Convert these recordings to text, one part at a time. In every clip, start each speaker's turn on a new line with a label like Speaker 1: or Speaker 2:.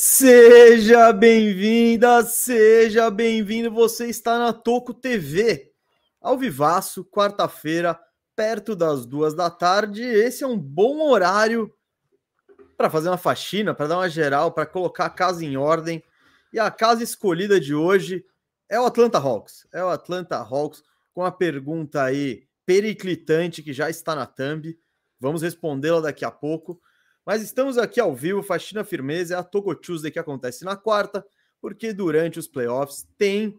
Speaker 1: Seja bem-vinda, seja bem-vindo. Você está na Toco TV, ao vivaço, quarta-feira, perto das duas da tarde. Esse é um bom horário para fazer uma faxina, para dar uma geral, para colocar a casa em ordem. E a casa escolhida de hoje é o Atlanta Hawks. É o Atlanta Hawks com a pergunta aí periclitante que já está na thumb. Vamos respondê-la daqui a pouco. Mas estamos aqui ao vivo, Faxina Firmeza, é a Togo Tuesday que acontece na quarta, porque durante os playoffs tem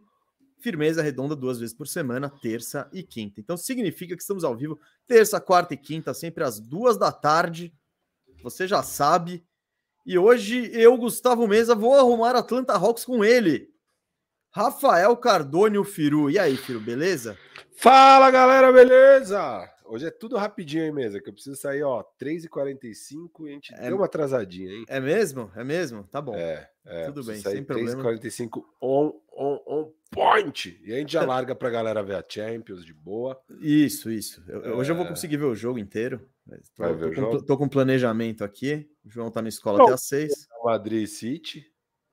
Speaker 1: Firmeza Redonda duas vezes por semana, terça e quinta. Então significa que estamos ao vivo terça, quarta e quinta, sempre às duas da tarde. Você já sabe. E hoje eu, Gustavo Mesa, vou arrumar Atlanta Hawks com ele. Rafael Cardone, o Firu. E aí, Firu, beleza?
Speaker 2: Fala, galera, beleza? Hoje é tudo rapidinho aí mesmo, que eu preciso sair, ó, 3h45 e a gente
Speaker 1: É-
Speaker 2: deu uma atrasadinha, hein?
Speaker 1: É mesmo? É mesmo? Tá bom.
Speaker 2: É, é
Speaker 1: Tudo
Speaker 2: preciso
Speaker 1: bem,
Speaker 2: sair
Speaker 1: sem problema.
Speaker 2: 3h45 on, on, on point! E a gente já larga pra galera ver a Champions de boa.
Speaker 1: Isso, isso. Eu- eu- Hoje eu vou
Speaker 2: É.
Speaker 1: conseguir ver o jogo inteiro. mas Tô,
Speaker 2: Vai ver
Speaker 1: tô
Speaker 2: o
Speaker 1: com,
Speaker 2: jogo?
Speaker 1: tô com planejamento aqui. O João tá na escola
Speaker 2: Não.
Speaker 1: até às seis.
Speaker 2: Real Madrid e City.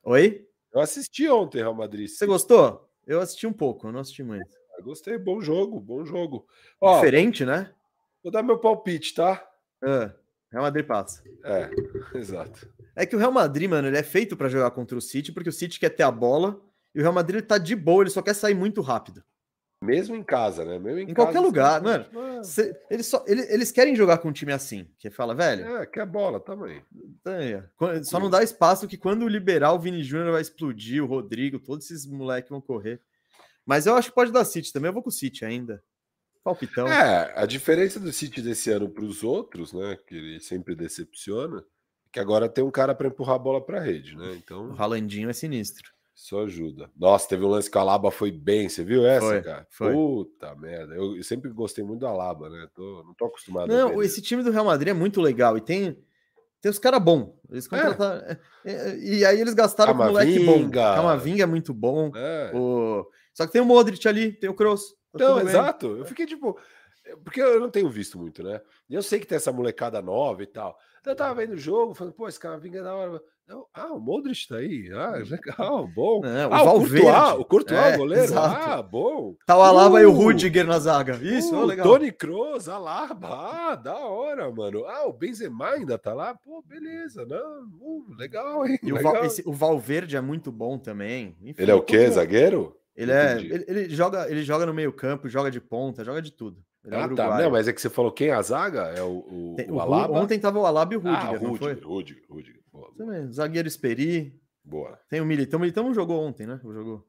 Speaker 1: Oi?
Speaker 2: Eu assisti ontem Real Madrid e City.
Speaker 1: Você gostou? Eu assisti um pouco, eu não assisti muito.
Speaker 2: Eu Gostei, bom jogo, bom jogo. Ó,
Speaker 1: Diferente, né?
Speaker 2: vou dar meu palpite, tá?
Speaker 1: Ah, Real Madrid passa.
Speaker 2: É, exato.
Speaker 1: É que o Real Madrid, mano, ele é feito pra jogar contra o City, porque o City quer ter a bola e o Real Madrid ele tá de boa, ele só quer sair muito rápido.
Speaker 2: Mesmo em casa, né? Mesmo
Speaker 1: Em qualquer
Speaker 2: você-
Speaker 1: lugar, mano. Cê- eles, só, ele- eles querem jogar com um time assim, que fala, velho,
Speaker 2: É, quer bola também.
Speaker 1: Tanha, quan- só
Speaker 2: Hum.
Speaker 1: não dá espaço que quando liberar o Vini Júnior vai explodir, o Rodrigo, todos esses moleques vão correr. Mas eu acho que pode dar City também, eu vou com o City ainda. Palpitão.
Speaker 2: É, a diferença do City desse ano para os outros, né? Que ele sempre decepciona, é que agora tem um cara para empurrar a bola para rede, né?
Speaker 1: O
Speaker 2: Então,
Speaker 1: Ralandinho é sinistro.
Speaker 2: isso ajuda. Nossa, teve um lance que a Alaba foi bem, você viu essa,
Speaker 1: Foi,
Speaker 2: cara?
Speaker 1: foi.
Speaker 2: Puta merda. Eu, eu sempre gostei muito da Alaba, né? Tô- não tô acostumado a
Speaker 1: Não,
Speaker 2: ver
Speaker 1: esse time do Real Madrid é muito legal e tem, tem os caras bons. Eles contrataram. é, é, e aí eles gastaram com o moleque bom.
Speaker 2: Camavinga.
Speaker 1: Camavinga é muito bom.
Speaker 2: ele. É.
Speaker 1: o- Só que tem o Modric ali, tem o Kroos. tá
Speaker 2: Então,
Speaker 1: tudo bem.
Speaker 2: exato. Eu fiquei tipo. é, Porque eu não tenho visto muito, né? E eu sei que tem essa molecada nova e tal. Então eu tava vendo o jogo, falando, pô, esse cara vinga da hora. Eu, ah, o Modric tá aí. Ah,
Speaker 1: Uhum.
Speaker 2: legal, bom.
Speaker 1: Não, o
Speaker 2: ah,
Speaker 1: Valverde.
Speaker 2: O Courtois, o Courtois,
Speaker 1: É,
Speaker 2: goleiro.
Speaker 1: exato.
Speaker 2: Ah, bom.
Speaker 1: Tá o Alaba e o
Speaker 2: Uh!
Speaker 1: Rudiger na zaga. Isso,
Speaker 2: Uh,
Speaker 1: ó, legal.
Speaker 2: Tony Kroos, Alaba. Ah, da hora, mano. Ah, o Benzema ainda tá lá. Pô, beleza. Não, uh, legal, hein?
Speaker 1: E o,
Speaker 2: legal.
Speaker 1: Val, esse- o Valverde é muito bom também. Enfim,
Speaker 2: Ele é o quê?
Speaker 1: todo-
Speaker 2: Zagueiro?
Speaker 1: Ele, é,
Speaker 2: Entendi.
Speaker 1: ele, ele joga, ele joga no meio campo, joga de ponta, joga de tudo. Ele é
Speaker 2: Ah, tá.
Speaker 1: uruguaio.
Speaker 2: Não, mas é que você falou quem é a zaga? É o, o,
Speaker 1: Tem-
Speaker 2: o
Speaker 1: o Ru-
Speaker 2: Alaba?
Speaker 1: Ontem tava o Alaba e o Rudiger,
Speaker 2: ah,
Speaker 1: não foi?
Speaker 2: Rudiger, Rudiger, Rudiger. Boa, boa,
Speaker 1: Também, zagueiro Esperi,
Speaker 2: boa.
Speaker 1: tem o Militão. O Militão não jogou ontem, né? Ou Jogou.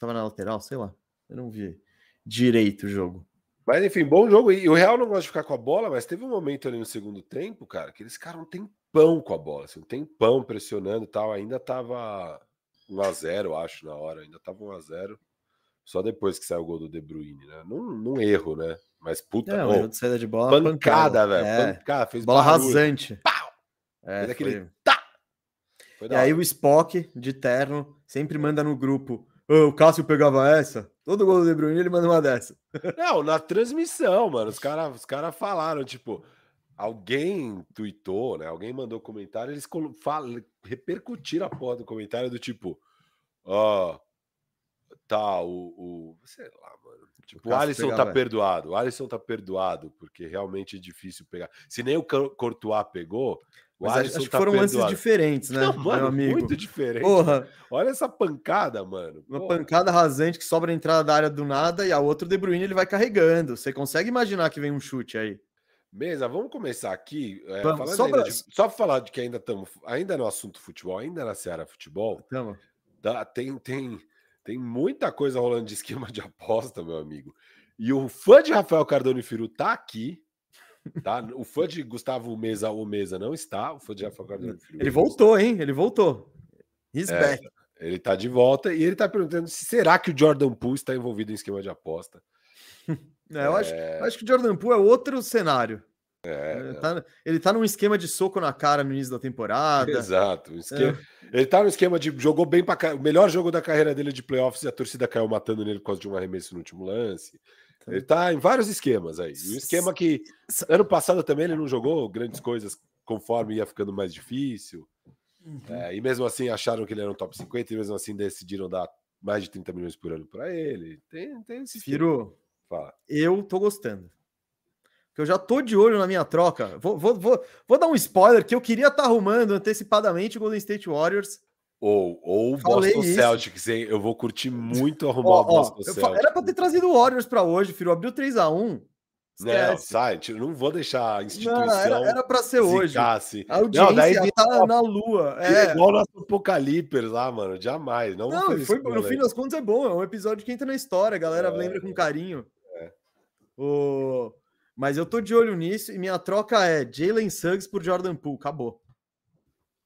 Speaker 1: Tava na lateral, sei lá. Eu não vi direito o jogo.
Speaker 2: Mas enfim, bom jogo. E o Real não gosta de ficar com a bola, mas teve um momento ali no segundo tempo, cara, que eles ficaram um tempão com a bola, assim, um tempão pressionando e tal. Ainda tava 1x0, acho, na hora. Ainda tava 1x0. Só depois que saiu o gol do De Bruyne, né? Num, num erro, né? Mas puta,
Speaker 1: Não,
Speaker 2: ô,
Speaker 1: um erro É, de saída de bola.
Speaker 2: pancada, velho.
Speaker 1: É,
Speaker 2: Pancada, fez
Speaker 1: bola
Speaker 2: barulho.
Speaker 1: rasante. É,
Speaker 2: Fez aquele
Speaker 1: foi-
Speaker 2: Foi
Speaker 1: E
Speaker 2: da
Speaker 1: aí
Speaker 2: hora.
Speaker 1: o Spock, de terno, sempre
Speaker 2: É.
Speaker 1: manda no grupo. "Ô, o Cássio pegava essa. Todo gol do De Bruyne ele manda uma dessa.
Speaker 2: Não, na transmissão, mano, os caras os cara falaram, tipo, alguém tweetou, né? Alguém mandou comentário, eles colo- fal- repercutiram a porra do comentário do tipo, ó, tá, o, o- sei lá, mano. Tipo, o
Speaker 1: Cássio
Speaker 2: Alisson tá
Speaker 1: pegava.
Speaker 2: perdoado, o Alisson tá perdoado, porque realmente é difícil pegar. Se nem o Cor- Courtois pegou, o
Speaker 1: Mas acho-
Speaker 2: Alisson
Speaker 1: acho que
Speaker 2: tá
Speaker 1: foram lances
Speaker 2: perdoado.
Speaker 1: diferentes, né?
Speaker 2: Não,
Speaker 1: meu
Speaker 2: mano,
Speaker 1: amigo.
Speaker 2: muito diferente.
Speaker 1: Porra,
Speaker 2: Olha essa pancada, mano.
Speaker 1: uma
Speaker 2: Porra.
Speaker 1: pancada rasante que sobra a entrada da área do nada e a outra o De Bruyne ele vai carregando. Você consegue imaginar que vem um chute aí?
Speaker 2: Mesa, vamos começar aqui. é,
Speaker 1: Vamos,
Speaker 2: falando
Speaker 1: só
Speaker 2: ainda
Speaker 1: pra-
Speaker 2: de- só pra falar de que ainda estamos, ainda no assunto futebol, ainda na Seara Futebol,
Speaker 1: Tamo.
Speaker 2: tá, tem, tem, tem muita coisa rolando de esquema de aposta, meu amigo. E o fã de Rafael Cardone Firu tá aqui, tá? O fã de Gustavo Mesa, o Mesa não está, o fã de Rafael Cardone Firu.
Speaker 1: Hum, Ele
Speaker 2: não está.
Speaker 1: voltou, hein? Ele voltou. He's
Speaker 2: É,
Speaker 1: back.
Speaker 2: Ele tá de volta e ele tá perguntando se será que o Jordan Poole está envolvido em esquema de aposta.
Speaker 1: É, eu acho,
Speaker 2: É,
Speaker 1: acho que o Jordan Poole é outro cenário.
Speaker 2: é,
Speaker 1: Ele tá, ele tá num esquema de soco na cara no início da temporada.
Speaker 2: Exato. um esquema-
Speaker 1: É.
Speaker 2: Ele tá no esquema de jogou bem pra ca- O melhor jogo da carreira dele de playoffs e a torcida caiu matando nele por causa de um arremesso no último lance.
Speaker 1: Tá.
Speaker 2: Ele tá em vários esquemas aí. E um esquema que ano passado também ele não jogou grandes coisas conforme ia ficando mais difícil.
Speaker 1: Uhum.
Speaker 2: É, e mesmo assim acharam que ele era um top 50 e mesmo assim decidiram dar mais de 30 milhões por ano para ele. Tem, tem esse
Speaker 1: Ciro,
Speaker 2: filme. Fala.
Speaker 1: eu tô gostando. Porque eu já tô de olho na minha troca. Vou, vou, vou, vou dar um spoiler que eu queria estar arrumando antecipadamente o Golden State Warriors.
Speaker 2: Ou, ou o
Speaker 1: Falei
Speaker 2: Boston
Speaker 1: isso.
Speaker 2: Celtics, hein? Eu vou curtir muito arrumar
Speaker 1: Ó,
Speaker 2: o
Speaker 1: ó,
Speaker 2: Boston
Speaker 1: eu fa-
Speaker 2: Celtics.
Speaker 1: era pra ter trazido o Warriors pra hoje, Firo. Abriu 3x1.
Speaker 2: Não, sai, tio, não vou deixar a instituição
Speaker 1: Não, era, era pra ser hoje.
Speaker 2: zicasse.
Speaker 1: A audiência
Speaker 2: Não, daí vira-
Speaker 1: tá na lua.
Speaker 2: É
Speaker 1: É.
Speaker 2: igual o nosso Apocalipse lá, mano. Jamais. Não, vou
Speaker 1: Não,
Speaker 2: fazer
Speaker 1: foi,
Speaker 2: isso,
Speaker 1: no fim
Speaker 2: moleque.
Speaker 1: das contas é bom, é um episódio que entra na história, a galera
Speaker 2: É,
Speaker 1: lembra com
Speaker 2: é.
Speaker 1: carinho.
Speaker 2: É.
Speaker 1: O... Mas eu tô de olho nisso e minha troca é Jalen Suggs por Jordan Poole, acabou.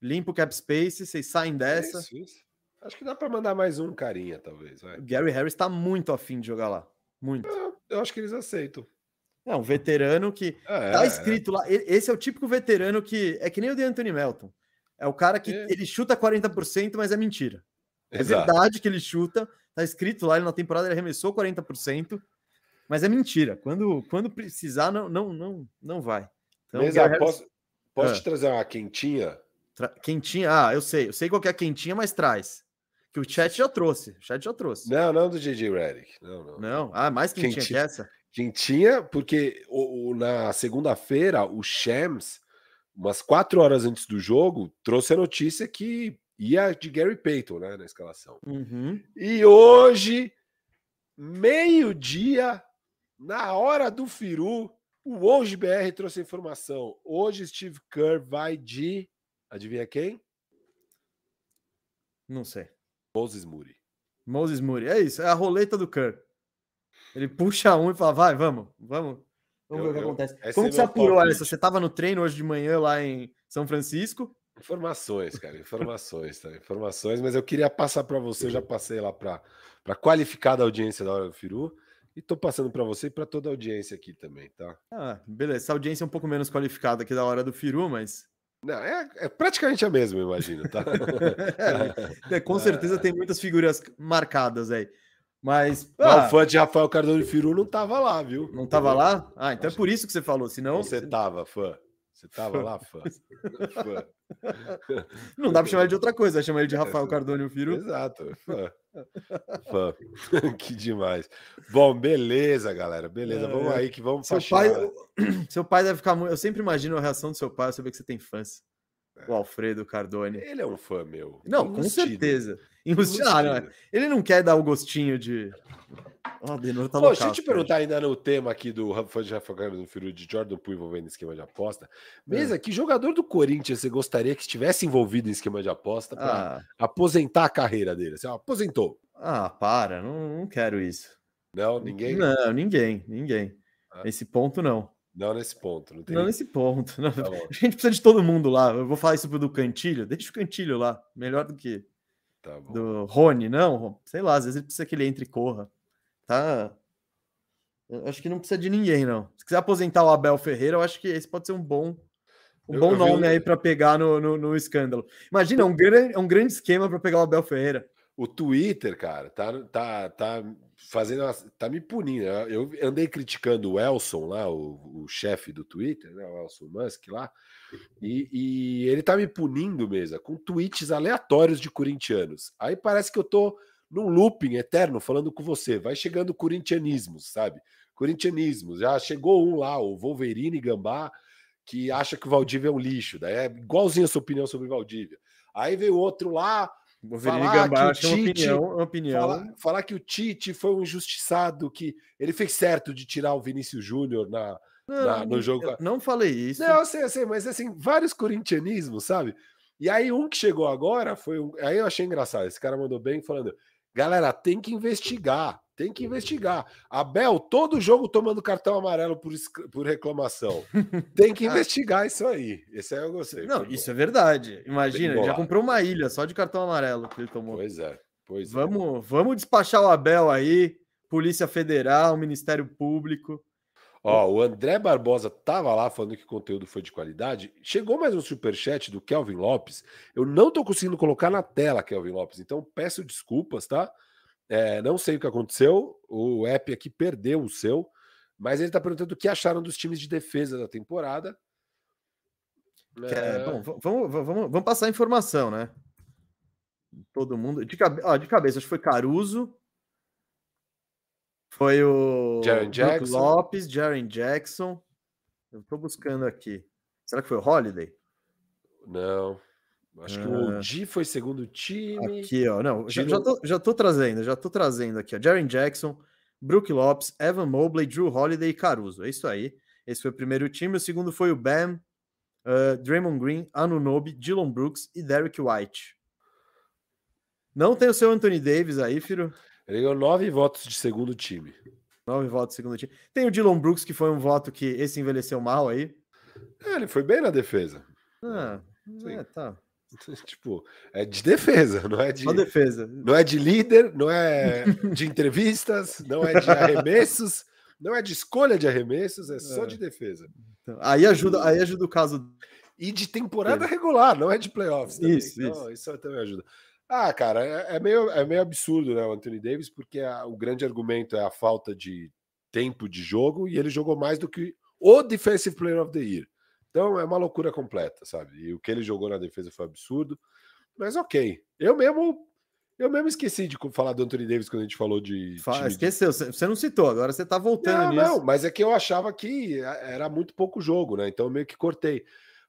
Speaker 1: Limpa o cap space, vocês saem
Speaker 2: É
Speaker 1: dessa.
Speaker 2: isso, isso. Acho que dá pra mandar mais um carinha, talvez. vai.
Speaker 1: O Gary Harris tá muito afim de jogar lá, muito.
Speaker 2: Eu acho que eles aceitam.
Speaker 1: É um veterano que
Speaker 2: É,
Speaker 1: tá escrito lá, e- esse é o típico veterano que é que nem o de Anthony Melton. É o cara que
Speaker 2: É.
Speaker 1: ele chuta 40%, mas é mentira.
Speaker 2: é,
Speaker 1: É
Speaker 2: exato.
Speaker 1: verdade que ele chuta, tá escrito lá, ele na temporada ele arremessou 40%, mas é mentira. Quando, quando precisar, não, não, não, não vai. Então,
Speaker 2: Mas,
Speaker 1: Gary
Speaker 2: ah,
Speaker 1: Harris
Speaker 2: posso posso
Speaker 1: Ah.
Speaker 2: te trazer uma quentinha?
Speaker 1: tra- quentinha, ah, eu sei, eu sei qual que é a quentinha, mas traz. Que o chat já trouxe, o chat já trouxe. Não,
Speaker 2: Não, não do JJ Redick. Não, não.
Speaker 1: ah, mais quentinha,
Speaker 2: Quentinha.
Speaker 1: que essa?
Speaker 2: Quentinha, porque o, o- na segunda-feira, o Shams, umas quatro horas antes do jogo, trouxe a notícia que ia de Gary Payton, né, na escalação.
Speaker 1: Uhum.
Speaker 2: E hoje, meio-dia, na hora do Firu, o Hoje BR trouxe a informação. Hoje Steve Kerr vai de. Adivinha quem?
Speaker 1: Não sei.
Speaker 2: Moses Moody.
Speaker 1: Moses Moody, é isso, é a roleta do Kerr. Ele puxa um e fala, vai, vamos, vamos. Vamos ver
Speaker 2: Eu-
Speaker 1: o que
Speaker 2: eu-
Speaker 1: acontece.
Speaker 2: esse
Speaker 1: Como
Speaker 2: é
Speaker 1: que você
Speaker 2: meu
Speaker 1: apurou
Speaker 2: palpite.
Speaker 1: essa? Você tava no treino hoje de manhã lá em São Francisco?
Speaker 2: Informações, cara, informações, tá? Informações, mas eu queria passar para você, eu já passei lá para a qualificada audiência da Hora do Firu, e tô passando para você e para toda a audiência aqui também, tá?
Speaker 1: Ah, beleza. Essa audiência é um pouco menos qualificada aqui da hora do Firu, mas
Speaker 2: Não, é, é praticamente a mesma, eu imagino, tá?
Speaker 1: é, com certeza tem muitas figuras marcadas aí. Mas
Speaker 2: Mas
Speaker 1: ah,
Speaker 2: o fã de Rafael Cardoso Firu não tava lá, viu?
Speaker 1: não tava lá? Ah, então é por isso que você falou,
Speaker 2: Não,
Speaker 1: senão
Speaker 2: você tava, fã. Você tava
Speaker 1: Fã.
Speaker 2: lá, fã. Fã.
Speaker 1: não dá pra chamar ele de outra coisa, vai chamar ele de Rafael Cardone e o Firu.
Speaker 2: É, Exato, fã. Fã. que demais. Bom, beleza, galera. Beleza,
Speaker 1: Ai,
Speaker 2: vamos
Speaker 1: ai.
Speaker 2: aí que vamos
Speaker 1: É. Seu
Speaker 2: fatiar.
Speaker 1: pai,
Speaker 2: é.
Speaker 1: seu pai deve ficar muito. Eu sempre imagino a reação do seu pai ao saber que você tem fãs. O Alfredo Cardone.
Speaker 2: Ele é um fã meu.
Speaker 1: Não, com
Speaker 2: Enrustido.
Speaker 1: certeza.
Speaker 2: Enrustido.
Speaker 1: Enrustido. Ah, não, é. ele não quer dar o gostinho de. Ó, Denor tá
Speaker 2: Pô,
Speaker 1: louco.
Speaker 2: deixa eu te perguntar ainda no tema aqui do Ra- fã de Rafa Carlos do Firu de Jordan Poole envolvendo esquema de aposta.
Speaker 1: Ah.
Speaker 2: Mesa, que jogador do Corinthians você gostaria que estivesse envolvido em esquema de aposta para
Speaker 1: Ah,
Speaker 2: aposentar a carreira dele? Assim, ó, aposentou.
Speaker 1: ah, para, não- não quero isso.
Speaker 2: Não, ninguém. Não,
Speaker 1: Não, ninguém, ninguém.
Speaker 2: Ah.
Speaker 1: Nesse ponto, não.
Speaker 2: nesse ponto. Não tem
Speaker 1: Não
Speaker 2: ninguém.
Speaker 1: nesse ponto. não.
Speaker 2: Tá bom,
Speaker 1: A gente precisa de todo mundo lá. Eu vou falar isso pro do Cantilho. Deixa o Cantilho lá. Melhor do que
Speaker 2: tá bom.
Speaker 1: do Rony, não? Sei lá, às vezes ele precisa que ele entre e corra. Tá. Eu acho que não precisa de ninguém, não. Se quiser aposentar o Abel Ferreira, eu acho que esse pode ser um bom. Um
Speaker 2: Eu-
Speaker 1: bom
Speaker 2: eu vi
Speaker 1: nome
Speaker 2: um-
Speaker 1: aí para pegar no, no, no escândalo. Imagina, um grande, um grande esquema para pegar o Abel Ferreira.
Speaker 2: O Twitter, cara, tá, tá, tá fazendo. uma- tá me punindo. Eu eu andei criticando o Elson lá, o, o chefe do Twitter, né? O Elson Musk lá. E, e ele tá me punindo mesmo, com tweets aleatórios de corintianos. Aí parece que eu tô num looping eterno falando com você. Vai chegando corintianismos, sabe? Corintianismos. Já chegou um lá, o Wolverine Gambá, que acha que o Valdívia é um lixo. Daí é igualzinho a sua opinião sobre o Valdívia. Aí veio outro lá.
Speaker 1: Vou
Speaker 2: Falar que o
Speaker 1: Gambá, que uma
Speaker 2: Tite-
Speaker 1: opinião, uma opinião.
Speaker 2: Falar, falar que o Tite foi um injustiçado, que ele fez certo de tirar o Vinícius Júnior na.
Speaker 1: Não,
Speaker 2: na- no jogo-
Speaker 1: eu não falei isso.
Speaker 2: Não, eu sei, eu sei, mas assim, vários corintianismos, sabe? E aí, um que chegou agora foi um. Aí eu achei engraçado. Esse cara mandou bem falando: galera, tem que investigar, tem que investigar. Abel, todo jogo tomando cartão amarelo por, esc- por reclamação. Tem que
Speaker 1: Ah.
Speaker 2: investigar isso aí. Esse aí eu gostei.
Speaker 1: Não,
Speaker 2: foi bom.
Speaker 1: isso é verdade. Imagina, ele já
Speaker 2: bolado.
Speaker 1: comprou uma ilha só de cartão amarelo que ele tomou.
Speaker 2: Pois é, pois é.
Speaker 1: vamos, vamos despachar o Abel aí, Polícia Federal, Ministério Público.
Speaker 2: Ó, o André Barbosa tava lá falando que o conteúdo foi de qualidade. Chegou mais um superchat do Kelvin Lopes. Eu não tô conseguindo colocar na tela, Kelvin Lopes. Então peço desculpas, tá? É, não sei o que aconteceu. O app aqui perdeu o seu. Mas ele tá perguntando o que acharam dos times de defesa da temporada.
Speaker 1: Que é- bom, v- vamos, v- vamos, vamos passar a informação, né? Todo mundo. De, cabe... ó, de cabeça, acho que foi Caruso. Foi o.
Speaker 2: Jaren
Speaker 1: Brook
Speaker 2: Jackson.
Speaker 1: Lopes, Jaren Jackson. Eu tô buscando aqui. Será que foi o Holiday?
Speaker 2: Não. Acho que
Speaker 1: Ah.
Speaker 2: o Di foi segundo time.
Speaker 1: Aqui, É ó. Não, já,
Speaker 2: Tira
Speaker 1: já,
Speaker 2: o-
Speaker 1: tô, já tô trazendo, já tô trazendo aqui, ó. Jaren Jackson, Brook Lopes, Evan Mobley, Drew Holiday e Caruso. É isso aí. Esse foi o primeiro time. O segundo foi o Bam, eh, Draymond Green, Anunobi, Dylan Brooks e Derrick White. Não tem o seu Anthony Davis aí, Firo.
Speaker 2: Ele ganhou nove votos de segundo time.
Speaker 1: Nove votos, segundo time. Tem o Dylan Brooks, que foi um voto que esse envelheceu mal aí.
Speaker 2: É, ele foi bem na defesa.
Speaker 1: Ah,
Speaker 2: Sim.
Speaker 1: é, tá.
Speaker 2: tipo, é de defesa, não é de,
Speaker 1: Só defesa.
Speaker 2: não é de líder, não é de entrevistas, não é de arremessos, não é de escolha de arremessos, é só
Speaker 1: É.
Speaker 2: de defesa.
Speaker 1: Então, Aí ajuda, aí ajuda o caso
Speaker 2: E de temporada regular, não é de playoffs. Também.
Speaker 1: Isso,
Speaker 2: Então, isso. também ajuda. Ah, cara, é, é meio, é meio absurdo, né, o Anthony Davis, porque a- o grande argumento é a falta de tempo de jogo e ele jogou mais do que o Defensive Player of the Year. Então é uma loucura completa, sabe? E o que ele jogou na defesa foi absurdo. Mas ok. Eu mesmo eu mesmo esqueci de co- falar do Anthony Davis quando a gente falou de.
Speaker 1: Fa-
Speaker 2: time de-
Speaker 1: Esqueceu, você você não citou, agora você tá voltando
Speaker 2: não,
Speaker 1: nisso.
Speaker 2: não, mas é que eu achava que era muito pouco jogo, né? Então eu meio que cortei.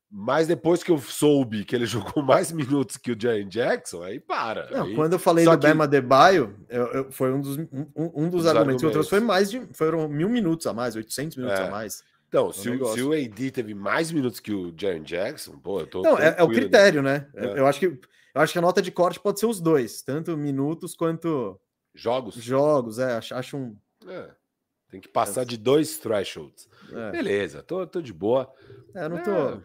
Speaker 2: Mas depois que eu soube que ele jogou mais minutos que o Jaren Jackson, aí para.
Speaker 1: Não,
Speaker 2: aí...
Speaker 1: quando eu falei
Speaker 2: Só
Speaker 1: do
Speaker 2: que-
Speaker 1: Bema Debaio, eu, eu- foi um dos, um, um um dos
Speaker 2: Dos
Speaker 1: argumentos.
Speaker 2: argumentos.
Speaker 1: E outros foi mais de, foram mil minutos a mais, 800 minutos
Speaker 2: É.
Speaker 1: a mais.
Speaker 2: Então, se, o-
Speaker 1: um negócio.
Speaker 2: se o AD teve mais minutos que o Jaren Jackson, pô, eu tô.
Speaker 1: Não, é, é o
Speaker 2: tranquilo, né?
Speaker 1: critério, né? Eu-
Speaker 2: É.
Speaker 1: Eu, acho que, eu acho que a nota de corte pode ser os dois, tanto minutos quanto
Speaker 2: Jogos.
Speaker 1: jogos. É, acho, acho um.
Speaker 2: É. Tem que passar de dois thresholds.
Speaker 1: É,
Speaker 2: Beleza, tô, tô de boa.
Speaker 1: é, eu não
Speaker 2: É.
Speaker 1: tô. Eu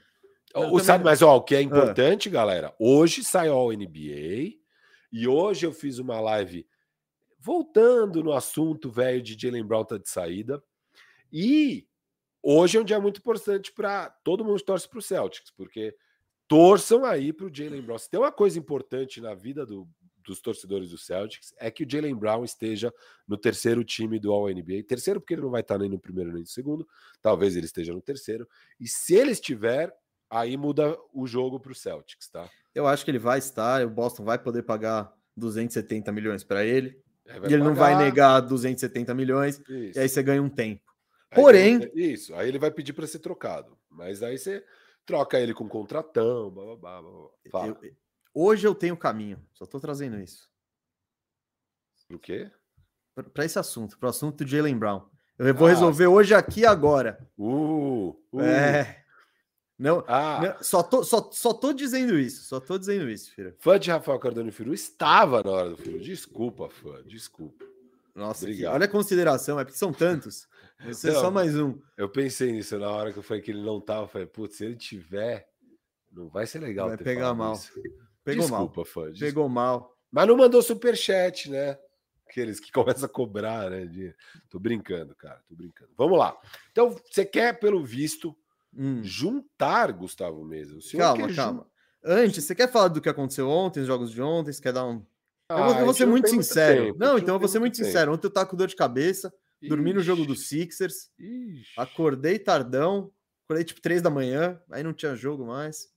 Speaker 2: O-
Speaker 1: também
Speaker 2: sabe,
Speaker 1: não-
Speaker 2: mas ó, o que é importante, galera, hoje sai o NBA e hoje eu fiz uma live voltando no assunto velho de Jalen Brown tá de saída. E hoje é um dia muito importante para todo mundo que torce pro Celtics, porque torçam aí pro Jalen Brown. Se tem uma coisa importante na vida do- dos torcedores do Celtics é que o Jalen Brown esteja no terceiro time do All-NBA. Terceiro porque ele não vai estar nem no primeiro nem no segundo, talvez ele esteja no terceiro. E se ele estiver, aí muda o jogo para o Celtics, tá?
Speaker 1: Eu acho que ele vai estar, o Boston vai poder pagar 270 milhões para ele.
Speaker 2: Aí
Speaker 1: e ele não vai
Speaker 2: pagar,
Speaker 1: negar 270 milhões, e
Speaker 2: Isso.
Speaker 1: aí você ganha um tempo.
Speaker 2: Aí
Speaker 1: porém-
Speaker 2: tem- isso, aí ele vai pedir para ser trocado. Mas aí você troca ele com contratão, blá blá blá. blá, blá. Fala.
Speaker 1: Eu- eu- hoje eu tenho caminho, só tô trazendo isso.
Speaker 2: Por quê?
Speaker 1: para esse assunto, para o assunto de Jalen Brown. Eu vou
Speaker 2: Ah.
Speaker 1: resolver hoje aqui e agora.
Speaker 2: Uh, uh,
Speaker 1: É. Não,
Speaker 2: Ah,
Speaker 1: não, só, tô, só, só tô dizendo isso, só tô dizendo isso, filho.
Speaker 2: fã de Rafael Cardano Firu estava na hora do Firu. Desculpa, fã, desculpa.
Speaker 1: Nossa, que-
Speaker 2: Obrigado.
Speaker 1: olha a consideração, é porque são tantos. Você é
Speaker 2: Não.
Speaker 1: só mais um.
Speaker 2: Eu pensei nisso na hora que eu falei que ele não tava. Eu falei, putz, se ele tiver, não vai ser legal.
Speaker 1: Vai
Speaker 2: ter
Speaker 1: pegar
Speaker 2: falado
Speaker 1: mal.
Speaker 2: isso.
Speaker 1: Pegou mal.
Speaker 2: desculpa, fã. Desculpa.
Speaker 1: Pegou mal.
Speaker 2: Mas não mandou superchat, né? Aqueles que começam a cobrar, né? de- Tô brincando, cara, tô brincando. Vamos lá. Então, você quer, pelo visto,
Speaker 1: Hum,
Speaker 2: juntar, Gustavo mesmo. O senhor
Speaker 1: Calma,
Speaker 2: quer
Speaker 1: calma. Antes, você quer falar do que aconteceu ontem, os jogos de ontem? Você quer dar um.
Speaker 2: juntar?
Speaker 1: eu vou, eu
Speaker 2: A
Speaker 1: vou
Speaker 2: gente
Speaker 1: ser
Speaker 2: não
Speaker 1: muito
Speaker 2: Ah, tem muito
Speaker 1: sincero.
Speaker 2: tempo, a
Speaker 1: não,
Speaker 2: gente
Speaker 1: então eu
Speaker 2: tem
Speaker 1: vou ser muito
Speaker 2: tempo.
Speaker 1: sincero. Ontem eu tava com dor de cabeça, dormi no jogo do
Speaker 2: Ixi,
Speaker 1: Sixers,
Speaker 2: ixi.
Speaker 1: Acordei tardão, acordei tipo três da manhã, aí não tinha jogo mais,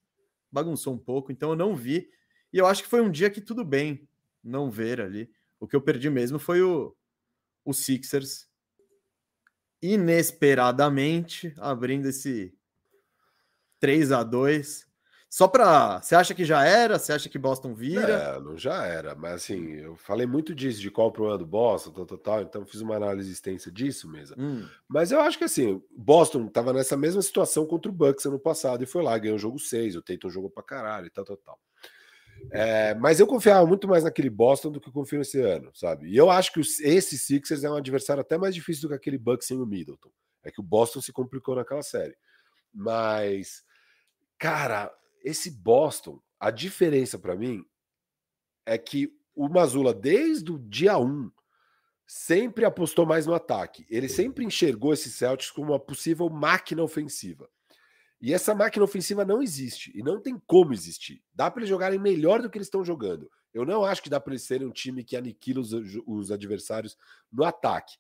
Speaker 1: bagunçou um pouco, então eu não vi. E eu acho que foi um dia que tudo bem não ver ali. O que eu perdi mesmo foi o, o Sixers inesperadamente abrindo esse 3 a 2 Só pra. Você acha que já era? Você acha que Boston vira?
Speaker 2: É, não já era, mas assim, eu falei muito disso, de qual o problema do Boston, tal, tal, tal, então fiz uma análise extensa disso mesmo.
Speaker 1: Hum,
Speaker 2: Mas eu acho que assim, Boston tava nessa mesma situação contra o Bucks ano passado e foi lá, ganhou o jogo 6, o Tatum jogou pra caralho e tal, tal, tal. É, mas eu confiava muito mais naquele Boston do que eu confio nesse ano, sabe? E eu acho que os- esse Sixers é um adversário até mais difícil do que aquele Bucks sem o Middleton. É que o Boston se complicou naquela série. Mas, cara, esse Boston, a diferença pra mim é que o Mazula, desde o dia 1, sempre apostou mais no ataque. Ele sempre enxergou esse Celtics como uma possível máquina ofensiva. E essa máquina ofensiva não existe e não tem como existir. Dá para eles jogarem melhor do que eles estão jogando. Eu não acho que dá para eles serem um time que aniquila os, os adversários no ataque.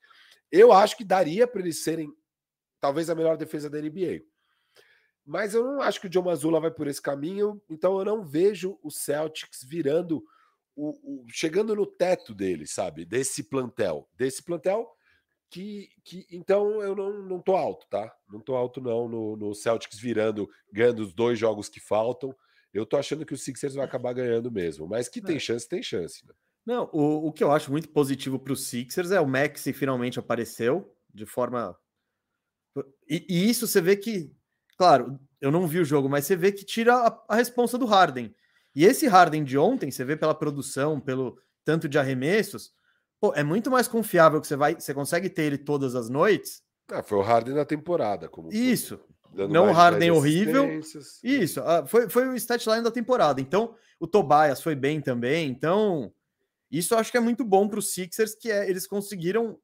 Speaker 2: Eu acho que daria para eles serem talvez a melhor defesa da NBA. Mas eu não acho que o John Mazula vai por esse caminho, então eu não vejo o Celtics virando o, o chegando no teto dele, sabe? Desse plantel, desse plantel que, que então eu não, não tô alto, tá? Não tô alto não no, no Celtics virando, ganhando os dois jogos que faltam. Eu tô achando que o Sixers vai acabar ganhando mesmo, mas que
Speaker 1: É.
Speaker 2: tem chance, tem chance. Né?
Speaker 1: Não, o, o que eu acho muito positivo para os Sixers é o Maxi finalmente apareceu de forma. E, e, isso você vê que, claro, eu não vi o jogo, mas você vê que tira a, a responsa do Harden. E esse Harden de ontem, você vê pela produção, pelo tanto de arremessos, pô, é muito mais confiável que você vai, você consegue ter ele todas as noites.
Speaker 2: Ah, foi o Harden da temporada, como
Speaker 1: isso. não o Harden horrível. Isso, ah, foi, foi o statline da temporada. Então, o Tobias foi bem também. Então, isso eu acho que é muito bom para os Sixers, que é, eles conseguiram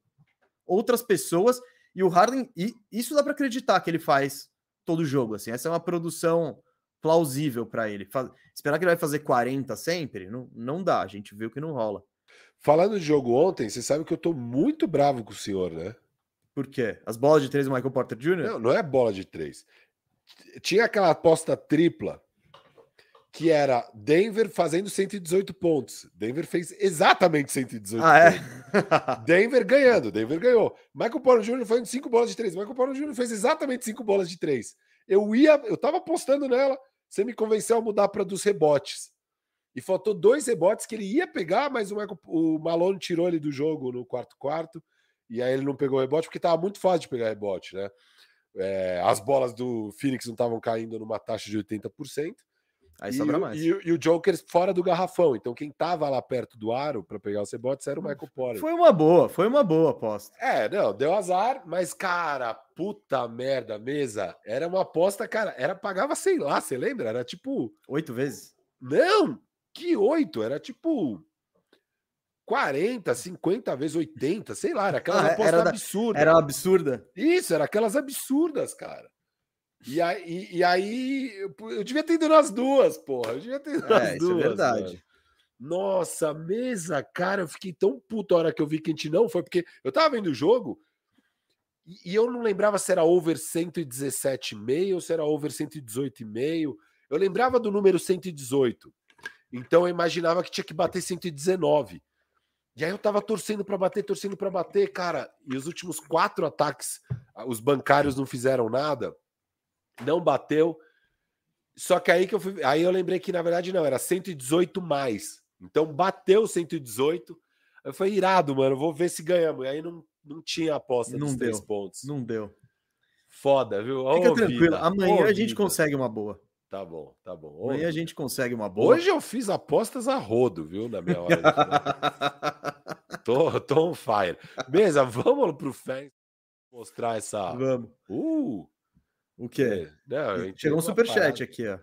Speaker 1: outras pessoas e o Harden, e isso dá para acreditar que ele faz todo jogo assim. Essa é uma produção plausível para ele. Faz, esperar que ele vai fazer 40 sempre, não, não dá. A gente viu que não rola.
Speaker 2: Falando de jogo ontem, você sabe que eu tô muito bravo com o senhor, né?
Speaker 1: Por quê? As bolas de três do Michael Porter Jr.?
Speaker 2: Não, não é bola de três. Tinha aquela aposta tripla que era Denver fazendo 118 pontos. Denver fez exatamente 118
Speaker 1: Ah, é?
Speaker 2: ah, pontos. É? Denver ganhando, Denver ganhou. Michael Porter Jr. fazendo 5 bolas de 3. Michael Porter Jr. fez exatamente 5 bolas de 3. Eu ia, eu tava apostando nela, você me convenceu a mudar para dos rebotes. E faltou dois rebotes que ele ia pegar, mas o, Michael, o Malone tirou ele do jogo no quarto quarto. E aí ele não pegou o rebote, porque tava muito fácil de pegar rebote, né? É, as bolas do Phoenix não estavam caindo numa taxa de 80%.
Speaker 1: Aí e sobra mais.
Speaker 2: O, e, e, o Joker fora do garrafão. Então, quem tava lá perto do aro para pegar os rebotes era o
Speaker 1: Hum.
Speaker 2: Michael Porter.
Speaker 1: Foi uma boa, foi uma boa aposta.
Speaker 2: É, não, deu azar, mas, cara, puta merda, mesa. Era uma aposta, cara, era pagava, sei lá, você lembra? Era tipo.
Speaker 1: Oito vezes?
Speaker 2: Não, que oito? Era tipo. 40, 50 vezes 80, sei lá, era aquelas ah, apostas
Speaker 1: era
Speaker 2: absurdas.
Speaker 1: Era absurda.
Speaker 2: Isso, era aquelas absurdas, cara. E aí, e aí eu devia ter ido nas duas, porra. Eu devia ter ido nas é, duas. Isso é
Speaker 1: verdade. Mano.
Speaker 2: Nossa, mesa, cara, eu fiquei tão puto a hora que eu vi que a gente não foi, porque eu tava vendo o jogo e, e eu não lembrava se era over 117,5 ou se era over 118,5. Eu lembrava do número 118. Então eu imaginava que tinha que bater 119. E aí eu tava torcendo para bater, torcendo para bater, cara. E os últimos quatro ataques, ah, os bancários não fizeram nada não bateu. Só que aí que eu fui, aí eu lembrei que na verdade não, era 118 mais. Então bateu 118. Aí foi irado, mano, vou ver se ganhamos. E aí não, não tinha aposta
Speaker 1: não deu,
Speaker 2: pontos.
Speaker 1: Não deu.
Speaker 2: Foda, viu?
Speaker 1: Fica oh, tranquilo, vida. amanhã oh, a gente vida. consegue uma boa.
Speaker 2: Tá bom, tá bom.
Speaker 1: Oh, amanhã a gente consegue uma boa.
Speaker 2: Hoje eu fiz apostas a rodo, viu, na minha hora. De... tô, tô on fire. Beleza, vamos pro Fang mostrar essa.
Speaker 1: Vamos.
Speaker 2: Uh! né,
Speaker 1: O que? Não, Chegou um superchat aqui, ó.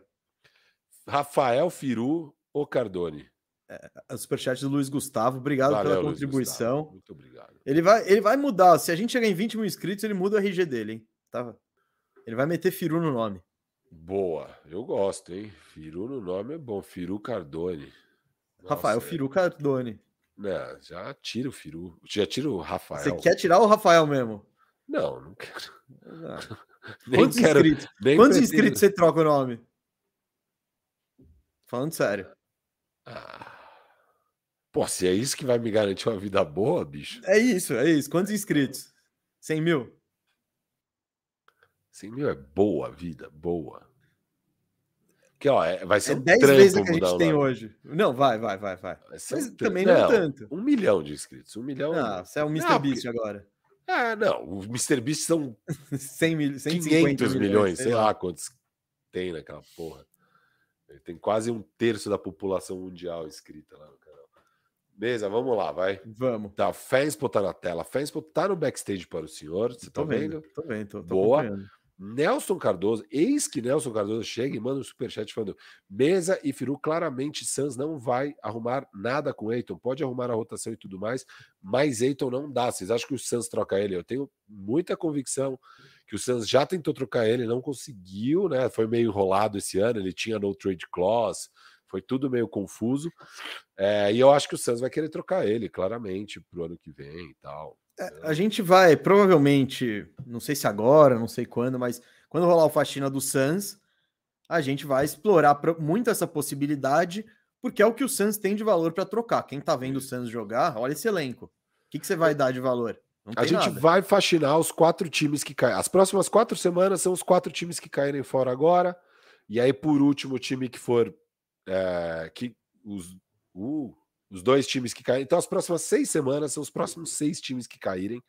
Speaker 2: Rafael Firu ou Cardone?
Speaker 1: É, superchat do Luiz Gustavo, obrigado Valeu, pela contribuição.
Speaker 2: Muito obrigado.
Speaker 1: Ele vai, ele vai mudar. Se a gente chegar em 20 mil inscritos, ele muda o RG dele, hein? Tá? Ele vai meter Firu no nome.
Speaker 2: Boa, eu gosto, hein? Firu no nome é bom. Firu Cardone.
Speaker 1: Nossa, é. Rafael Firu Cardone.
Speaker 2: Não, já tira o Firu. Já tira o Rafael.
Speaker 1: Você quer tirar o Rafael mesmo?
Speaker 2: Não, não quero. Não.
Speaker 1: Nem Quantos, quero, inscritos? Quantos inscritos? você troca o nome? Falando sério.
Speaker 2: Ah. Pô, se é isso que vai me garantir uma vida boa, bicho.
Speaker 1: É isso, é isso. Quantos inscritos? 100 mil?
Speaker 2: 100 mil é boa vida, boa. Que, ó, é, vai ser é
Speaker 1: um 10 vezes o que a gente tem hoje. Não, vai, vai, vai, vai.
Speaker 2: Mas
Speaker 1: um também não, não, tanto.
Speaker 2: Um milhão de inscritos. Um milhão.
Speaker 1: Ah, de... você é o um Mr. Não, Beast porque... agora.
Speaker 2: Ah, não. O Mr. Beast são
Speaker 1: 100 mil,
Speaker 2: 500 milhões, milhões sei, sei lá quantos tem naquela porra. Ele tem quase um terço da população mundial inscrita lá no canal. Beleza, vamos lá, vai.
Speaker 1: Vamos.
Speaker 2: Tá, Fanspo tá na tela. Fanspo tá no backstage para o senhor. Você
Speaker 1: tô
Speaker 2: tá vendo?
Speaker 1: vendo? Tô vendo, tô, tô
Speaker 2: Boa. Nelson Cardoso, eis que Nelson Cardoso chega e manda um superchat falando: Mesa e Firu, claramente Sans não vai arrumar nada com Eiton, pode arrumar a rotação e tudo mais, mas Eiton não dá. Vocês acham que o Sans troca ele? Eu tenho muita convicção que o Sans já tentou trocar ele, não conseguiu, né? Foi meio enrolado esse ano, ele tinha no trade clause, Foi tudo meio confuso. É, e eu acho que o Santos vai querer trocar ele, claramente, para o ano que vem e tal.
Speaker 1: É, a gente vai, provavelmente, não sei se agora, não sei quando, mas quando rolar o faxina do Suns, a gente vai explorar muito essa possibilidade, porque é o que o Suns tem de valor para trocar. Quem tá vendo o Suns jogar, olha esse elenco. O que, que você vai dar de valor?
Speaker 2: a gente nada. vai faxinar os quatro times que caem. As próximas quatro semanas são os quatro times que caírem fora agora. E aí, por último, o time que for. É, que os, uh, os dois times que caírem. Então, as próximas seis semanas são os próximos seis times que caírem.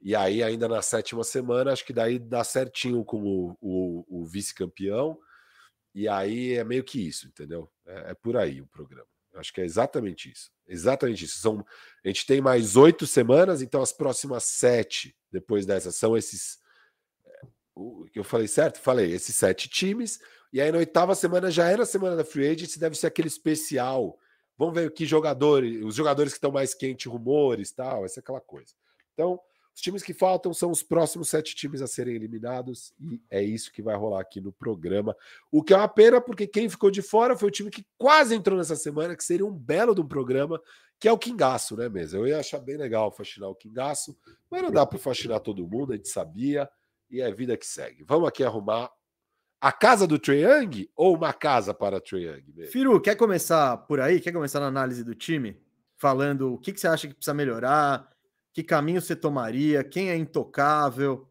Speaker 2: E aí, ainda na sétima semana, acho que daí dá certinho com o, o, o vice-campeão. E aí é meio que isso, entendeu? É, é, por aí o programa. Acho que é exatamente isso. Exatamente isso. São, a gente tem mais oito semanas, então as próximas sete depois dessa são esses. eh, O que eu falei certo? Falei, esses sete times. E aí na oitava semana já era a semana da Free Agency, deve ser aquele especial. Vamos ver o que jogadores, os jogadores que estão mais quentes, rumores tal, essa é aquela coisa. Então, os times que faltam são os próximos sete times a serem eliminados, e é isso que vai rolar aqui no programa. O que é uma pena, porque quem ficou de fora foi o time que quase entrou nessa semana, que seria um belo de um programa, que é o Quingaço, né, mesmo? Eu ia achar bem legal faxinar o Quingaço, mas não dá para faxinar todo mundo, a gente sabia, e é a vida que segue. Vamos aqui arrumar a casa do Triang ou uma casa para Triang
Speaker 1: mesmo? Firu, quer começar por aí? Quer começar na análise do time? Falando o que, que você acha que precisa melhorar? que caminho você tomaria, quem é intocável.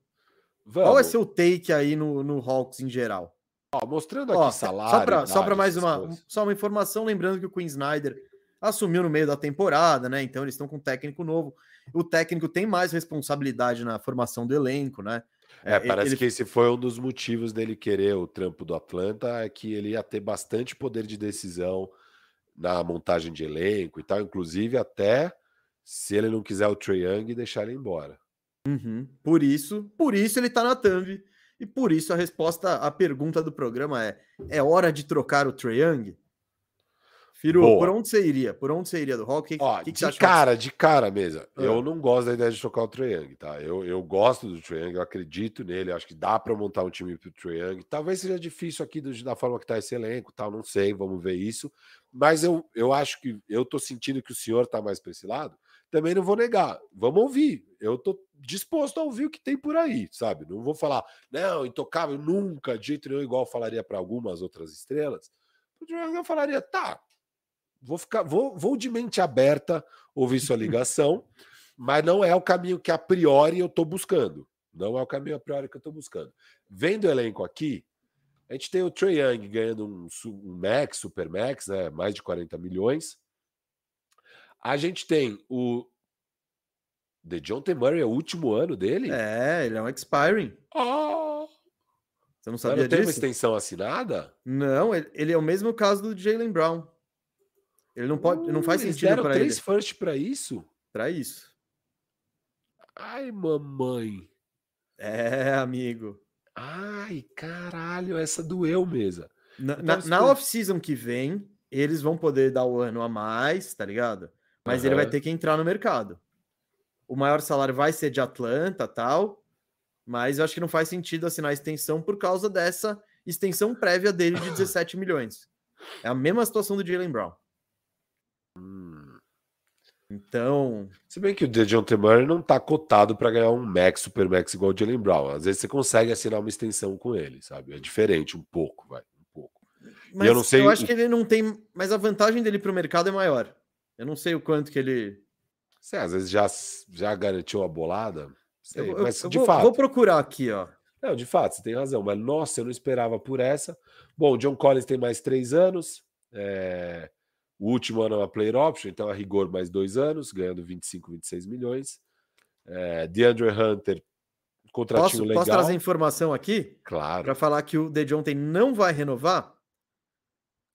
Speaker 1: Vamos. Qual é seu take aí no, no Hawks em geral?
Speaker 2: Ó, mostrando aqui Ó, salário.
Speaker 1: Só para mais uma, coisas. só uma informação, lembrando que o Queen Snyder assumiu no meio da temporada, né? Então eles estão com um técnico novo. O técnico tem mais responsabilidade na formação do elenco, né?
Speaker 2: É, é parece ele... que esse foi um dos motivos dele querer o trampo do Atlanta, é que ele ia ter bastante poder de decisão na montagem de elenco e tal, inclusive até se ele não quiser o Trae Young, deixar ele embora.
Speaker 1: Uhum. Por isso, por isso ele tá na thumb. E por isso a resposta à pergunta do programa é: é hora de trocar o Trae Young? Firu, Boa. por onde você iria? Por onde você iria do Rock?
Speaker 2: Que, Ó, que de que cara, de cara mesmo. É. Eu não gosto da ideia de trocar o Trae Young, tá? Eu, eu gosto do Trae Young, eu acredito nele, eu acho que dá para montar um time pro Trae Young. Talvez seja difícil aqui do, da forma que tá esse elenco, tal, não sei, vamos ver isso. Mas eu, eu acho que eu tô sentindo que o senhor tá mais para esse lado também não vou negar. Vamos ouvir. Eu tô disposto a ouvir o que tem por aí, sabe? Não vou falar, não, intocável, nunca, de jeito nenhum, igual falaria para algumas outras estrelas. Eu falaria, tá, vou ficar, vou, vou de mente aberta ouvir sua ligação, mas não é o caminho que a priori eu tô buscando. Não é o caminho a priori que eu tô buscando. Vendo o elenco aqui, a gente tem o Trae Young ganhando um, um Max, Super Max, né, mais de 40 milhões. A gente tem o. The John T. Murray é o último ano dele?
Speaker 1: É, ele é um expiring.
Speaker 2: Oh!
Speaker 1: Você não sabia Mas não
Speaker 2: tem
Speaker 1: disso?
Speaker 2: uma extensão assinada?
Speaker 1: Não, ele, ele, é o mesmo caso do Jalen Brown. Ele não pode, uh, não faz sentido para ele.
Speaker 2: Hum, três first para isso?
Speaker 1: Para isso.
Speaker 2: Ai, mamãe.
Speaker 1: É, amigo.
Speaker 2: Ai, caralho, essa doeu mesmo.
Speaker 1: Na,
Speaker 2: Então
Speaker 1: na, na off-season que vem, eles vão poder dar o ano a mais, tá ligado? Mas uhum. ele vai ter que entrar no mercado. O maior salário vai ser de Atlanta, tal, mas eu acho que não faz sentido assinar a extensão por causa dessa extensão prévia dele de 17 milhões. É a mesma situação do Jalen Brown.
Speaker 2: Hum.
Speaker 1: Então.
Speaker 2: Se bem que o DeJounte Murray não tá cotado para ganhar um Max, Super Max igual o Jalen Brown. Às vezes você consegue assinar uma extensão com ele, sabe? É diferente um pouco, vai.
Speaker 1: Mas eu não sei. Eu acho que ele não tem. Mas a vantagem dele para o mercado é maior. Eu não sei o quanto que ele.
Speaker 2: Você às vezes já, já garantiu a bolada. Sei,
Speaker 1: eu,
Speaker 2: mas
Speaker 1: eu,
Speaker 2: de
Speaker 1: vou,
Speaker 2: fato.
Speaker 1: Vou procurar aqui, ó.
Speaker 2: Não, de fato, você tem razão. Mas nossa, eu não esperava por essa. Bom, John Collins tem mais três anos. É... O último ano é uma player option, então a rigor mais dois anos, ganhando 25, 26 milhões. É... DeAndre Hunter contratinho
Speaker 1: posso,
Speaker 2: legal.
Speaker 1: Posso trazer informação aqui?
Speaker 2: Claro.
Speaker 1: Para falar que o DeJounte não vai renovar?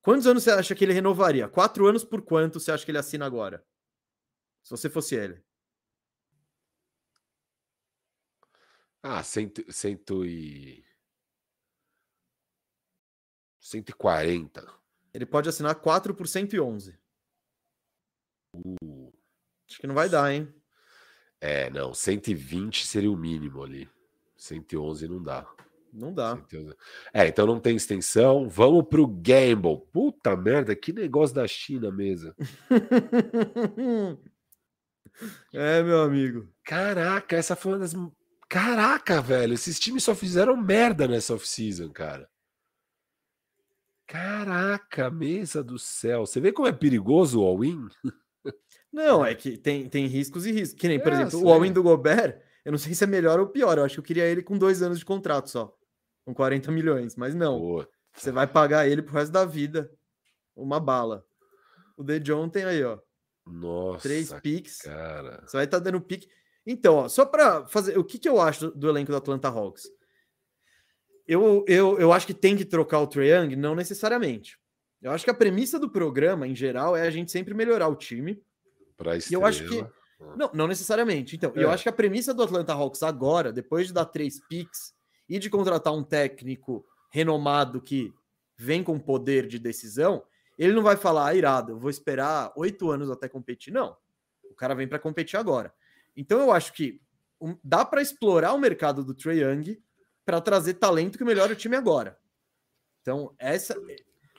Speaker 1: Quantos anos você acha que ele renovaria? Quatro anos por quanto você acha que ele assina agora? Se você fosse ele.
Speaker 2: Ah, cento, cento e... 140.
Speaker 1: Ele pode assinar 4 por 111.
Speaker 2: Uh.
Speaker 1: Acho que não vai dar, hein?
Speaker 2: É, não. 120 seria o mínimo ali. 111 não dá.
Speaker 1: Não dá.
Speaker 2: É, então não tem extensão. Vamos pro Gamble. Puta merda, que negócio da China mesmo.
Speaker 1: é, meu amigo.
Speaker 2: Caraca, essa foi uma das. Caraca, velho, esses times só fizeram merda nessa off-season, cara. Caraca, mesa do céu. Você vê como é perigoso o all-in?
Speaker 1: Não, é que tem, tem riscos e riscos. Que nem, por é, exemplo, sim. o all-in do Gobert, eu não sei se é melhor ou pior. Eu acho que eu queria ele com dois anos de contrato só. Com 40 milhões, mas não. Puta. Você vai pagar ele pro resto da vida. Uma bala. O The John tem aí, ó.
Speaker 2: Nossa.
Speaker 1: Três picks. Cara. Você vai estar tá dando pique. Então, ó, só para fazer. O que, que eu acho do, do elenco do Atlanta Hawks? Eu, eu, eu acho que tem que trocar o Trae Young? Não necessariamente. Eu acho que a premissa do programa, em geral, é a gente sempre melhorar o time.
Speaker 2: Pra
Speaker 1: estrela. E eu acho que. Não, não necessariamente. Então, é. eu acho que a premissa do Atlanta Hawks agora, depois de dar três picks e de contratar um técnico renomado que vem com poder de decisão, ele não vai falar, ah, irado, eu vou esperar oito anos até competir. Não. O cara vem para competir agora. Então eu acho que um, dá para explorar o mercado do Trae Young para trazer talento que melhore o time agora. Então essa,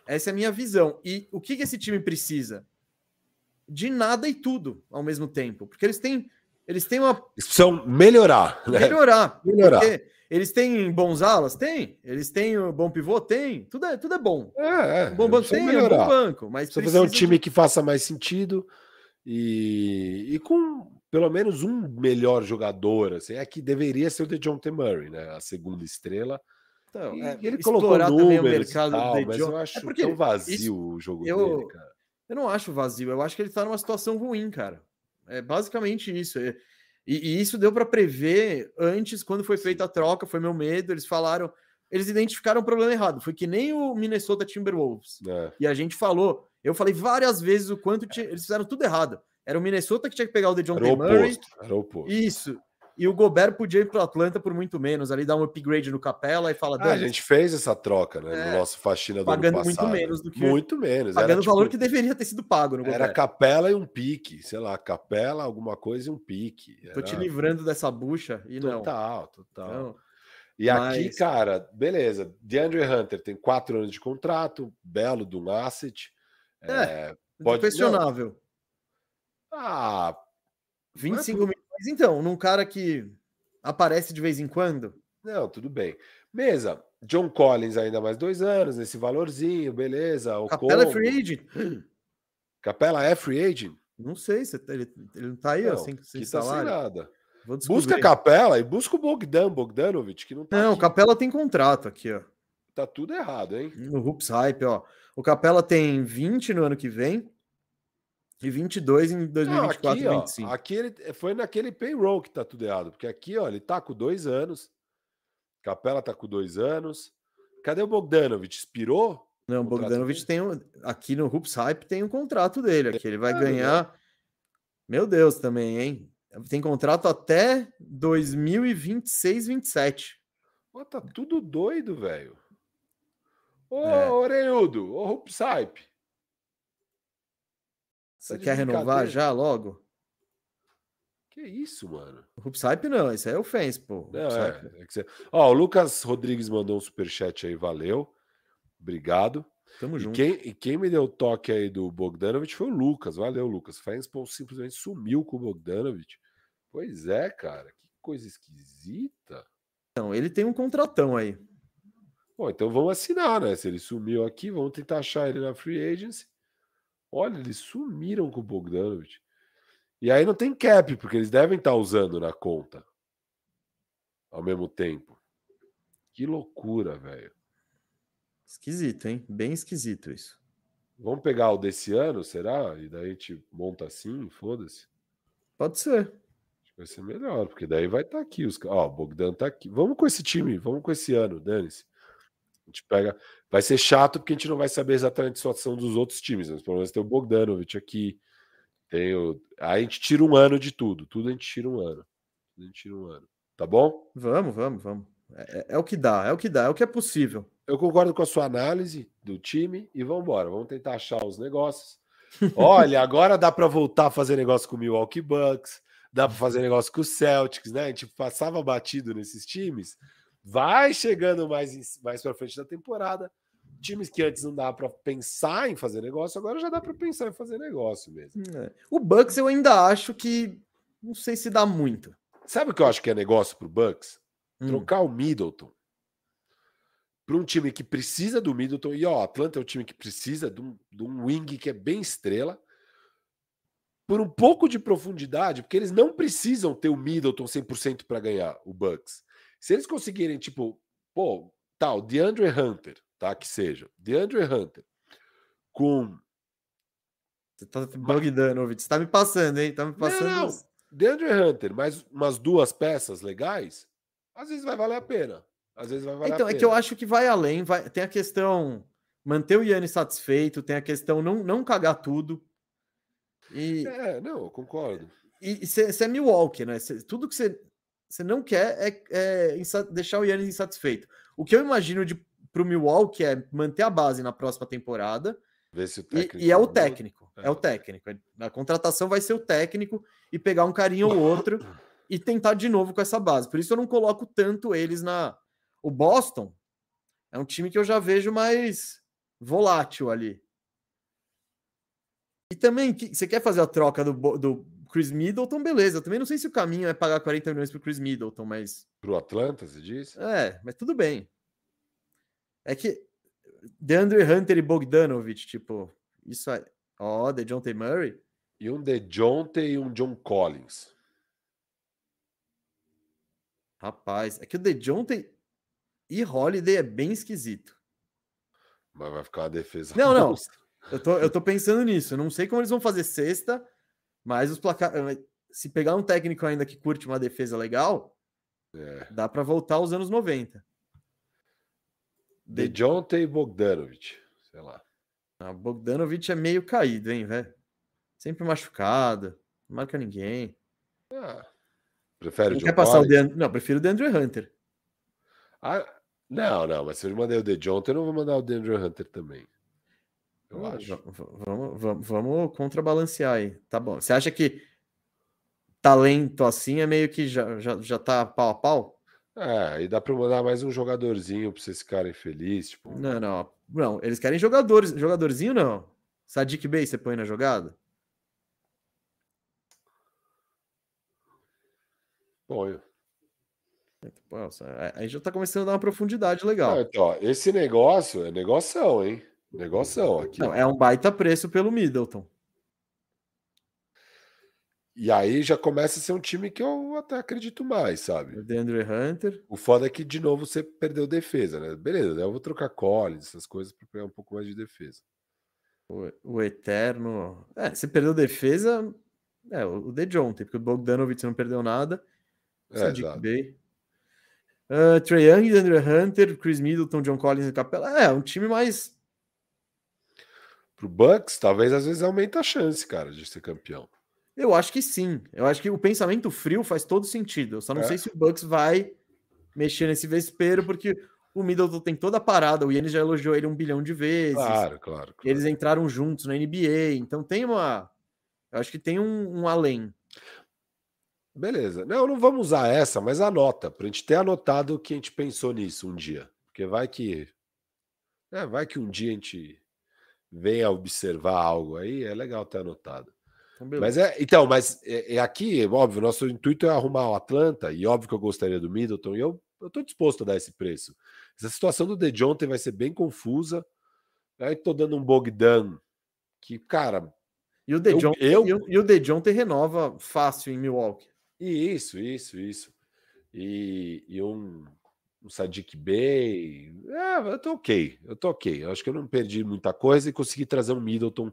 Speaker 1: essa é a minha visão. E o que, que esse time precisa? De nada e tudo ao mesmo tempo, porque eles têm eles têm uma
Speaker 2: são melhorar,
Speaker 1: né? melhorar,
Speaker 2: melhorar.
Speaker 1: Eles têm bons alas? Tem. Eles têm um bom pivô? Tem. Tudo é, tudo é bom.
Speaker 2: É, é.
Speaker 1: Um bom banco tem, melhorar. um bom banco. Mas
Speaker 2: precisa fazer um time que faça mais sentido e, e com pelo menos um melhor jogador, assim, é que deveria ser o DeJounte Murray, né? A segunda estrela.
Speaker 1: Então,
Speaker 2: e, é, ele colocou números o mercado tal, do mas eu acho é tão vazio isso, o jogo
Speaker 1: eu,
Speaker 2: dele, cara.
Speaker 1: Eu não acho vazio, eu acho que ele tá numa situação ruim, cara. É basicamente isso. E, e isso deu para prever antes, quando foi feita a troca, foi meu medo, eles falaram... Eles identificaram o problema errado. Foi que nem o Minnesota Timberwolves.
Speaker 2: É.
Speaker 1: E a gente falou... Eu falei várias vezes o quanto tinha, eles fizeram tudo errado. Era o Minnesota que tinha que pegar o DeJounte Murray.
Speaker 2: Era o oposto.
Speaker 1: Isso. E o Gobert podia ir para o Atlanta por muito menos, ali dar um upgrade no Capela e fala.
Speaker 2: Ah, a gente fez essa troca, né? É, no nosso faxina do
Speaker 1: pagando
Speaker 2: ano
Speaker 1: passado. muito menos do que.
Speaker 2: Muito menos.
Speaker 1: Pagando era, o valor tipo, que deveria ter sido pago no
Speaker 2: Gobert. Era Capela e um pique, sei lá, Capela, alguma coisa e um pique. Era...
Speaker 1: Tô te livrando dessa bucha e
Speaker 2: total,
Speaker 1: não.
Speaker 2: Total, total. Então, e mas... aqui, cara, beleza. DeAndre Hunter tem quatro anos de contrato, belo do asset.
Speaker 1: É, é pode... questionável. Não.
Speaker 2: Ah,
Speaker 1: 25 é por... milhões, então, num cara que aparece de vez em quando.
Speaker 2: Não, tudo bem. Mesa, John Collins ainda mais dois anos, nesse valorzinho, beleza. O
Speaker 1: Capela combo. é free agent.
Speaker 2: Capela é free agent?
Speaker 1: Não sei, se ele, ele não tá aí, não, ó, sem, sem
Speaker 2: que tá salário. Sem nada. Busca a Capela e busca o Bogdan Bogdanovic, que não tá
Speaker 1: Não,
Speaker 2: aqui.
Speaker 1: Capela tem contrato aqui, ó.
Speaker 2: Tá tudo errado, hein?
Speaker 1: No Hoops Hype, ó. O Capela tem 20 no ano que vem. E 22 em 2024
Speaker 2: não, aqui,
Speaker 1: 25.
Speaker 2: Ó, aqui ele, foi naquele payroll que tá tudo errado, porque aqui, ó, ele tá com dois anos. Capela tá com dois anos. Cadê o Bogdanovich? Expirou?
Speaker 1: Não, o Bogdanovich dele? tem um, aqui no Hoops Hype tem um contrato dele aqui. Ele vai ah, ganhar.
Speaker 2: né?
Speaker 1: Meu. meu Deus, também, hein? Tem contrato até 2026, 27.
Speaker 2: Pô, tá tudo doido, velho. Ô, é. Orelhudo, ô Hoops Hype.
Speaker 1: Você tá quer renovar já logo?
Speaker 2: Que isso, mano?
Speaker 1: Hupsype não, isso aí é ofensa, pô.
Speaker 2: Não, é, é você... Ó, o Lucas Rodrigues mandou um superchat aí, valeu. Obrigado.
Speaker 1: Tamo
Speaker 2: e
Speaker 1: junto.
Speaker 2: Quem, e quem me deu o toque aí do Bogdanovich foi o Lucas, valeu, Lucas. Fanspo simplesmente sumiu com o Bogdanovich. Pois é, cara, que coisa esquisita.
Speaker 1: Não, ele tem um contratão aí.
Speaker 2: Bom, então vamos assinar, né? Se ele sumiu aqui, vamos tentar achar ele na free agency. Olha, eles sumiram com o Bogdanovich. E aí não tem cap, porque eles devem estar usando na conta ao mesmo tempo. Que loucura, velho.
Speaker 1: Esquisito, hein? Bem esquisito isso.
Speaker 2: Vamos pegar o desse ano, será? E daí a gente monta assim, foda-se.
Speaker 1: Pode ser.
Speaker 2: Acho que vai ser melhor, porque daí vai estar aqui. Os... Ó, o Bogdan tá aqui. Vamos com esse time, vamos com esse ano, dane-se. A gente pega. Vai ser chato porque a gente não vai saber exatamente a situação dos outros times, mas pelo menos tem o Bogdanovich aqui. Tem o... Aí a gente tira um ano de tudo. Tudo a gente tira um ano. Tudo a gente tira um ano. Tá bom?
Speaker 1: Vamos, vamos, vamos. É, é, o que dá, é o que dá, é o que é possível.
Speaker 2: Eu concordo com a sua análise do time e vamos embora. Vamos tentar achar os negócios. Olha, agora dá para voltar a fazer negócio com o Milwaukee Bucks, dá para fazer negócio com o Celtics, né? A gente passava batido nesses times, vai chegando mais, em- mais para frente da temporada. Times que antes não dava para pensar em fazer negócio, agora já dá para pensar em fazer negócio mesmo.
Speaker 1: É. O Bucks eu ainda acho que não sei se dá muito.
Speaker 2: Sabe o que eu acho que é negócio pro Bucks?
Speaker 1: Hum.
Speaker 2: Trocar o Middleton para um time que precisa do Middleton. E ó, Atlanta é um time que precisa de um, de um wing que é bem estrela. Por um pouco de profundidade, porque eles não precisam ter o Middleton 100% para ganhar o Bucks. Se eles conseguirem, tipo, pô, tal, DeAndre Hunter, tá? Que seja, DeAndre Hunter, com
Speaker 1: Você tá bugdando, Ovid. Você tá me passando, hein? Tá me passando.
Speaker 2: não. DeAndre Hunter, mais umas duas peças legais, às vezes vai valer a pena. Às vezes vai valer
Speaker 1: Então,
Speaker 2: a
Speaker 1: é
Speaker 2: pena.
Speaker 1: que eu acho que vai além. vai- Tem a questão manter o Yannis satisfeito, tem a questão não, não cagar tudo. E
Speaker 2: É, não, eu concordo.
Speaker 1: você é Milwaukee, né? Cê- tudo que você não quer é, é insa- deixar o Yannis insatisfeito. O que eu imagino de, pro Milwaukee é manter a base na próxima temporada
Speaker 2: Vê se o
Speaker 1: E-
Speaker 2: técnico.
Speaker 1: E, é o
Speaker 2: muda.
Speaker 1: técnico, é.
Speaker 2: É.
Speaker 1: o técnico. A contratação vai ser o técnico e pegar um carinho ou outro e tentar de novo com essa base. Por isso eu não coloco tanto eles na. O Boston é um time que eu já vejo mais volátil ali. E também, que- você quer fazer a troca do, Bo- do Chris Middleton? Beleza. Eu também não sei se o caminho é pagar 40 milhões pro Chris Middleton, mas.
Speaker 2: Pro Atlanta, você diz?
Speaker 1: É, mas tudo bem. É que DeAndre Hunter e Bogdanovich, tipo, isso aí. Ó, de John T. Murray.
Speaker 2: E um DeJounte e um John Collins.
Speaker 1: Rapaz, é que o DeJounte e Holiday é bem esquisito.
Speaker 2: Mas vai ficar uma defesa.
Speaker 1: Não, não.
Speaker 2: monstra.
Speaker 1: Eu tô, eu tô pensando nisso. eu Não sei como eles vão fazer sexta, mas os placares. Se pegar um técnico ainda que curte uma defesa legal,
Speaker 2: É.
Speaker 1: dá pra voltar aos anos 90. De...
Speaker 2: DeJounte e Bogdanovich. Sei lá.
Speaker 1: Ah, Bogdanovich é meio caído, hein, velho? Sempre machucado, não marca ninguém.
Speaker 2: Ah, prefere o
Speaker 1: Não
Speaker 2: John
Speaker 1: quer passar o
Speaker 2: Collins?
Speaker 1: Deandre... Não, eu prefiro o DeAndre Hunter.
Speaker 2: Ah, não, não, mas se eu mandei o DeJounte, eu não vou mandar o DeAndre Hunter também. Eu
Speaker 1: Vamos-
Speaker 2: acho.
Speaker 1: va- Vamos, vamos, vamos contrabalancear aí. Tá bom. Você acha que talento assim é meio que já, já, já tá pau a pau?
Speaker 2: É, e dá pra mandar mais um jogadorzinho pra vocês ficarem felizes. Tipo,
Speaker 1: Não, não. Não, eles querem jogadores. Jogadorzinho não. Sadiq Bey você põe na jogada?
Speaker 2: ponho.
Speaker 1: Nossa, aí- aí já tá começando a dar uma profundidade legal.
Speaker 2: Ah, então, ó, esse negócio é negoção, hein? Negoção aqui. ó.
Speaker 1: Não, é um baita preço pelo Middleton.
Speaker 2: E aí já começa a ser um time que eu até acredito mais, sabe?
Speaker 1: O DeAndre Hunter.
Speaker 2: O foda é que, de novo, você perdeu defesa, né? Beleza, né? eu vou trocar Collins, essas coisas, pra pegar um pouco mais de defesa.
Speaker 1: O Eterno. É, você perdeu defesa. É, o DeJounte, porque o Bogdanovich não perdeu nada.
Speaker 2: É,
Speaker 1: Sadiq
Speaker 2: exato.
Speaker 1: Bey. Ah, Trae Young, Andrew Hunter, Chris Middleton, John Collins e Capela. É, um time mais.
Speaker 2: Pro Bucks, talvez às vezes aumenta a chance, cara, de ser campeão.
Speaker 1: Eu acho que sim. Eu acho que o pensamento frio faz todo sentido. Eu só não
Speaker 2: É.
Speaker 1: sei se o Bucks vai mexer nesse vespeiro, porque o Middleton tem toda a parada. O Yannis já elogiou ele um bilhão de vezes.
Speaker 2: Claro, claro. claro.
Speaker 1: Eles entraram juntos na NBA. Então tem uma. Eu acho que tem um, um além.
Speaker 2: Beleza. Não, não vamos usar essa, mas anota, pra gente ter anotado o que a gente pensou nisso um dia. Porque vai que. É, vai que um dia a gente venha observar algo aí, é legal ter anotado.
Speaker 1: Então,
Speaker 2: Mas
Speaker 1: beleza.
Speaker 2: é, então, mas é, é aqui, óbvio, nosso intuito é arrumar o Atlanta, e óbvio que eu gostaria do Middleton, e eu eu tô disposto a dar esse preço. Essa situação do DeJounte vai ser bem confusa. Aí tô dando um Bogdan, que, cara,
Speaker 1: E o
Speaker 2: eu-
Speaker 1: DeJounte
Speaker 2: eu-
Speaker 1: e o- e o DeJounte renova fácil em Milwaukee.
Speaker 2: e isso, isso, isso. E, e um, um Sadiq Bey. É, eu tô ok, eu tô ok. Eu acho que eu não perdi muita coisa e consegui trazer um Middleton.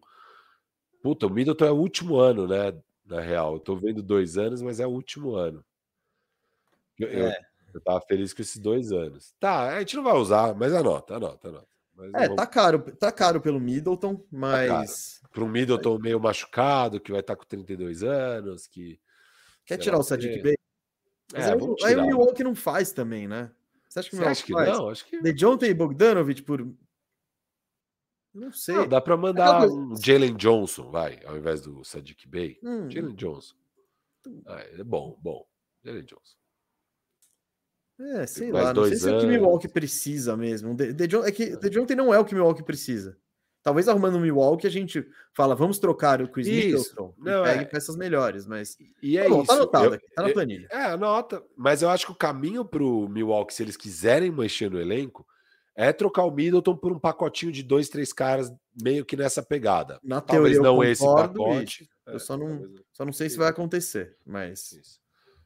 Speaker 2: Puta, o Middleton é o último ano, né? Na real, eu tô vendo dois anos, mas é o último ano. Eu, eu,
Speaker 1: É.
Speaker 2: eu tava feliz com esses dois anos. Tá, a gente não vai usar, mas anota, anota, anota. Mas
Speaker 1: É,
Speaker 2: vamos-
Speaker 1: tá caro, tá caro pelo Middleton,
Speaker 2: caro.
Speaker 1: mas.
Speaker 2: Para um Middleton meio machucado, que vai estar com 32 anos, que.
Speaker 1: Quer
Speaker 2: sei
Speaker 1: tirar
Speaker 2: lá
Speaker 1: o Sadiq
Speaker 2: quê.
Speaker 1: Bey? Mas
Speaker 2: É,
Speaker 1: aí, o-
Speaker 2: vamos
Speaker 1: aí
Speaker 2: tirar.
Speaker 1: o Milwaukee não faz também, né? Você acha que o
Speaker 2: Você acha
Speaker 1: Milwaukee
Speaker 2: que
Speaker 1: faz?
Speaker 2: não? Acho que
Speaker 1: De Jonte e Bogdanovic por. Não sei.
Speaker 2: Não, dá pra
Speaker 1: Aquela
Speaker 2: mandar
Speaker 1: coisa-
Speaker 2: um Jalen Johnson, vai, ao invés do Sadiq Bey.
Speaker 1: Hum,
Speaker 2: Jalen Johnson. Ah, é bom, bom. Jalen Johnson.
Speaker 1: É, sei
Speaker 2: mais
Speaker 1: lá, não sei
Speaker 2: dois
Speaker 1: se é o que
Speaker 2: anos.
Speaker 1: Milwaukee precisa mesmo. De, de, Jong- é que de Jong não é o que Milwaukee precisa. Talvez arrumando um Milwaukee a gente fala, vamos trocar o Chris
Speaker 2: Isso.
Speaker 1: Middleton
Speaker 2: Não,
Speaker 1: e pegue
Speaker 2: é.
Speaker 1: peças melhores, mas
Speaker 2: E é
Speaker 1: tá bom,
Speaker 2: isso.
Speaker 1: tá anotado
Speaker 2: Eu-
Speaker 1: aqui, tá na
Speaker 2: eu-
Speaker 1: planilha.
Speaker 2: É, anota. Mas eu acho que o caminho pro Milwaukee, se eles quiserem mexer no elenco, é trocar o Middleton por um pacotinho de dois, três caras meio que nessa pegada.
Speaker 1: Na
Speaker 2: Talvez
Speaker 1: teoria eu
Speaker 2: não esse
Speaker 1: concordo e
Speaker 2: pacote. É,
Speaker 1: eu só não-
Speaker 2: talvez
Speaker 1: só não sei se vai acontecer, mas
Speaker 2: Isso.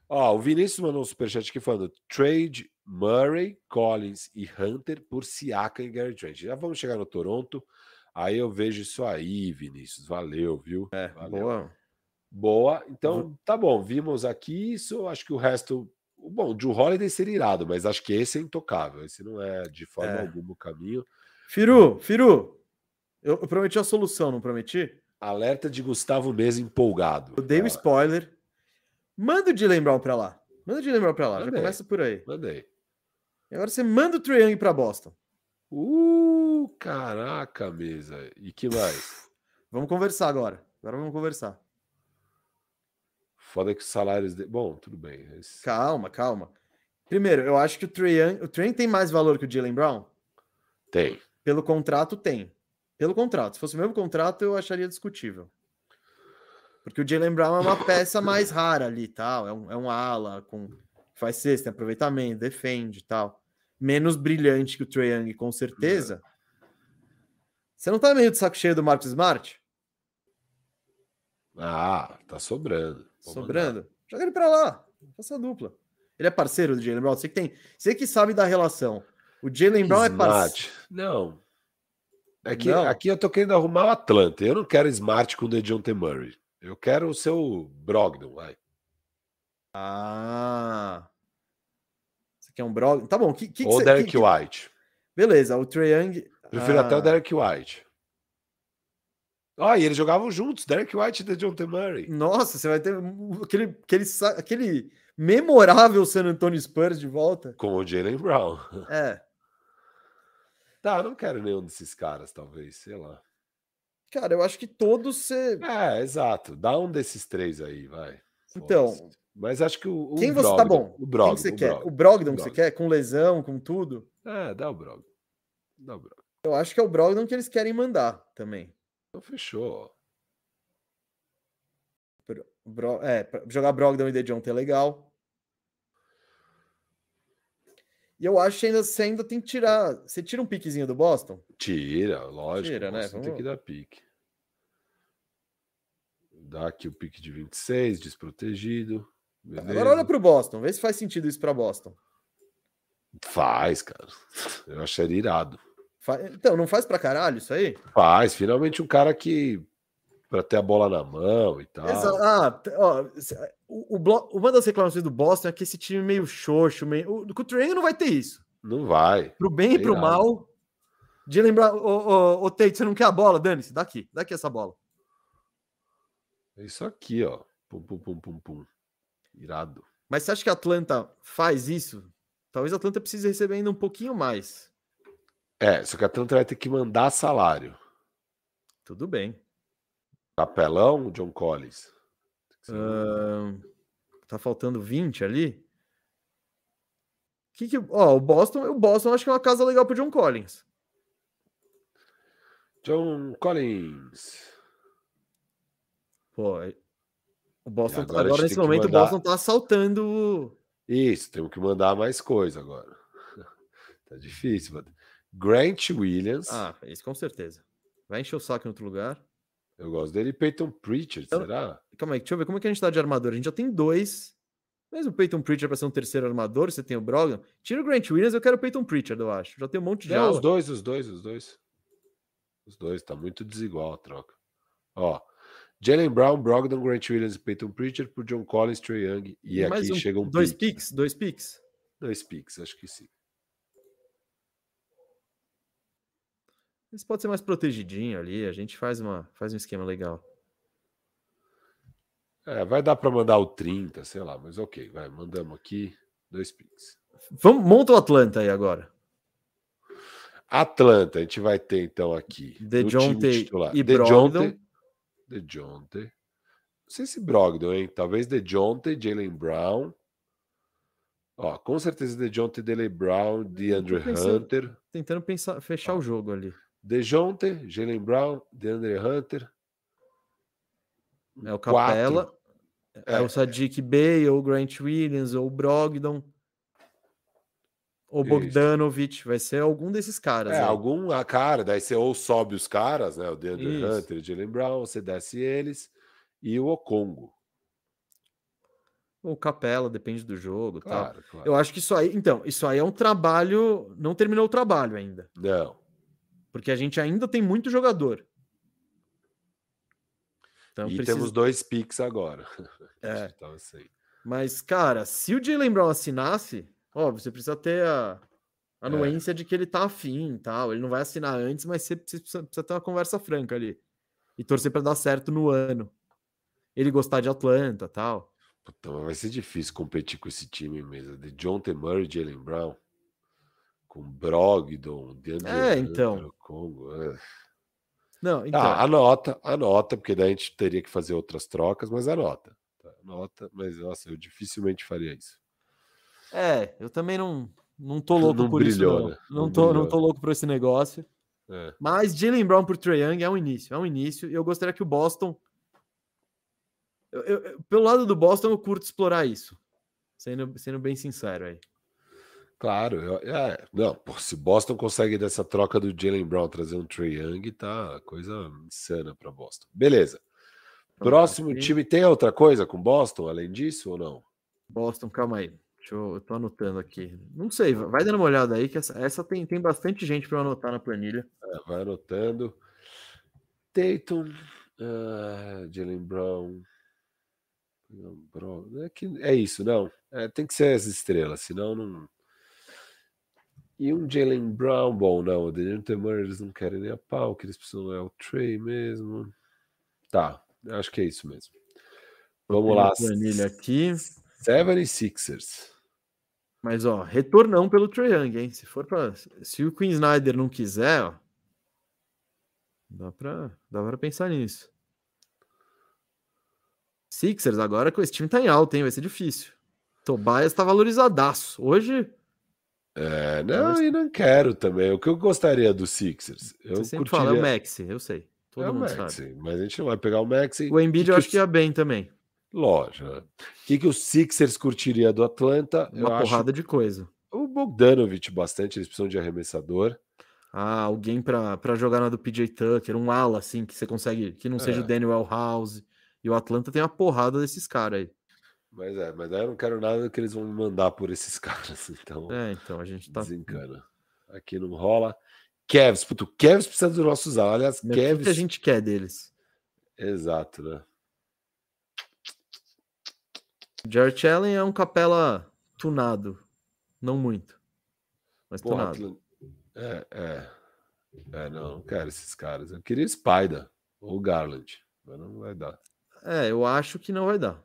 Speaker 2: Ó, o Vinícius mandou um superchat aqui falando trade Murray, Collins e Hunter por Siaka e Gary Trent. Já vamos chegar no Toronto. Aí eu vejo isso aí, Vinícius. Valeu, viu?
Speaker 1: é,
Speaker 2: Valeu.
Speaker 1: boa.
Speaker 2: Boa. Então, tá bom. Vimos aqui isso. Acho que o resto... Bom, o Drew Holiday seria irado, mas acho que esse é intocável. Esse não é de forma
Speaker 1: É.
Speaker 2: alguma o caminho.
Speaker 1: Firu, Firu, eu, eu prometi a solução, não prometi?
Speaker 2: Alerta de Gustavo Mesa empolgado.
Speaker 1: Eu dei um
Speaker 2: Ah,
Speaker 1: spoiler. Manda o de lembrar pra lá. Manda o de lembrar pra lá, já
Speaker 2: Mandei.
Speaker 1: começa por aí.
Speaker 2: Mandei.
Speaker 1: E agora você manda o Trae Young pra Boston.
Speaker 2: Uh, caraca, Mesa. E que mais?
Speaker 1: Vamos conversar agora. Agora vamos conversar.
Speaker 2: Foda que os salários. De... Bom, tudo bem. esse-
Speaker 1: Calma, calma. Primeiro, eu acho que o Trae Young, o Trae Young tem mais valor que o Jalen Brown?
Speaker 2: Tem.
Speaker 1: Pelo contrato, tem. Pelo contrato. Se fosse o mesmo contrato, eu acharia discutível. Porque o Jalen Brown é uma peça mais rara ali, tal. É um, é um ala com faz cesta, tem aproveitamento, defende e tal. Menos brilhante que o Trae Young, com certeza.
Speaker 2: É.
Speaker 1: Você não tá meio de saco cheio do Marcos Smart?
Speaker 2: Ah, tá sobrando. Vou um
Speaker 1: Sobrando? Joga ele pra lá. Faça a dupla. Ele é parceiro do Jalen Brown. Você que, tem, você que sabe da relação. O Jalen Brown
Speaker 2: mandar.
Speaker 1: é parceiro.
Speaker 2: Smart. Não. É que
Speaker 1: Não.
Speaker 2: aqui eu tô querendo arrumar o Atlanta. Eu não quero Smart com o DeJounte Murray. Eu quero o seu Brogdon. Vai.
Speaker 1: Ah. Você quer um Brogdon? Tá bom. Que, que que
Speaker 2: Ou o
Speaker 1: cê-
Speaker 2: Derek
Speaker 1: que- que-
Speaker 2: White.
Speaker 1: Beleza, o Trae Young.
Speaker 2: Prefiro até
Speaker 1: Ah,
Speaker 2: o Derek White. Ó, e eles jogavam juntos, Derek White e DeJounte Murray.
Speaker 1: Nossa, você vai ter um- aquele, aquele, sa- aquele memorável San Antonio Spurs de volta.
Speaker 2: Com o Jalen Brown.
Speaker 1: É.
Speaker 2: Tá, eu não quero nenhum desses caras, talvez, sei lá.
Speaker 1: Cara, eu acho que todos você.
Speaker 2: É, exato. Dá um desses três aí, vai. Foda-se.
Speaker 1: Então,
Speaker 2: Mas acho que o. o
Speaker 1: quem você tá bom?
Speaker 2: O Brogdon.
Speaker 1: quem que você quer?
Speaker 2: o Brogdon.
Speaker 1: O Brogdon que você
Speaker 2: Brogdon.
Speaker 1: quer? Com lesão, com tudo?
Speaker 2: É, dá o Brogdon. Dá o Brogdon.
Speaker 1: Eu acho que é o Brogdon que eles querem mandar também.
Speaker 2: Então fechou.
Speaker 1: O Bro- É, pra- jogar Brogdon e DeJounte é legal. E eu acho que ainda, você ainda tem que tirar. Você tira um piquezinho do Boston?
Speaker 2: Tira, lógico.
Speaker 1: Tira, né?
Speaker 2: nossa, Tem
Speaker 1: Vamos-
Speaker 2: que dar pique. Dá aqui o pique de 26, desprotegido. Beleza.
Speaker 1: Agora olha pro Boston, vê se faz sentido isso pra Boston.
Speaker 2: Faz, cara. Eu acharia irado.
Speaker 1: Fa- Então, não faz pra caralho isso aí?
Speaker 2: Faz, finalmente um cara que. Pra ter a bola na mão e tal.
Speaker 1: Exa- Ah, t- ó, se- o, o blo- uma das reclamações do Boston é que esse time meio xoxo, meio. O, com o Trae Young não vai ter isso.
Speaker 2: Não vai.
Speaker 1: Pro bem e
Speaker 2: Sei
Speaker 1: pro
Speaker 2: lá.
Speaker 1: mal. De lembrar, ô, ô, ô, Tate, você não quer a bola? Dane-se, dá aqui, dá aqui essa bola.
Speaker 2: É isso aqui, ó. Pum, pum, pum, pum, pum. Irado.
Speaker 1: Mas você acha que a Atlanta faz isso? Talvez a Atlanta precise receber ainda um pouquinho mais.
Speaker 2: É, só que a Atlanta vai ter que mandar salário.
Speaker 1: Tudo bem.
Speaker 2: Capelão, John Collins.
Speaker 1: Ah. Ahn, tá faltando 20 ali. Que que, ó, o Boston, o Boston acho que é uma casa legal pro John Collins.
Speaker 2: John Collins.
Speaker 1: Pô, é- o Boston,
Speaker 2: E
Speaker 1: agora,
Speaker 2: agora a gente
Speaker 1: nesse
Speaker 2: tem que
Speaker 1: momento,
Speaker 2: mandar-
Speaker 1: o Boston tá assaltando. o-
Speaker 2: Isso, temos que mandar mais coisa agora. tá difícil, mano. Grant Williams.
Speaker 1: Ah, isso com certeza. Vai encher o saco em outro lugar.
Speaker 2: Eu gosto dele. Peyton Pritchard,
Speaker 1: Eu-
Speaker 2: será?
Speaker 1: Calma aí, deixa eu ver como é que a gente tá de armador. A gente já tem dois. Mesmo o Peyton Pritchard pra ser um terceiro armador, você tem o Brogdon. Tira o Grant Williams, eu quero o Peyton Pritchard, eu acho. Já tem um monte de
Speaker 2: Não,
Speaker 1: ala.
Speaker 2: os dois, os dois, os dois. Os dois, tá muito desigual a troca. Ó. Jalen Brown, Brogdon, Grant Williams e Peyton Pritchard por John Collins, Trae Young. E
Speaker 1: Mais
Speaker 2: aqui
Speaker 1: um-
Speaker 2: chega um
Speaker 1: dois
Speaker 2: pick.
Speaker 1: picks, dois picks.
Speaker 2: Dois picks, acho que sim.
Speaker 1: Eles podem ser mais protegidinho ali, a gente faz uma faz um esquema legal.
Speaker 2: É, vai dar pra mandar o 30, sei lá, mas ok, vai, mandamos aqui dois picks.
Speaker 1: Vamos, monta o Atlanta aí agora.
Speaker 2: Atlanta, a gente vai ter então aqui. no time
Speaker 1: DeJounte
Speaker 2: titular.
Speaker 1: e Brogdon.
Speaker 2: DeJounte. DeJounte. Não sei se Brogdon, hein? Talvez DeJounte, Jalen Brown. Ó, com certeza DeJounte, Dele Brown, DeAndre
Speaker 1: pensando-
Speaker 2: Hunter,
Speaker 1: Tentando pensar, fechar o jogo ali.
Speaker 2: DeJounte, Jalen Brown, DeAndre Hunter.
Speaker 1: É o
Speaker 2: Quatro.
Speaker 1: Capela, é,
Speaker 2: É.
Speaker 1: o Sadiq Bey, ou o Grant Williams, ou o Brogdon, ou
Speaker 2: Isso.
Speaker 1: Bogdanovic. Vai ser algum desses caras.
Speaker 2: É,
Speaker 1: né?
Speaker 2: algum a cara, daí você ou sobe os caras, né? O DeAndre
Speaker 1: Isso.
Speaker 2: Hunter, Jalen Brown, você desce eles e o Okongo.
Speaker 1: Ou Capela, depende do jogo. tal.
Speaker 2: Claro, claro.
Speaker 1: Eu acho que isso aí. Então, isso aí é um trabalho. Não terminou o trabalho ainda.
Speaker 2: Não.
Speaker 1: Porque a gente ainda tem muito jogador. Então,
Speaker 2: e
Speaker 1: precisa-
Speaker 2: temos dois picks agora.
Speaker 1: É.
Speaker 2: Então, assim,
Speaker 1: Mas, cara, se o Jalen Brown assinasse, ó, você precisa ter a a
Speaker 2: É.
Speaker 1: anuência de que ele tá afim e tal. Ele não vai assinar antes, mas você precisa, precisa- precisa ter uma conversa franca ali. E torcer pra dar certo no ano. Ele gostar de Atlanta tal.
Speaker 2: puta, mas vai ser difícil competir com esse time mesmo. De John T. Murray, Jalen Brown, com Brogdon, DeAndre
Speaker 1: É, então.
Speaker 2: Okongo. é.
Speaker 1: Não, então.
Speaker 2: Ah, anota, anota, porque daí a gente teria que fazer outras trocas, mas anota. tá? Anota, mas nossa, eu dificilmente faria isso.
Speaker 1: É, eu também não, não tô louco
Speaker 2: Não
Speaker 1: por
Speaker 2: brilhou,
Speaker 1: isso.
Speaker 2: né?
Speaker 1: Não, não,
Speaker 2: Não
Speaker 1: tô, não
Speaker 2: brilhou.
Speaker 1: tô louco por esse negócio.
Speaker 2: É.
Speaker 1: Mas Jalen Brown por Trae Young é um início, é um início. E eu gostaria que o Boston. Eu- eu- eu- pelo lado do Boston, eu curto explorar isso. Sendo, sendo bem sincero aí.
Speaker 2: Claro, eu- é, não, pô, se Boston consegue dessa troca do Jalen Brown trazer um Trae Young, tá coisa insana para Boston. Beleza.
Speaker 1: Pronto,
Speaker 2: Próximo
Speaker 1: aqui.
Speaker 2: time tem outra coisa com Boston além disso ou não?
Speaker 1: Boston, calma aí. Deixa eu, eu tô anotando aqui. Não sei, va- vai dando uma olhada aí, que essa, essa tem, tem bastante gente para anotar na planilha.
Speaker 2: É, vai anotando. Tatum, ah, Jalen Brown. Não, Bro- É, que, é isso, não. É, tem que ser as estrelas, senão não. E um Jalen Brown, bom, não. O Dejounte Murray eles não querem nem a pau, o que eles precisam é o Trey mesmo. Tá, acho que é isso mesmo. Vamos
Speaker 1: Tem na
Speaker 2: lá.
Speaker 1: Planilha aqui.
Speaker 2: 76ers.
Speaker 1: Mas, ó, retornão pelo Trae Young, hein? Se for para Se o Queen Snyder não quiser, ó. Dá pra, dá pra pensar nisso. Sixers, agora com esse time tá em alta, hein? Vai ser difícil. Tobias tá valorizadaço. Hoje,
Speaker 2: É,
Speaker 1: Então,
Speaker 2: não, e não quero também. O que eu gostaria do Sixers? Eu
Speaker 1: você sempre fala, é o Maxi, eu sei. Todo
Speaker 2: é o
Speaker 1: mundo
Speaker 2: Maxi,
Speaker 1: sabe.
Speaker 2: mas a gente não vai pegar o Maxi.
Speaker 1: O Embiid
Speaker 2: que
Speaker 1: eu acho
Speaker 2: o-
Speaker 1: que é ia bem também.
Speaker 2: Lógico. né? O que, que o Sixers curtiria do Atlanta? eu
Speaker 1: Uma porrada de coisa.
Speaker 2: acho o Bogdanovich bastante, eles precisam de arremessador.
Speaker 1: Ah, alguém pra, pra jogar na do PJ Tucker, um ala, assim, que você consegue, que não seja o
Speaker 2: É.
Speaker 1: Daniel House. E o Atlanta tem uma porrada desses caras aí.
Speaker 2: Mas é, mas daí eu não quero nada que eles vão me mandar por esses caras, então
Speaker 1: É, então, a gente tá.
Speaker 2: desencana. Aqui não rola. Kevs, puto, o Kevs precisa dos nossos alas. Aliás,
Speaker 1: Meu, O que que a
Speaker 2: Kevs.
Speaker 1: gente tá quer deles?
Speaker 2: Exato, né?
Speaker 1: Jared Allen é um capela tunado. Não muito. Mas
Speaker 2: Porra,
Speaker 1: tunado.
Speaker 2: Atlan- É, é. É, não, não quero esses caras. Eu queria Spider ou Garland, mas não vai dar.
Speaker 1: É, eu acho que não vai dar.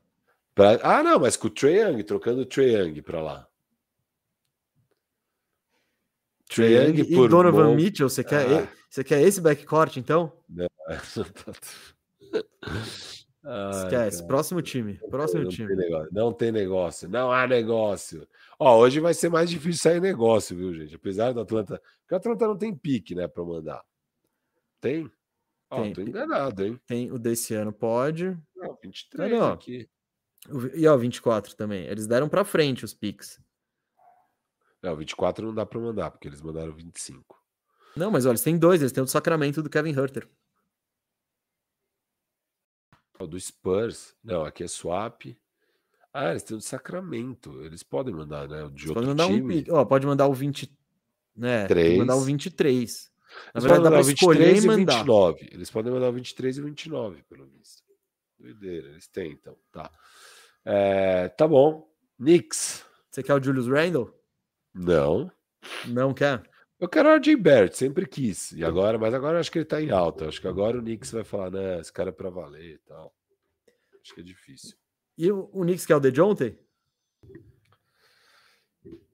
Speaker 2: Pra- Ah, não, mas com o Trae Young, trocando o Trae Young pra lá. Trae Young
Speaker 1: e
Speaker 2: por
Speaker 1: Donovan
Speaker 2: Mo-
Speaker 1: Mitchell, você quer,
Speaker 2: Ah.
Speaker 1: e- você quer esse backcourt, então?
Speaker 2: Ai,
Speaker 1: Esquece.
Speaker 2: cara,
Speaker 1: Próximo time. Próximo
Speaker 2: não
Speaker 1: time.
Speaker 2: Tem negócio, não tem negócio. Não há negócio. Ó, hoje vai ser mais difícil sair negócio, viu, gente? Apesar do Atlanta. Porque o Atlanta não tem pique, né, pra mandar. Tem? Ó,
Speaker 1: Tem.
Speaker 2: tô enganado, hein?
Speaker 1: Tem o desse ano, pode.
Speaker 2: Não, 23
Speaker 1: Não, não.
Speaker 2: aqui.
Speaker 1: O vi- E ó, 24 também. Eles deram pra frente os picks.
Speaker 2: Não, 24 não dá pra mandar, porque eles mandaram 25.
Speaker 1: Não, mas olha, eles têm dois. Eles têm o do Sacramento do Kevin Herter.
Speaker 2: O do Spurs. Não, aqui é swap. Ah, eles têm o do Sacramento. Eles podem mandar, né? O de
Speaker 1: Pode
Speaker 2: outro
Speaker 1: mandar um
Speaker 2: time.
Speaker 1: pick. Ó, pode mandar o 20. Né? Pode mandar o
Speaker 2: Três.
Speaker 1: 23. Na verdade,
Speaker 2: Eles
Speaker 1: dá
Speaker 2: podem mandar
Speaker 1: pra
Speaker 2: o
Speaker 1: escolher
Speaker 2: 23
Speaker 1: e
Speaker 2: e
Speaker 1: mandar.
Speaker 2: 29. Eles podem mandar o 23 e 29, pelo visto. Doideira, eles tentam. Tá. É, tá bom. Knicks.
Speaker 1: Você quer o Julius Randle?
Speaker 2: Não.
Speaker 1: Não quer?
Speaker 2: Eu quero o RJ Barrett, sempre quis. E agora, mas agora eu acho que ele tá em alta. Eu Acho que agora o Knicks vai falar, né? Esse cara é pra valer e tal. Acho que é difícil.
Speaker 1: E o, o Knicks quer o DeJounte?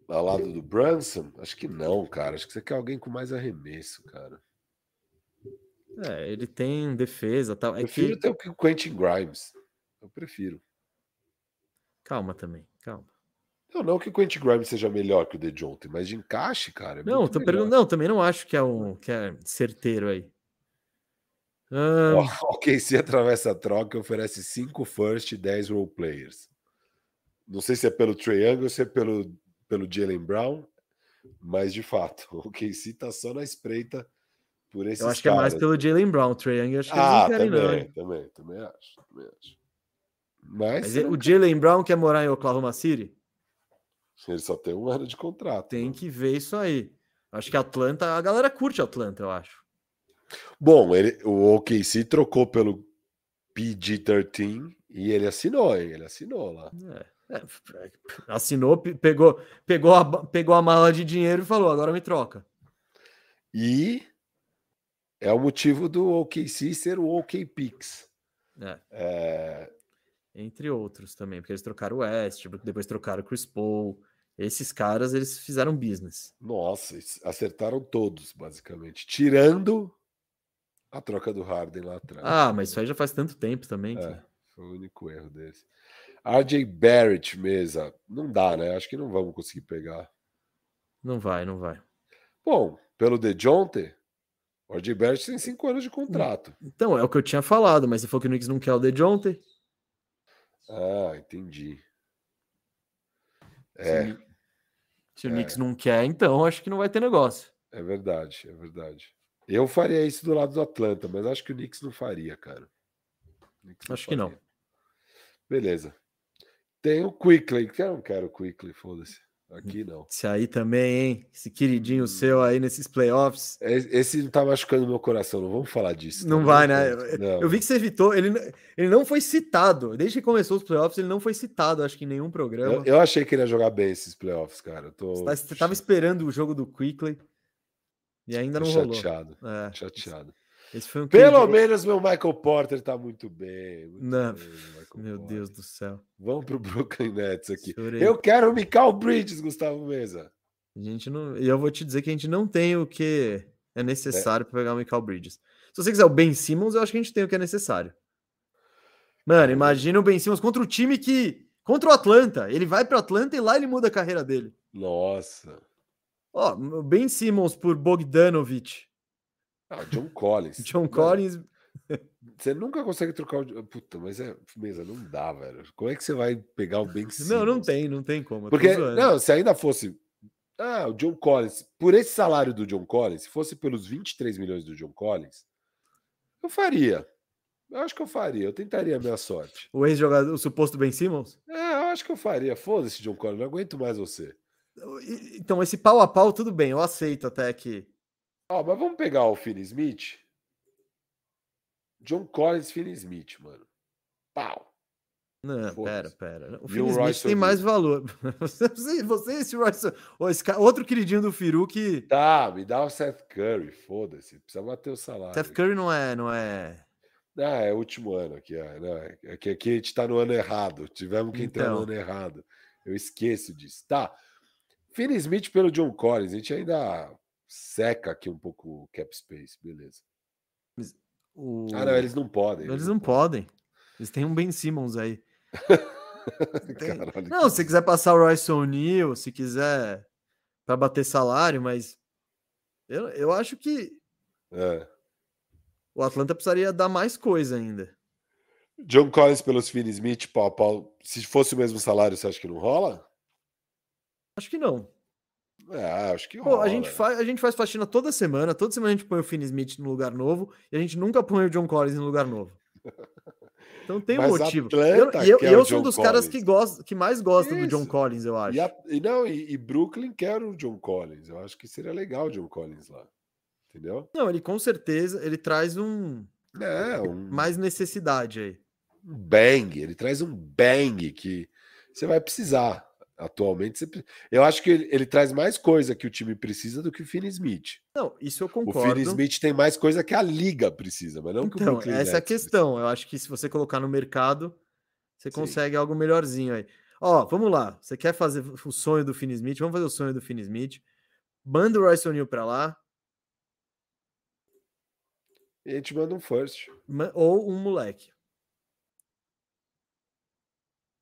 Speaker 2: Ao lado do Brunson? Acho que não, cara. Acho que você quer alguém com mais arremesso, cara.
Speaker 1: É, ele tem defesa tal.
Speaker 2: Eu
Speaker 1: É
Speaker 2: prefiro
Speaker 1: que...
Speaker 2: ter o que o Quentin Grimes. Eu prefiro.
Speaker 1: Calma também, calma.
Speaker 2: Não, não que o Quentin Grimes seja melhor que o De Jonte, mas de encaixe, cara. é
Speaker 1: Não,
Speaker 2: muito
Speaker 1: tô
Speaker 2: melhor.
Speaker 1: perguntando. Não, também não acho que é um que é certeiro aí. Ah,
Speaker 2: Ó, O KC atravessa a troca e oferece 5 first e 10 role players. Não sei se é pelo Triangle ou se é pelo, pelo Jalen Brown, mas de fato, o KC tá só na espreita por esses
Speaker 1: eu acho que é mais
Speaker 2: caras.
Speaker 1: pelo Jalen Brown, Trae Young, eu acho que eles
Speaker 2: Ah,
Speaker 1: não querem, não.
Speaker 2: também,
Speaker 1: hein?
Speaker 2: também, também acho, também acho. Mas,
Speaker 1: Mas
Speaker 2: se não-
Speaker 1: o Jalen Brown quer morar em Oklahoma City?
Speaker 2: ele só tem um ano de contrato.
Speaker 1: Tem que ver isso aí. Acho que Atlanta, a galera curte Atlanta, eu acho.
Speaker 2: Bom, ele, o OKC trocou pelo PG-13 e ele assinou, hein? Ele assinou lá.
Speaker 1: É, é, assinou, pe- pegou, pegou, a, ba- pegou a mala de dinheiro e falou: agora me troca.
Speaker 2: E é o motivo do OKC ser o OKPix.
Speaker 1: É,
Speaker 2: É,
Speaker 1: entre outros também, porque eles trocaram o Westbrook, depois trocaram o Chris Paul. Esses caras, eles fizeram business.
Speaker 2: nossa, eles acertaram todos, basicamente. Tirando a troca do Harden lá atrás.
Speaker 1: Ah, mas isso aí já faz tanto tempo também.
Speaker 2: É,
Speaker 1: que-
Speaker 2: foi o único erro deles. RJ Barrett, mesa. Não dá, né? Acho que não vamos conseguir pegar.
Speaker 1: Não vai, não vai.
Speaker 2: Bom, pelo DeJounte, o RJ Barrett tem 5
Speaker 1: Hum.
Speaker 2: anos de contrato.
Speaker 1: Então, é o que eu tinha falado, mas se for que o Knicks não quer o DeJounte,
Speaker 2: Ah, entendi.
Speaker 1: se o
Speaker 2: É,
Speaker 1: Kni- se o Knicks não quer, então acho que não vai ter negócio.
Speaker 2: é verdade, é verdade. Eu faria isso do lado do Atlanta, mas acho que o Knicks não faria, cara. O Knicks
Speaker 1: Acho que não.
Speaker 2: faria. Beleza. Tem o Quickley. Eu não quero o Quickley, foda-se. Aqui não.
Speaker 1: Esse aí também, hein? Esse queridinho
Speaker 2: Hum.
Speaker 1: seu aí nesses playoffs.
Speaker 2: Es- Esse não tá machucando meu coração, não vamos falar disso.
Speaker 1: Não
Speaker 2: também,
Speaker 1: vai, né?
Speaker 2: cara. Não.
Speaker 1: Eu vi que você evitou. Ele, n- ele não foi citado. Desde que começou os playoffs, ele não foi citado, acho que em nenhum
Speaker 2: Eu,
Speaker 1: programa.
Speaker 2: eu achei que ele ia jogar bem esses playoffs, cara. Eu tô
Speaker 1: Você tá- Você estava esperando o jogo do Quickley e ainda
Speaker 2: tô
Speaker 1: não rolou.
Speaker 2: chateado,
Speaker 1: É,
Speaker 2: chateado.
Speaker 1: esse foi um
Speaker 2: Pelo
Speaker 1: queridinho.
Speaker 2: menos meu Michael Porter tá muito bem. muito
Speaker 1: Não,
Speaker 2: bem, Michael
Speaker 1: Meu
Speaker 2: Porter.
Speaker 1: Deus do céu.
Speaker 2: Vamos pro Brooklyn Nets aqui.
Speaker 1: Chorei.
Speaker 2: Eu quero o Michael Bridges, Gustavo Mesa.
Speaker 1: A gente não. E eu vou te dizer que a gente não tem o que é necessário para pegar o Michael Bridges. Se você quiser o Ben Simmons, eu acho que a gente tem o que é necessário. Mano, imagina o Ben Simmons contra o time que. Contra o Atlanta. Ele vai para Atlanta e lá ele muda a carreira dele.
Speaker 2: Nossa.
Speaker 1: Ó, o Ben Simmons por Bogdanovich,
Speaker 2: Ah, John Collins.
Speaker 1: John
Speaker 2: Mano,
Speaker 1: Collins.
Speaker 2: Você nunca consegue trocar o. Puta, mas é. Mesa, não dá, velho. Como é que você vai pegar o Ben Simmons?
Speaker 1: Não, não tem, não tem como. eu tô
Speaker 2: Porque,
Speaker 1: zoando.
Speaker 2: não, se ainda fosse. Ah, o John Collins. Por esse salário do John Collins, se fosse pelos 23 milhões do John Collins, eu faria. Eu acho que eu faria. Eu tentaria a minha sorte.
Speaker 1: O ex-jogador, o suposto Ben Simmons?
Speaker 2: É, eu acho que eu faria. Foda-se, John Collins. Não aguento mais você.
Speaker 1: E- Então, esse pau a pau, tudo bem, eu aceito até que.
Speaker 2: Ó, mas vamos pegar o Finney Smith? John Collins, Finney Smith, mano. Pau.
Speaker 1: Não, pera,
Speaker 2: Foda-se.
Speaker 1: pera. O
Speaker 2: E
Speaker 1: Finney
Speaker 2: o
Speaker 1: Smith
Speaker 2: Royce
Speaker 1: tem mais
Speaker 2: O'Neal?
Speaker 1: valor. Você, você e esse Royce. Ô, esse cara- outro queridinho do Firu que.
Speaker 2: Tá, me dá o Seth Curry. Foda-se. Precisa bater o salário.
Speaker 1: Steph Curry não é. Não é...
Speaker 2: Ah, é o último ano aqui. Ah, não, é que aqui a gente tá no ano errado. Tivemos que entrar
Speaker 1: Então.
Speaker 2: no ano errado. Eu esqueço disso. Tá. Finney Smith pelo John Collins. A gente ainda seca aqui um pouco o cap space. Beleza.
Speaker 1: O...
Speaker 2: Ah, não, eles não podem.
Speaker 1: Hum. Eles não podem. Eles têm um Ben Simmons aí. Tem-
Speaker 2: Caralho,
Speaker 1: Não, se quiser passar o Royce O'Neal, se quiser para bater salário, mas eu, eu acho que
Speaker 2: É.
Speaker 1: o Atlanta precisaria dar mais coisa ainda.
Speaker 2: John Collins pelos Finney Smith, pau a pau. Se fosse o mesmo salário, você acha que não rola?
Speaker 1: Acho que não.
Speaker 2: É, acho que
Speaker 1: Pô,
Speaker 2: rola.
Speaker 1: a, gente faz, a gente faz faxina toda semana, toda semana a gente põe o Finney Smith no lugar novo e a gente nunca põe o John Collins no lugar novo. Então tem um
Speaker 2: Mas
Speaker 1: motivo.
Speaker 2: Atlanta
Speaker 1: Eu- e eu, e
Speaker 2: quer
Speaker 1: eu
Speaker 2: o
Speaker 1: sou um
Speaker 2: John
Speaker 1: dos caras que, gosta, que mais gosta do John
Speaker 2: Isso.
Speaker 1: Collins, eu acho.
Speaker 2: E, a- e não, e, e Brooklyn quer o John Collins. Eu acho que seria legal o John Collins lá. Entendeu?
Speaker 1: Não, ele com certeza ele traz um
Speaker 2: É, um
Speaker 1: mais necessidade aí.
Speaker 2: um bang, ele traz um bang que você vai precisar. Atualmente, você pre- eu acho que ele, ele traz mais coisa que o time precisa do que o Finney Smith.
Speaker 1: Não, isso eu
Speaker 2: O
Speaker 1: concordo.
Speaker 2: Finney Smith tem mais coisa que a liga precisa, mas não que o
Speaker 1: Então,
Speaker 2: Brooklyn
Speaker 1: essa é a
Speaker 2: Nets
Speaker 1: questão. Eu acho que se você colocar no mercado, você
Speaker 2: Sim.
Speaker 1: consegue algo melhorzinho aí. Ó, vamos lá. Você quer fazer o sonho do Finn Smith? Vamos fazer o sonho do Finn Smith. Manda o Royce O'Neal pra lá,
Speaker 2: precisa. E a gente manda um first.
Speaker 1: ma- ou um moleque.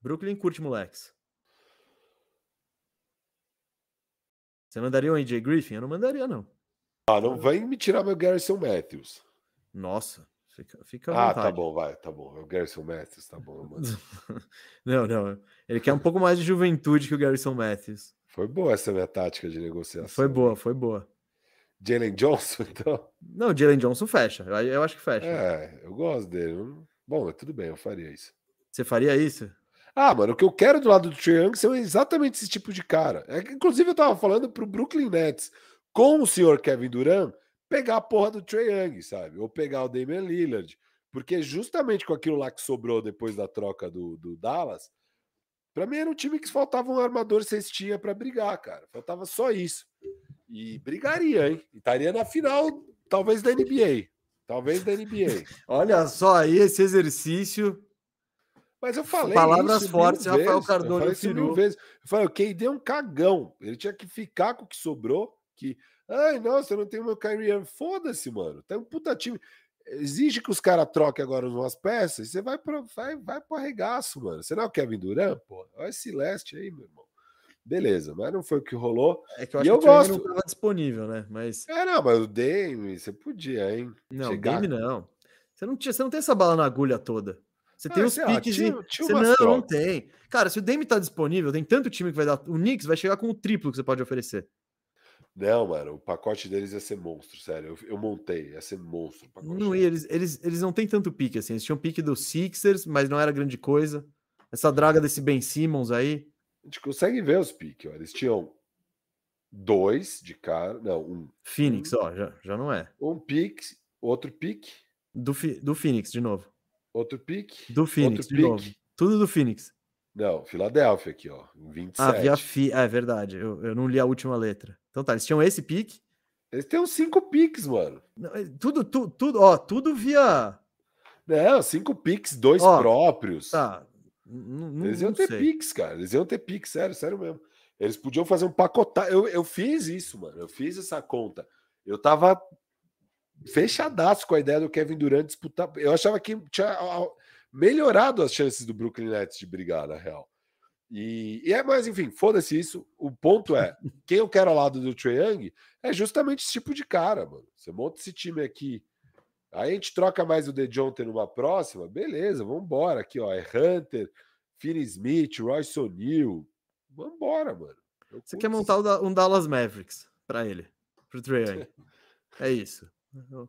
Speaker 1: Brooklyn curte moleques. Você mandaria o AJ Griffin? Eu não mandaria, não.
Speaker 2: Ah, não vem me tirar meu Garrison Matthews.
Speaker 1: Nossa, fica, fica à
Speaker 2: Ah, tá
Speaker 1: vontade.
Speaker 2: bom, vai, tá bom. É o Garrison Matthews, tá bom. Mano.
Speaker 1: Não, não. Ele quer um pouco mais de juventude que o Garrison Matthews.
Speaker 2: Foi boa essa minha tática de negociação.
Speaker 1: Foi boa, foi boa.
Speaker 2: Jalen Johnson, então.
Speaker 1: Não, o Jalen Johnson fecha. Eu- Eu acho que fecha.
Speaker 2: É, eu gosto dele. Eu- Bom, mas tudo bem, eu faria isso.
Speaker 1: Você faria isso?
Speaker 2: Ah, mano, o que eu quero do lado do Trae Young são exatamente esse tipo de cara. É que, inclusive, eu tava falando pro Brooklyn Nets com o senhor Kevin Durant pegar a porra do Trae Young, sabe? Ou pegar o Damian Lillard. Porque justamente com aquilo lá que sobrou depois da troca do, do Dallas, pra mim era um time que faltava um armador cestinha pra brigar, cara. Faltava só isso. E brigaria, hein? E Estaria na final, talvez da NBA. Talvez da NBA.
Speaker 1: Olha só aí esse exercício.
Speaker 2: Mas eu falei.
Speaker 1: Palavras
Speaker 2: isso mil
Speaker 1: fortes, Rafael
Speaker 2: vezes,
Speaker 1: Cardone
Speaker 2: Eu falei isso mil
Speaker 1: Firu.
Speaker 2: vezes. Eu falei, o KD é um cagão. Ele tinha que ficar com o que sobrou. Que, ai, nossa, eu não tenho meu Kyrie Irving. Foda-se, mano. Tem um puta time. Exige que os caras troquem agora umas peças. e Você vai para vai, vai pro arregaço, mano. Você não é o Kevin Durant, pô? Olha esse leste aí, meu irmão. Beleza, mas não foi o que rolou.
Speaker 1: É que eu
Speaker 2: E
Speaker 1: acho
Speaker 2: eu
Speaker 1: que o Trae Young não
Speaker 2: gosto.
Speaker 1: estava disponível, né? Mas.
Speaker 2: É, não, mas o Dame, você podia, hein?
Speaker 1: Não,
Speaker 2: Chegar.
Speaker 1: game não. Você não, tinha, você não tem essa bala na agulha toda. Você tem
Speaker 2: Ah,
Speaker 1: os
Speaker 2: sei lá,
Speaker 1: piques.
Speaker 2: tinha-
Speaker 1: em-
Speaker 2: tinha
Speaker 1: você-
Speaker 2: umas
Speaker 1: não, não
Speaker 2: trocas.
Speaker 1: tem. Cara, se o Dame tá disponível, tem tanto time que vai dar. O Knicks vai chegar com o triplo que você pode oferecer.
Speaker 2: Não, mano, o pacote deles ia ser monstro, sério. Eu, eu montei, ia ser monstro. o pacote
Speaker 1: Não,
Speaker 2: deles.
Speaker 1: e eles, eles, eles não têm tanto pique assim. Eles tinham pique do Sixers, mas não era grande coisa. Essa draga desse Ben Simmons aí.
Speaker 2: A gente consegue ver os piques, ó. Eles tinham dois de cara. Não, um.
Speaker 1: Phoenix, ó, já, já não é.
Speaker 2: Um pique, outro pique,
Speaker 1: Do, Fi- do Phoenix, de novo.
Speaker 2: outro pique.
Speaker 1: Do Phoenix, de
Speaker 2: pique.
Speaker 1: novo. Tudo do Phoenix.
Speaker 2: Não, Filadélfia aqui, ó. um 27.
Speaker 1: Ah, via fi... É verdade, eu, eu não li a última letra. Então tá, eles tinham esse pique.
Speaker 2: Eles têm uns cinco piques, mano.
Speaker 1: Não, é- Tudo, tu, tudo, ó, tudo via.
Speaker 2: Não, cinco piques, dois
Speaker 1: Ó,
Speaker 2: próprios.
Speaker 1: Tá. n- n-
Speaker 2: Eles
Speaker 1: não
Speaker 2: iam ter
Speaker 1: sei.
Speaker 2: piques, cara. Eles iam ter piques, sério, sério mesmo. Eles podiam fazer um pacotá. Eu, eu fiz isso, mano. Eu fiz essa conta. Eu tava fechadaço com a ideia do Kevin Durant disputar. Eu achava que tinha ah, melhorado as chances do Brooklyn Nets de brigar, na real. E, e é, mas enfim, foda-se isso. O ponto é: quem eu quero ao lado do Trae Young é justamente esse tipo de cara, mano. Você monta esse time aqui. Aí a gente troca mais o DeJounte numa próxima, beleza, vambora. Aqui, ó, é Hunter, Finney Smith, Royce O'Neal. Vambora, mano. Eu
Speaker 1: Você
Speaker 2: curto
Speaker 1: quer
Speaker 2: esse-
Speaker 1: montar o da- um Dallas Mavericks pra ele, pro Trae Young. É isso. O-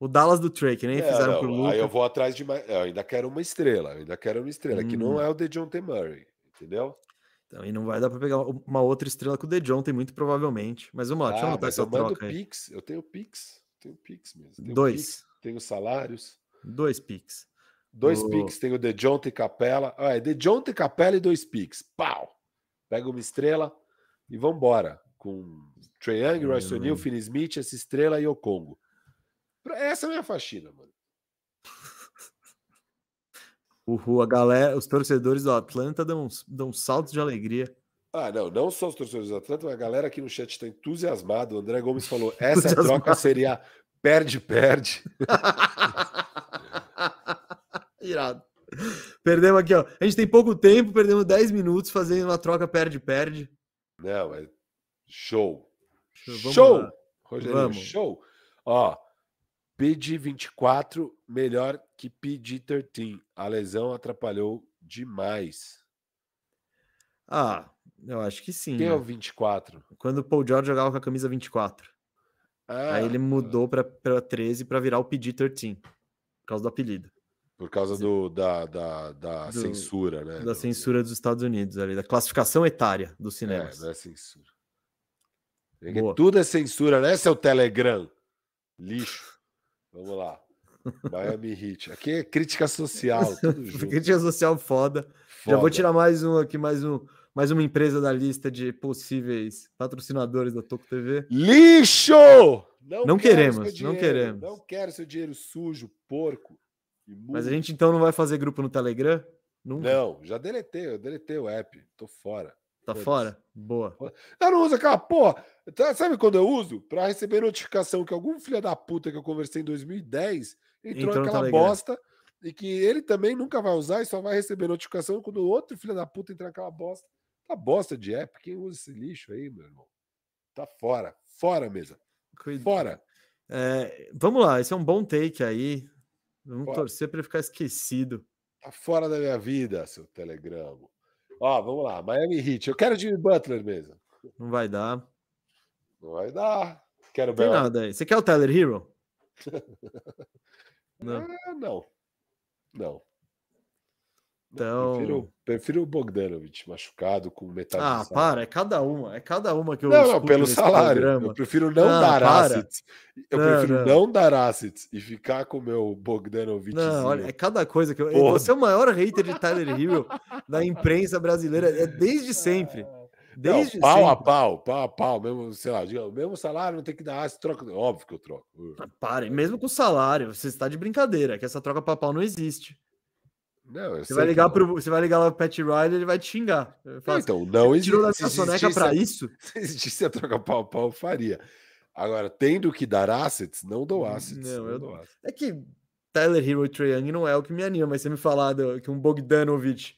Speaker 1: O Dallas do Trae, que nem
Speaker 2: É,
Speaker 1: fizeram
Speaker 2: não,
Speaker 1: pro
Speaker 2: Aí eu
Speaker 1: Luca.
Speaker 2: vou atrás de mais. Eu ainda quero uma estrela, eu ainda quero uma estrela, que
Speaker 1: Hum.
Speaker 2: não é o DeJounte Murray, entendeu?
Speaker 1: Então, e não vai dar pra pegar uma outra estrela com o DeJohn, tem muito provavelmente. Mas vamos lá, deixa eu
Speaker 2: Ah,
Speaker 1: anotar
Speaker 2: mas eu
Speaker 1: essa
Speaker 2: mando
Speaker 1: troca aí.
Speaker 2: Pix, eu tenho Pix, tenho Pix mesmo. Tenho
Speaker 1: Dois.
Speaker 2: Pix, tenho salários.
Speaker 1: Dois picks.
Speaker 2: Dois
Speaker 1: O-
Speaker 2: picks, tem o DeJounte Capela. Ah, é DeJounte Capela e dois picks. Pau! Pega uma estrela e vambora. Com Trae Young, Royce O'Neal,
Speaker 1: Hum.
Speaker 2: Finney Smith, essa estrela e o Congo. Essa é a minha faxina, mano.
Speaker 1: Uhul, a galera, os torcedores do Atlanta dão, uns- dão saltos de alegria.
Speaker 2: Ah, não, não só os torcedores do Atlanta, mas a galera aqui no chat está entusiasmada. O André Gomes falou, essa
Speaker 1: Entusiasmado.
Speaker 2: troca seria perde-perde.
Speaker 1: Irado. Perdemos aqui, ó. A gente tem pouco tempo, perdemos 10 minutos fazendo uma troca perde-perde.
Speaker 2: Não, é show.
Speaker 1: Vamos
Speaker 2: show!
Speaker 1: lá.
Speaker 2: Rogerinho,
Speaker 1: Vamos.
Speaker 2: show! Ó, PG24 melhor que PG13. A lesão atrapalhou demais.
Speaker 1: Ah, eu acho que sim.
Speaker 2: Quem é
Speaker 1: né?
Speaker 2: o 24?
Speaker 1: Quando o Paul George jogava com a camisa 24.
Speaker 2: Ah,
Speaker 1: Aí ele mudou pra, pra 13 pra virar o PG-13. Por causa do apelido.
Speaker 2: Por causa do, da, da, da
Speaker 1: Do-
Speaker 2: censura, né?
Speaker 1: da
Speaker 2: Do-
Speaker 1: censura dos Estados Unidos ali. Da classificação etária dos
Speaker 2: É,
Speaker 1: cinemas.
Speaker 2: não é censura. É que
Speaker 1: Boa.
Speaker 2: tudo é censura, né, seu Telegram? Lixo. Vamos lá. Miami Heat. Aqui é crítica social, tudo junto.
Speaker 1: Crítica social foda. Já vou
Speaker 2: Foda.
Speaker 1: tirar mais um aqui, mais um, mais uma empresa da lista de possíveis patrocinadores da Toco TV.
Speaker 2: Lixo!
Speaker 1: Não
Speaker 2: quero
Speaker 1: queremos,
Speaker 2: seu
Speaker 1: não
Speaker 2: dinheiro,
Speaker 1: queremos.
Speaker 2: Não quero seu dinheiro sujo, porco. imundo.
Speaker 1: Mas a gente então não vai fazer grupo no Telegram? Nunca.
Speaker 2: Uh. Não, já deletei, eu deletei o app. Tô fora.
Speaker 1: tá
Speaker 2: foda-se.
Speaker 1: fora? Boa.
Speaker 2: Eu não uso aquela porra. Tá- Sabe quando eu uso? Pra receber notificação que algum filho da puta que eu conversei em 2010 entrou
Speaker 1: Entrou no
Speaker 2: naquela
Speaker 1: Telegram.
Speaker 2: bosta e que ele também nunca vai usar e só vai receber notificação quando outro filho da puta entrar naquela bosta. Tá bosta de app. Quem usa esse lixo aí, meu irmão? Tá fora. Fora mesmo.
Speaker 1: Cuida-
Speaker 2: Fora.
Speaker 1: É, vamos lá, esse é um bom take aí. Vamos
Speaker 2: Bora.
Speaker 1: torcer para ele ficar esquecido.
Speaker 2: Tá fora da minha vida, seu telegrama. Ó, vamos lá. Miami Heat. Eu quero Jimmy Butler mesmo.
Speaker 1: Não vai dar. Não
Speaker 2: Não vai dar. Quero
Speaker 1: tem
Speaker 2: Bel-
Speaker 1: nada aí. Você quer o Tyler Hero? Não.
Speaker 2: Ah, não. Não.
Speaker 1: Então-
Speaker 2: Prefiro, prefiro o Bogdanovich machucado com metade
Speaker 1: Ah,
Speaker 2: do salário.
Speaker 1: para, é cada uma. É cada uma que eu
Speaker 2: Não, não,
Speaker 1: escuto
Speaker 2: pelo
Speaker 1: nesse
Speaker 2: salário. Eu
Speaker 1: programa.
Speaker 2: prefiro não
Speaker 1: Ah,
Speaker 2: dar
Speaker 1: para.
Speaker 2: assets. Eu
Speaker 1: Não,
Speaker 2: prefiro
Speaker 1: não.
Speaker 2: não. dar assets e ficar com o meu Ah, Bogdanovich.
Speaker 1: Não, olha, é cada coisa que eu.
Speaker 2: Porra.
Speaker 1: Você é o maior hater de Tyler Hero da imprensa brasileira. É desde sempre. Desde
Speaker 2: pau a
Speaker 1: sempre.
Speaker 2: pau, pau a pau, mesmo, sei lá, diga, o mesmo salário não tem que dar assets, troca. Óbvio que eu troco.
Speaker 1: Para, e mesmo com o salário, você está de brincadeira, que essa troca pra pau não existe.
Speaker 2: Não, eu
Speaker 1: Você
Speaker 2: sei
Speaker 1: vai
Speaker 2: que
Speaker 1: ligar
Speaker 2: não.
Speaker 1: pro, você vai ligar lá pro Pat Riley, ele vai te xingar. Ele
Speaker 2: Não,
Speaker 1: fala, assim,
Speaker 2: então, não existe.
Speaker 1: Tirou da
Speaker 2: Se
Speaker 1: minha soneca
Speaker 2: existisse
Speaker 1: pra isso?
Speaker 2: Se existisse a troca pau a pau, eu faria. Agora, tendo que dar assets, não dou assets.
Speaker 1: Hum, Não,
Speaker 2: Não,
Speaker 1: eu-
Speaker 2: dou assets.
Speaker 1: É que Tyler Hero e Trae Young não é o que me anima, mas você me falar do- que um Bogdanovich,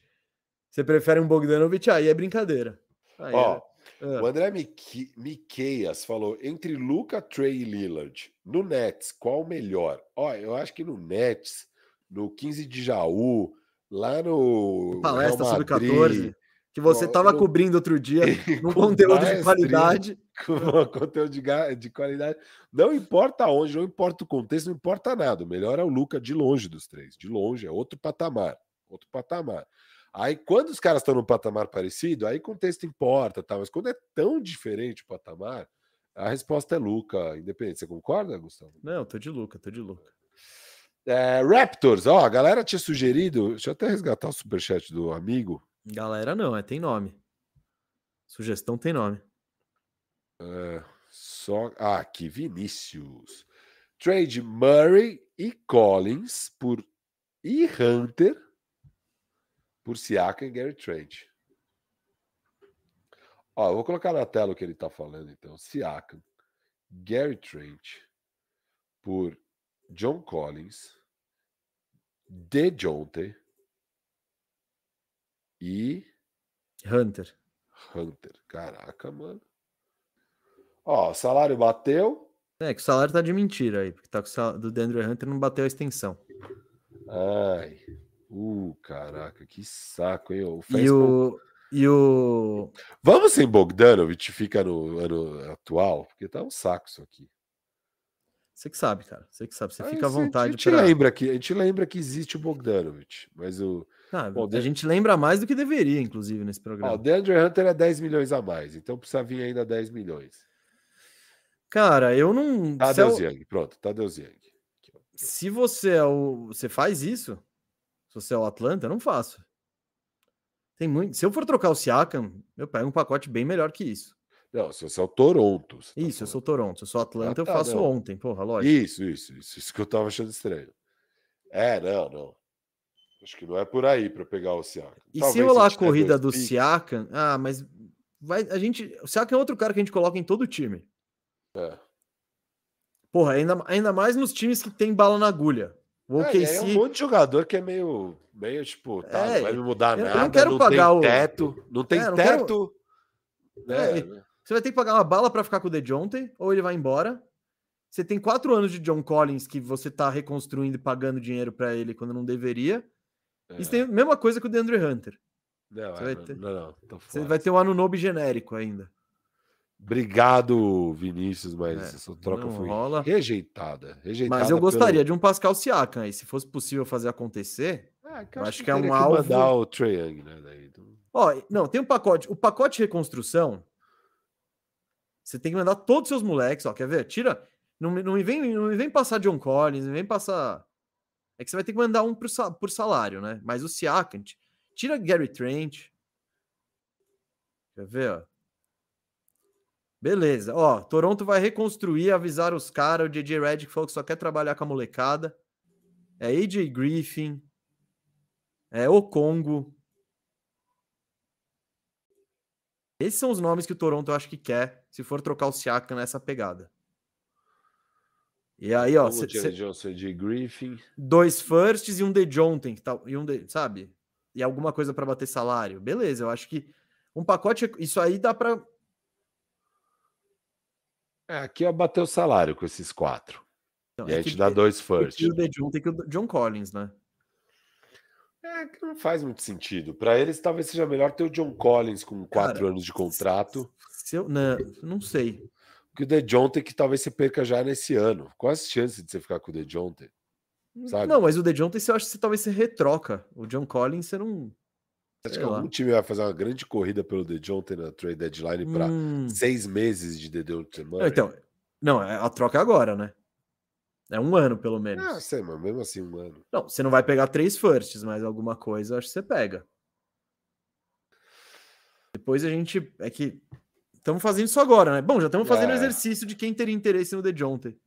Speaker 1: você prefere um Bogdanovich, aí é brincadeira. Aí
Speaker 2: Ó,
Speaker 1: é- é.
Speaker 2: o André Mique- Miqueias falou: entre Luca, Trey e Lillard, no Nets, qual o melhor? Ó, eu acho que no Nets, no 15 de Jaú, lá no.
Speaker 1: ah, palestra
Speaker 2: Real
Speaker 1: sobre
Speaker 2: Madrid,
Speaker 1: 14, que você
Speaker 2: ó,
Speaker 1: estava
Speaker 2: eu-
Speaker 1: cobrindo outro dia num
Speaker 2: com
Speaker 1: conteúdo de
Speaker 2: maestria.
Speaker 1: qualidade.
Speaker 2: com um conteúdo de, ga- de qualidade. Não importa onde, não importa o contexto, não importa nada. O melhor é o Luca de longe dos três. De longe, é outro patamar. Outro patamar. Aí, quando os caras estão num patamar parecido, aí contexto importa, tá? mas quando é tão diferente o patamar, a resposta é Luca, independente. Você concorda, Gustavo?
Speaker 1: Não, tô de louca, tô de louca.
Speaker 2: É, Raptors, ó, a galera tinha sugerido. Deixa eu até resgatar o superchat do amigo.
Speaker 1: Galera, não, é tem nome. Sugestão tem nome.
Speaker 2: É, só. Ah, aqui, Vinícius. Trade Murray e Collins por. E Hunter por Siaka e Gary Trent. Ó, eu vou colocar na tela o que ele tá falando, então. Siaka, Gary Trent por John Collins, DeJounte e.
Speaker 1: Hunter.
Speaker 2: Hunter. Caraca, mano. Ó, o salário bateu.
Speaker 1: É, que o salário tá de mentira aí, porque tá com o salário do Deandre Hunter não bateu a extensão.
Speaker 2: Ai. Uh, caraca, que saco, hein? O
Speaker 1: E
Speaker 2: Fez-
Speaker 1: o, e o
Speaker 2: Vamos sem Bogdanovich fica no ano atual, porque tá um saco isso aqui.
Speaker 1: Você que sabe, cara. Você que sabe. Você
Speaker 2: Aí
Speaker 1: fica à
Speaker 2: cê- A
Speaker 1: vontade
Speaker 2: gente,
Speaker 1: pra...
Speaker 2: lembra que, a gente lembra que existe o Bogdanovich, mas o,
Speaker 1: Ah,
Speaker 2: Bom,
Speaker 1: a
Speaker 2: deixa-
Speaker 1: gente lembra mais do que deveria, inclusive, nesse
Speaker 2: ó,
Speaker 1: programa.
Speaker 2: o DeAndre Hunter é 10 milhões a mais, então precisa vir ainda 10 milhões.
Speaker 1: Cara, eu não. se, é o-
Speaker 2: Tadeu Ziang, pronto, tá Tadeu Ziang. Aqui, ó.
Speaker 1: se você é o. Você faz isso? Se você é o Atlanta, eu não faço. Tem muito. Se eu for trocar o Siakam, eu pego um pacote bem melhor que isso.
Speaker 2: Não, se você é o Toronto. você tá
Speaker 1: Isso, eu
Speaker 2: falando.
Speaker 1: sou Toronto. Se eu sou Atlanta, eu
Speaker 2: tá,
Speaker 1: faço
Speaker 2: não.
Speaker 1: ontem, porra, lógico.
Speaker 2: Isso, isso, isso, isso que eu tava achando estranho. É, não, não. Acho que não é por aí para pegar o Siakam.
Speaker 1: E se
Speaker 2: Talvez
Speaker 1: rolar a
Speaker 2: tiver dois
Speaker 1: corrida do
Speaker 2: picks-
Speaker 1: Siakam, ah, mas vai, a gente, o Siakam é outro cara que a gente coloca em todo time.
Speaker 2: É.
Speaker 1: Porra, ainda, ainda mais nos times que tem bala na agulha. O
Speaker 2: É,
Speaker 1: OKC,
Speaker 2: e aí é um monte de jogador que é meio, meio tipo, tá,
Speaker 1: É,
Speaker 2: não vai me mudar
Speaker 1: eu- eu não
Speaker 2: nada.
Speaker 1: quero
Speaker 2: não
Speaker 1: pagar
Speaker 2: tem
Speaker 1: o-
Speaker 2: teto, não tem
Speaker 1: É, eu não quero- É,
Speaker 2: teto. né?
Speaker 1: Você vai ter que pagar uma bala para ficar com o DeJounte, ou ele vai embora. Você tem quatro anos de John Collins que você tá reconstruindo e pagando dinheiro para ele quando não deveria.
Speaker 2: É.
Speaker 1: E você tem a mesma coisa que o DeAndre Hunter.
Speaker 2: Não,
Speaker 1: você
Speaker 2: é,
Speaker 1: vai
Speaker 2: não,
Speaker 1: ter-
Speaker 2: não, não, tô
Speaker 1: Você
Speaker 2: fora.
Speaker 1: vai ter um Anunobi genérico ainda.
Speaker 2: Obrigado, Vinícius, mas
Speaker 1: É,
Speaker 2: essa troca
Speaker 1: não
Speaker 2: foi
Speaker 1: rola.
Speaker 2: rejeitada. rejeitada
Speaker 1: Mas eu
Speaker 2: pelo-
Speaker 1: gostaria de um Pascal Siakam aí, se fosse possível fazer acontecer.
Speaker 2: Ah, que
Speaker 1: eu
Speaker 2: eu
Speaker 1: acho que é um
Speaker 2: teria que
Speaker 1: alvo-
Speaker 2: mandar o Trae Young, né? Daí. então-
Speaker 1: Ó, não, tem um pacote. O pacote de reconstrução. Você tem que mandar todos os seus moleques, ó. Quer ver? Tira. Não, me- não, me vem, não me vem passar John Collins, não me vem passar. É que você vai ter que mandar um pro sa- por salário, né? Mas o Siakam. ti- Tira Gary Trent. Quer ver, ó? Beleza. Ó, Toronto vai reconstruir, avisar os caras. O DJ Redick falou que só quer trabalhar com a molecada. É AJ Griffin. É o Congo. Esses são os nomes que o Toronto eu acho que quer se for trocar o Siakam nessa pegada. E aí, ó,
Speaker 2: Como
Speaker 1: cê-
Speaker 2: o Jalen
Speaker 1: cê-
Speaker 2: Johnson de Griffin.
Speaker 1: dois firsts e um de Jonten, que tal, e um de, sabe? E alguma coisa pra bater salário. Beleza, eu acho que um pacote, isso aí dá pra
Speaker 2: É, aqui é bater o salário com esses quatro.
Speaker 1: Então,
Speaker 2: e
Speaker 1: é
Speaker 2: aí
Speaker 1: que
Speaker 2: te dá dois first.
Speaker 1: tem o The John, tem que o John Collins, né?
Speaker 2: É, que não faz muito sentido. Pra eles, talvez seja melhor ter o John Collins com quatro anos de contrato,
Speaker 1: Se eu, não, não sei.
Speaker 2: que o The Jonte, que talvez você perca já nesse ano. Quais as chances de você ficar com o The Jonte? Sabe?
Speaker 1: Não, mas o The John, tem- eu acho que você, talvez você retroca. O John Collins, você não.
Speaker 2: Acho
Speaker 1: Sei
Speaker 2: que
Speaker 1: lá.
Speaker 2: algum time vai fazer uma grande corrida pelo The Jonte na trade deadline pra
Speaker 1: Hum.
Speaker 2: seis meses de The Jonte
Speaker 1: Não, então, não, é- a troca é agora, né? É um ano, pelo menos.
Speaker 2: Ah, sei, mas mesmo assim, um ano.
Speaker 1: Não, você não vai pegar três firsts, mas alguma coisa eu acho que você pega. Depois a gente. É que. Estamos fazendo isso agora, né? Bom, já estamos fazendo o
Speaker 2: É.
Speaker 1: exercício de quem teria interesse no DeJounte.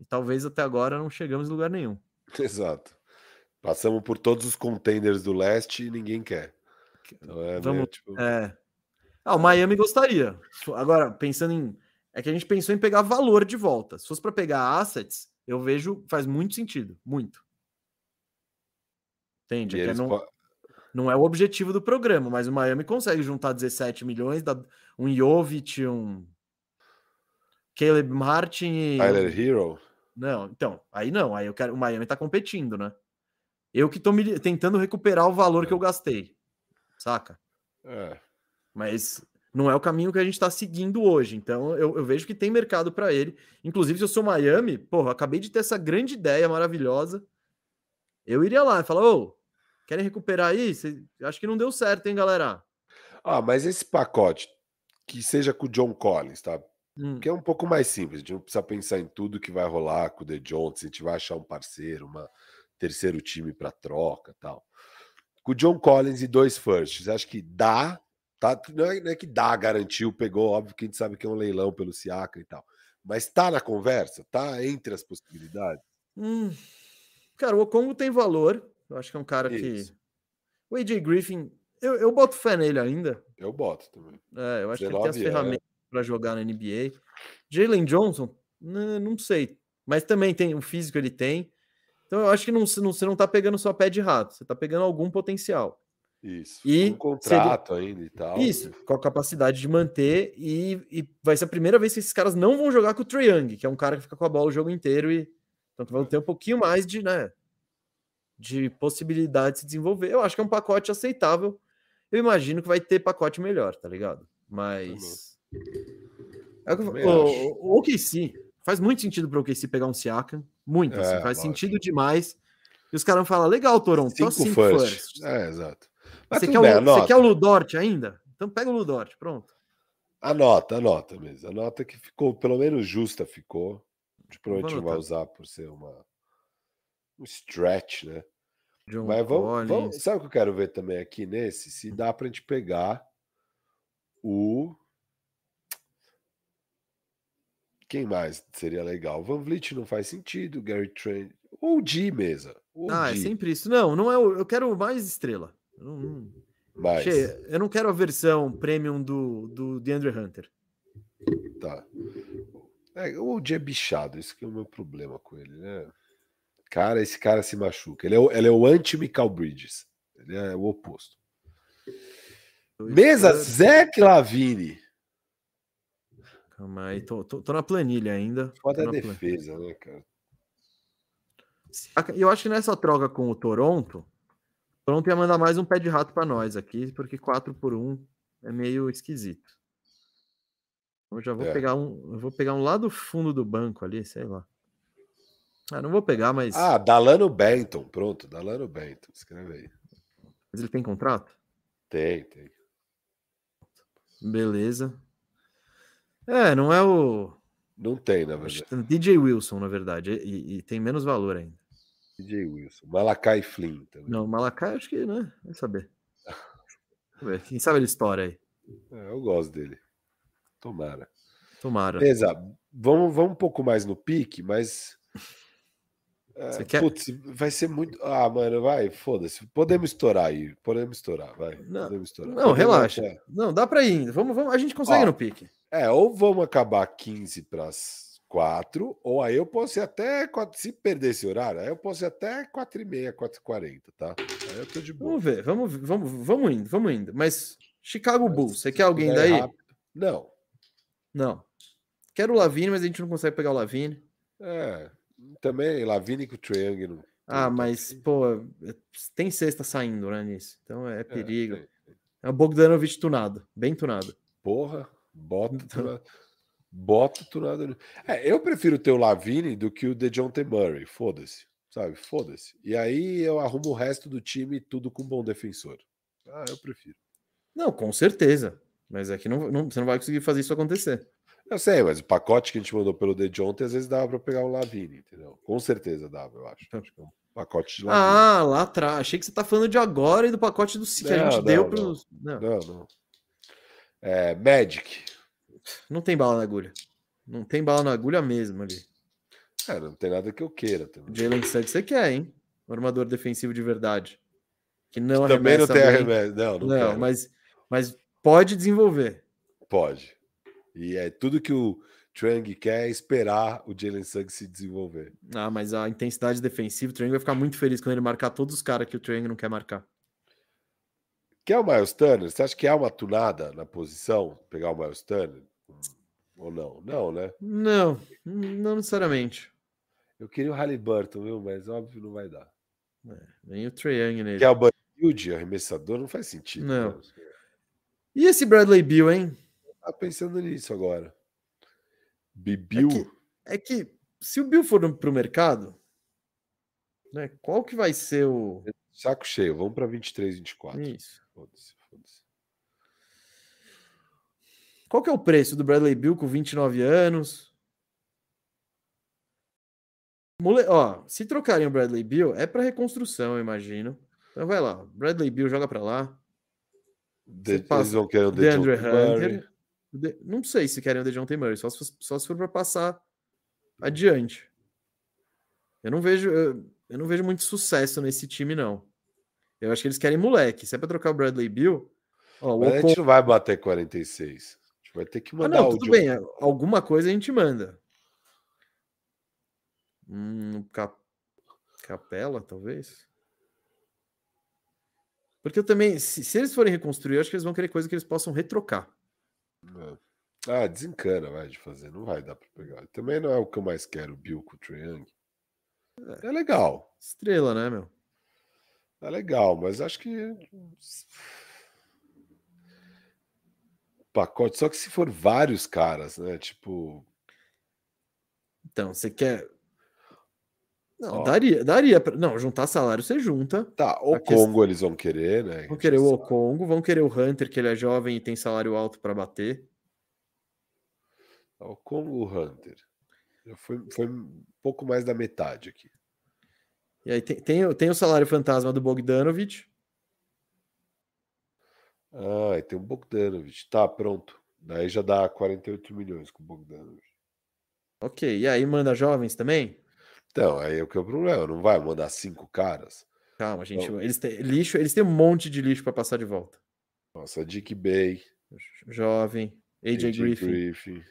Speaker 1: E talvez até agora não chegamos em lugar nenhum.
Speaker 2: Exato. Passamos por todos os contenders do leste e ninguém quer. Então é,
Speaker 1: Vamos-
Speaker 2: meio, tipo,
Speaker 1: É. Ah, o Miami gostaria. Agora, pensando em. É que a gente pensou em pegar valor de volta. Se fosse para pegar assets, eu vejo. Faz muito sentido. Muito. Entende?
Speaker 2: e
Speaker 1: É que
Speaker 2: eles
Speaker 1: não-
Speaker 2: po-
Speaker 1: Não é o objetivo do programa, mas o Miami consegue juntar 17 milhões, dá um Jovic, um Caleb Martin e...
Speaker 2: Tyler Hero.
Speaker 1: Não, então, aí não, aí eu quero... o Miami tá competindo, né? Eu que tô me li- tentando recuperar o valor que eu gastei, saca?
Speaker 2: É.
Speaker 1: Mas não é o caminho que a gente tá seguindo hoje, então eu, eu vejo que tem mercado para ele. Inclusive, se eu sou Miami, porra, eu acabei de ter essa grande ideia maravilhosa, eu iria lá e falar, ô, querem recuperar aí? Cê- Acho que não deu certo, hein, galera?
Speaker 2: Ah, mas esse pacote, que seja com o John Collins, tá?
Speaker 1: Hum,
Speaker 2: Porque é um pouco mais simples, a gente não precisa pensar em tudo que vai rolar com o The Jones, se a gente vai achar um parceiro, uma terceiro time para troca tal. Com o John Collins e dois firsts, acho que dá, tá? Não é, não é que dá, garantiu, pegou, óbvio que a gente sabe que é um leilão pelo Siaka e tal. Mas tá na conversa, tá entre as possibilidades.
Speaker 1: hum. Cara, o Okongo tem valor. Eu acho que é um cara
Speaker 2: Isso.
Speaker 1: que. O AJ Griffin, eu, eu boto fé nele ainda.
Speaker 2: Eu boto também.
Speaker 1: É, eu acho que ele tem as
Speaker 2: 19 anos.
Speaker 1: ferramentas para jogar na NBA. Jalen Johnson, né, não sei. Mas também tem o físico, ele tem. Então eu acho que não, não- você não tá pegando só pé de rato, você tá pegando algum potencial.
Speaker 2: Isso.
Speaker 1: E
Speaker 2: um contrato ainda e tal.
Speaker 1: Isso, com a capacidade de manter, e, e vai ser a primeira vez que esses caras não vão jogar com o Trae Young, que é um cara que fica com a bola o jogo inteiro, e então vão ter um pouquinho mais de, né, de possibilidade de se desenvolver. Eu acho que é um pacote aceitável. Eu imagino que vai ter pacote melhor, tá ligado? Mas. É o que eu
Speaker 2: Também
Speaker 1: falo, o-
Speaker 2: acho.
Speaker 1: o, o OKC faz muito sentido para o OKC pegar um Siakam, muito,
Speaker 2: É,
Speaker 1: assim, faz
Speaker 2: lógico.
Speaker 1: sentido demais. E os caras vão falar: legal, Toronto,
Speaker 2: Cinco,
Speaker 1: só então cinco
Speaker 2: first.
Speaker 1: firsts.
Speaker 2: É, exato. Mas
Speaker 1: Você quer,
Speaker 2: tudo bem,
Speaker 1: o, você
Speaker 2: anota.
Speaker 1: quer um o Ludort ainda? Então pega o Ludort, pronto.
Speaker 2: Anota, anota mesmo. Anota que ficou, pelo menos justa ficou. De provavelmente não vai
Speaker 1: anotar.
Speaker 2: usar por ser uma um stretch, né?
Speaker 1: John
Speaker 2: Mas vamos,
Speaker 1: Collins.
Speaker 2: vamos- sabe o que eu quero ver também aqui nesse? Se dá pra gente pegar o quem mais seria legal? Van Vliet não faz sentido, Gary Trent, ou o G mesa. Ou
Speaker 1: Ah, é
Speaker 2: G,
Speaker 1: sempre isso. Não, não é. o- Eu quero mais estrela. Eu não, não-
Speaker 2: mas
Speaker 1: Che, eu não quero a versão premium do, do DeAndre Hunter.
Speaker 2: tá. É, o OG é bichado, isso que é o meu problema com ele, né? Cara, esse cara se machuca. Ele é o, ele é o anti-Michael Bridges. Ele é o oposto.
Speaker 1: é.
Speaker 2: Mesa, Zeke Lavine.
Speaker 1: Calma aí, tô, tô, tô na planilha ainda. tô
Speaker 2: Foda é
Speaker 1: na plan-
Speaker 2: defesa, né, cara?
Speaker 1: Eu acho que nessa troca com o Toronto, o Toronto ia mandar mais um pé de rato pra nós aqui, porque 4 por 1 é meio esquisito. Eu já vou
Speaker 2: É.
Speaker 1: pegar um, eu vou pegar um lá do fundo do banco ali, sei lá. Ah, não vou pegar, mas,
Speaker 2: Ah, Dalano Benton. Pronto, Dalano Benton. Escreve aí.
Speaker 1: mas ele tem contrato?
Speaker 2: Tem, tem.
Speaker 1: Beleza. É, não é o.
Speaker 2: Não tem, na
Speaker 1: acho
Speaker 2: verdade.
Speaker 1: que é o DJ Wilson, na verdade, e, e tem menos valor ainda.
Speaker 2: DJ Wilson. Malakai Flynn também.
Speaker 1: Não, o Malakai, acho que, né? Vai saber. Deixa eu ver, Quem sabe ele estoura aí.
Speaker 2: É, eu gosto dele. Tomara.
Speaker 1: Tomara.
Speaker 2: Beleza, vamos, vamos um pouco mais no pique, mas. É,
Speaker 1: Você quer-
Speaker 2: Putz, vai ser muito. Ah, mano, vai, foda-se. Podemos estourar aí. Podemos estourar, vai.
Speaker 1: Não,
Speaker 2: podemos estourar.
Speaker 1: Não,
Speaker 2: Podemos
Speaker 1: relaxa.
Speaker 2: até-
Speaker 1: Não, dá pra ir. ainda. Vamos, vamos, a gente consegue
Speaker 2: Ó.
Speaker 1: no pique.
Speaker 2: É, ou vamos acabar 15 para as 4, ou aí eu posso ir até. quatro- Se perder esse horário, aí eu posso ir até 4h30, 4h40, tá? Aí eu tô de boa.
Speaker 1: Vamos ver, vamos, vamos, vamos indo, vamos indo. Mas Chicago
Speaker 2: Mas
Speaker 1: Bulls, você
Speaker 2: se
Speaker 1: quer alguém
Speaker 2: tiver
Speaker 1: daí?
Speaker 2: rápido- Não,
Speaker 1: Não. Quero o Lavine, mas a gente não consegue pegar o Lavine.
Speaker 2: É, também Lavine com o Triang não.
Speaker 1: Ah, mas, pô, é, tem sexta saindo, né, nisso. Então é perigo. É, é o Bogdanovic tunado, bem tunado.
Speaker 2: Porra, bota
Speaker 1: Uhum.
Speaker 2: tunado. Bota tunado. É, eu prefiro ter o Lavine do que o DeJounte Murray, foda-se. Sabe, foda-se. E aí eu arrumo o resto do time tudo com um bom defensor. Ah, eu prefiro.
Speaker 1: Não, com certeza. Mas aqui não, não, você não vai conseguir fazer isso acontecer.
Speaker 2: Eu sei, mas o pacote que a gente mandou pelo The Jonte às vezes dava para pegar o Lavini, entendeu? Com certeza dava, eu
Speaker 1: Uhum.
Speaker 2: acho. acho é um pacote de
Speaker 1: Lavini. Ah, lá atrás. Achei que você tá falando de agora e do pacote do que não, a gente não, deu para os.
Speaker 2: Não, não. não. É, Magic.
Speaker 1: Não tem bala na agulha. Não tem bala na agulha mesmo ali.
Speaker 2: É, não tem nada que eu queira também.
Speaker 1: Jalen Suggs você quer, hein? Um armador defensivo de verdade. Que não
Speaker 2: Também não tem
Speaker 1: bem.
Speaker 2: arremesso. Não, não,
Speaker 1: Não,
Speaker 2: quero.
Speaker 1: mas, mas pode desenvolver.
Speaker 2: Pode. E é tudo que o Trang quer é esperar o Jalen Suggs se desenvolver.
Speaker 1: Ah, mas a intensidade defensiva, o Trang vai ficar muito feliz quando ele marcar todos os caras que o Trang não quer marcar.
Speaker 2: Quer o Miles Turner? Você acha que há uma tunada na posição? Pegar o Miles Turner? Ou não? Não, né?
Speaker 1: Não, não necessariamente.
Speaker 2: Eu queria o Halliburton, viu? Mas óbvio não vai dar.
Speaker 1: É, nem o Trae Young nele.
Speaker 2: Quer o Banfield, arremessador? Não faz sentido.
Speaker 1: Não.
Speaker 2: né?
Speaker 1: E esse Bradley Bill, hein?
Speaker 2: Tá pensando nisso agora. Bibiu?
Speaker 1: É que se o Bill for no- pro mercado, né, qual que vai ser o.
Speaker 2: Saco cheio. Vamos para 23, 24.
Speaker 1: Isso.
Speaker 2: Foda-se, foda-se.
Speaker 1: Qual que é o preço do Bradley Bill com 29 anos? Mole... Ó, se trocarem o Bradley Bill, é para reconstrução, eu imagino. Então vai lá,
Speaker 3: Bradley Bill joga para lá.
Speaker 2: De,
Speaker 1: passa-
Speaker 2: eles vão querer o
Speaker 1: DeAndre
Speaker 2: DeJounte Murray.
Speaker 1: Hunter. O De- Não sei se querem o DeJounte Murray, só se, só se for para passar adiante. Eu não vejo eu, eu não vejo muito sucesso nesse time não. Eu acho que eles querem moleque. Se é para trocar o Bradley Bill, ó, o
Speaker 2: Mas a
Speaker 1: Ocon-
Speaker 2: gente não vai bater 46. A gente vai ter que
Speaker 1: Ah,
Speaker 2: mandar
Speaker 1: não,
Speaker 2: o
Speaker 1: tudo
Speaker 2: John-
Speaker 1: bem. Alguma coisa a gente manda. Hum, Cap- Capela, talvez. Porque eu também, se, se eles forem reconstruir, eu acho que eles vão querer coisa que eles possam retrocar.
Speaker 2: Ah, desencana, vai de fazer. Não vai dar para pegar. Também não é o que eu mais quero, o Bill com o Trae Young. É legal,
Speaker 1: Estrela, né, meu?
Speaker 2: é legal, mas acho que. Pacote, só que se for vários caras, né? Tipo,
Speaker 1: Então, você quer. Não,
Speaker 2: Ó.
Speaker 1: daria, daria. Pra... Não, juntar salário, você junta.
Speaker 2: tá, o
Speaker 1: A quest-
Speaker 2: Congo eles vão querer, né?
Speaker 1: Vão querer o Okongo, vão querer o Hunter, que ele é jovem e tem salário alto para bater.
Speaker 2: O Congo o Hunter. Já Foi, foi um pouco mais da metade aqui.
Speaker 1: E aí tem, tem, o- tem o salário fantasma do Bogdanovich.
Speaker 2: Ah, e tem o Bogdanovich. Tá, pronto. Daí já dá 48 milhões com o Bogdanovich.
Speaker 1: Ok, e aí manda jovens também?
Speaker 2: Então, aí é o que é o problema. Não vai mandar cinco caras.
Speaker 1: Calma, gente.
Speaker 2: Bom.
Speaker 1: Eles têm lixo, eles têm um monte de lixo para passar de volta.
Speaker 2: Nossa, Dick Bay,
Speaker 1: Jovem, AJ, Griffin.
Speaker 2: Griffin.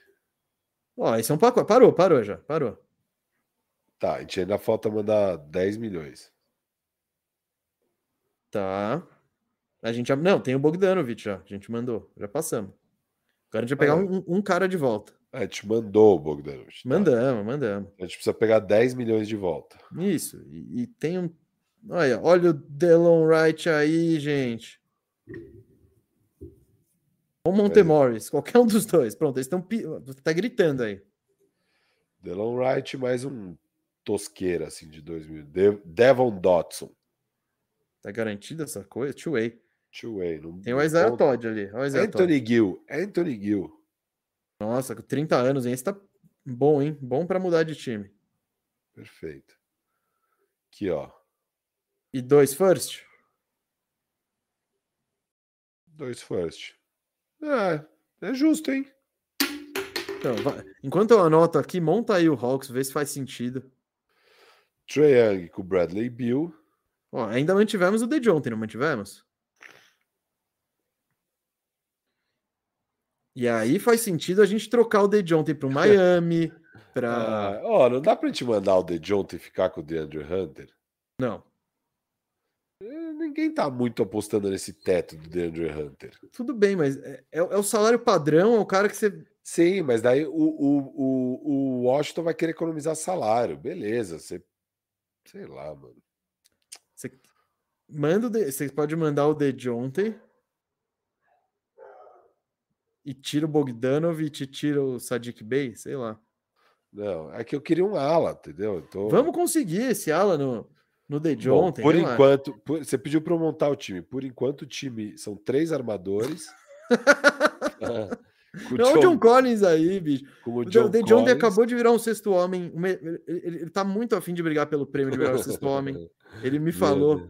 Speaker 1: Ó, esse é um pacote. Parou, parou já, parou.
Speaker 2: Tá, a gente ainda falta mandar 10 milhões.
Speaker 1: Tá. A gente já... Não, tem o Bogdanovich já. A gente mandou, já passamos. Agora a gente vai pegar
Speaker 2: Ah, é. Tá.
Speaker 1: um, um cara de volta.
Speaker 2: A gente mandou o Bogdanovich. tá?
Speaker 1: Mandamos, mandamos.
Speaker 2: A gente precisa pegar 10 milhões de volta.
Speaker 1: Isso. E, e tem um. Olha, olha o Delon Wright aí, gente. Ou Monte
Speaker 2: Mas-
Speaker 1: Morris, qualquer um dos dois. Pronto, eles estão. pi- Tá gritando aí.
Speaker 2: Delon Wright mais um tosqueira, assim, de 2 mil. De Devon Dotson.
Speaker 1: Tá garantida essa coisa? Two-way.
Speaker 2: Two-way. não-
Speaker 1: Tem o
Speaker 2: não
Speaker 1: Isaiah
Speaker 2: conta.
Speaker 1: Todd ali. Olha o Isaiah Todd.
Speaker 2: Anthony Gill. Anthony Gill.
Speaker 1: Nossa, com 30 anos, hein? Esse tá bom, hein? Bom pra mudar de time.
Speaker 2: Perfeito. Aqui, ó.
Speaker 1: E dois first?
Speaker 2: Dois first. É, é justo, hein?
Speaker 1: Então, vai- Enquanto eu anoto aqui, monta aí o Hawks, vê se faz sentido.
Speaker 2: Trae Young com Bradley Bill.
Speaker 1: Ó, ainda mantivemos o DeJounte, não mantivemos? E aí faz sentido a gente trocar o DeJounte pro Miami, pra...
Speaker 2: Ah, ó, não dá pra gente mandar o DeJounte ficar com o DeAndre Hunter?
Speaker 1: Não.
Speaker 2: Eu ninguém tá muito apostando nesse teto do DeAndre Hunter.
Speaker 1: Tudo bem, mas é, é o salário padrão, é o cara que você.
Speaker 2: Sim, mas daí o, o, o, o Washington vai querer economizar salário. Beleza, você. Sei lá, mano.
Speaker 1: Você, manda o de... você pode mandar o de ontem e tira o Bogdanovich e tira o Sadiq Bey, sei lá.
Speaker 2: Não, é que eu queria um ala, entendeu? Eu tô...
Speaker 1: Vamos conseguir esse ala no, no The John. Bom,
Speaker 2: por enquanto, por, você pediu para eu montar o time. Por enquanto, o time são três armadores.
Speaker 1: ah, Não, o John, John Collins aí, bicho. Com o John, o The John acabou de virar um sexto homem. Um, ele, ele, ele, tá muito afim de brigar pelo prêmio de virar um sexto homem. Ele me falou.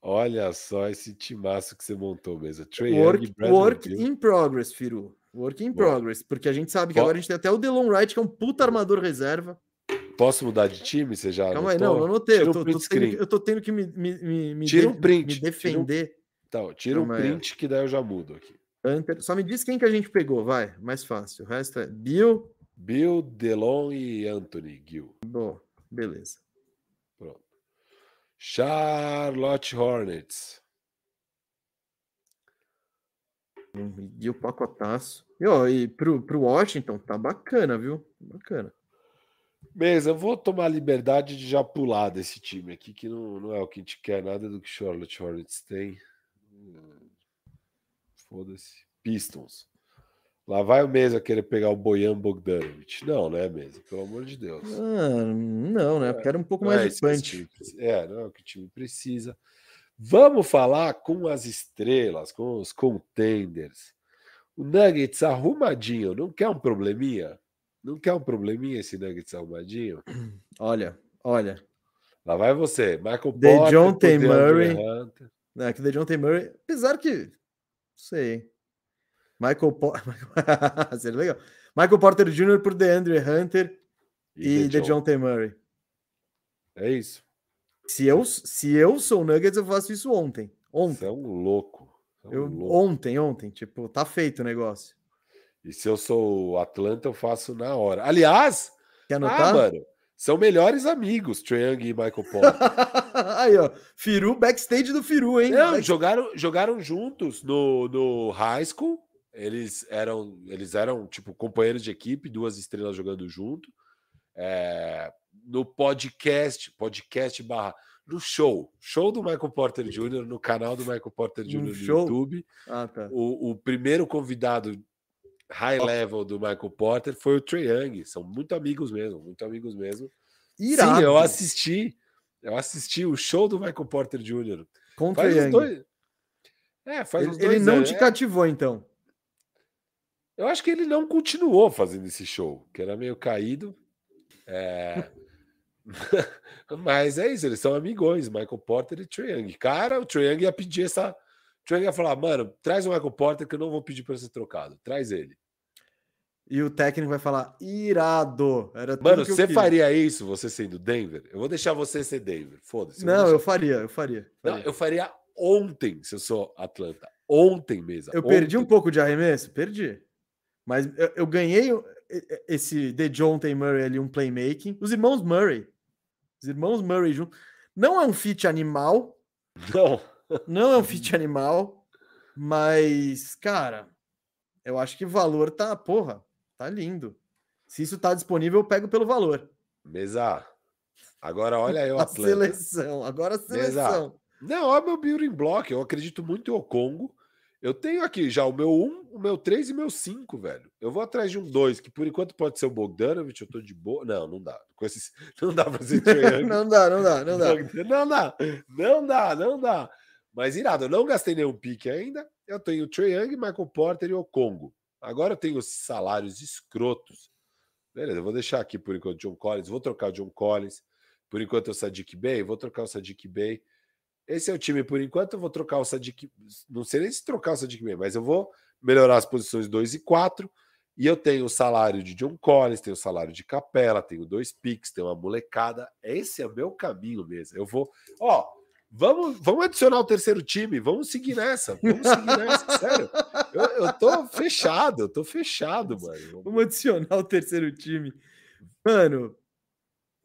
Speaker 2: Olha só esse timaço que você montou mesmo.
Speaker 1: Trey work, Young, work in progress, Firu. Work in Bom. progress, porque a gente sabe que Bom. agora a gente tem até o Delon Wright, que é um puta armador reserva.
Speaker 2: Posso mudar de time? Você já.
Speaker 1: Calma anotou? aí, não, eu anotei. Eu tô, um tô tendo, que, eu tô tendo que me, me, me,
Speaker 2: tira
Speaker 1: de,
Speaker 2: um print,
Speaker 1: me defender.
Speaker 2: Tira um, tá, tira Calma um print aí. que daí eu já mudo aqui.
Speaker 1: Hunter, só me diz quem que a gente pegou, vai. Mais fácil. O resto é Bill.
Speaker 2: Bill, Delon e Anthony Gill.
Speaker 1: Bom, beleza.
Speaker 2: Pronto. Charlotte Hornets.
Speaker 1: E o pacotaço. E, ó, e pro, pro Washington, tá bacana, viu? Bacana.
Speaker 2: Beleza, eu vou tomar a liberdade de já pular desse time aqui, que não, não é o que a gente quer, nada do que Charlotte Hornets tem. Hum, Foda-se. Pistons. Lá vai o Mesa querer pegar o Boyan Bogdanovic. Não, não é Mesa, pelo amor de Deus.
Speaker 1: Ah, não, né? Quero um pouco é, mais é de punch.
Speaker 2: É, não é o que o time precisa. Vamos falar com as estrelas, com os contenders. O Nuggets arrumadinho, não quer um probleminha? Não quer um probleminha esse Nuggets arrumadinho?
Speaker 1: Olha, olha.
Speaker 2: Lá vai você, Michael
Speaker 1: The Porter, John T. Murray. Não, É, que o The John T. Murray, apesar que. Não sei. Michael Porter. Seria legal. Michael Porter Jr. por DeAndre Hunter e, e The John T. Murray.
Speaker 2: É isso.
Speaker 1: Se eu, se eu sou Nuggets, eu faço isso ontem. Ontem. Você é
Speaker 2: um louco. É um
Speaker 1: eu,
Speaker 2: louco.
Speaker 1: Ontem, ontem. Tipo, tá feito o negócio.
Speaker 2: E se eu sou Atlanta, eu faço na hora. Aliás,
Speaker 1: Quer anotar? Ah, mano,
Speaker 2: são melhores amigos, Trae e Michael Porter.
Speaker 1: Aí, ó. Firu, backstage do Firu, hein?
Speaker 2: Não, jogaram, jogaram juntos no, no high school. Eles eram, eles eram, tipo, companheiros de equipe, duas estrelas jogando junto. É, no podcast, podcast barra, no show, show do Michael Porter Jr., no canal do Michael Porter Jr. Um no, show? YouTube.
Speaker 1: Ah, tá.
Speaker 2: o, o, primeiro convidado high level do Michael Porter foi o Trae Young, são muito amigos mesmo, muito amigos mesmo.
Speaker 1: Irado.
Speaker 2: Sim, eu assisti, eu assisti o show do Michael Porter Jr.
Speaker 1: Com faz Trae Young. Dois...
Speaker 2: É, faz
Speaker 1: ele, ele não anos. te cativou, então.
Speaker 2: Eu acho que ele não continuou fazendo esse show, que era meio caído. É... Mas é isso, eles são amigões, Michael Porter e Trae Young. Cara, o Trae Young ia pedir essa. O Trae Young ia falar, mano, traz o Michael Porter que eu não vou pedir para ser trocado, traz ele.
Speaker 1: E o técnico vai falar, irado. Era
Speaker 2: mano, você faria isso, você sendo Denver? Eu vou deixar você ser Denver, foda-se.
Speaker 1: Não, deixar... eu faria, eu faria.
Speaker 2: faria. Não, eu faria ontem, se eu sou Atlanta. Ontem mesmo.
Speaker 1: Eu
Speaker 2: ontem.
Speaker 1: perdi um pouco de arremesso? Perdi. Mas eu, eu ganhei esse The John T. Murray ali, um playmaking. Os irmãos Murray. Os irmãos Murray juntos. Não é um fit animal.
Speaker 2: Não.
Speaker 1: Não é um fit animal. Mas, cara, eu acho que o valor tá, porra, tá lindo. Se isso tá disponível, eu pego pelo valor.
Speaker 2: Mesa. Agora olha eu
Speaker 1: a Atlanta. seleção. Agora a seleção. Mesa.
Speaker 2: Não, olha meu building block. Eu acredito muito em Congo. Eu tenho aqui já o meu 1, o meu 3 e o meu 5, velho. Eu vou atrás de um 2, que por enquanto pode ser o Bogdanovich, eu tô de boa. Não, não dá. Com esses... Não dá pra ser
Speaker 1: Não dá, não dá, não dá.
Speaker 2: Não dá, não dá, não dá. Mas irado, eu não gastei nenhum pique ainda. Eu tenho o Trae Young, Michael Porter e o Congo. Agora eu tenho salários escrotos. Beleza, eu vou deixar aqui por enquanto o John Collins. Vou trocar o John Collins. Por enquanto é o Sadiq Bey. Vou trocar o Sadiq Bey. Esse é o time por enquanto. Eu vou trocar o Sadiq. Não sei nem se trocar o Sadiq Bey, mas eu vou melhorar as posições 2 e 4. E eu tenho o salário de John Collins, tenho o salário de Capela, tenho dois picks, tenho uma molecada. Esse é o meu caminho mesmo. Eu vou. Ó, vamos, vamos adicionar o terceiro time, vamos seguir nessa. Vamos seguir nessa, sério. Eu, eu tô fechado, eu tô fechado, mano.
Speaker 1: Vamos adicionar o terceiro time. Mano.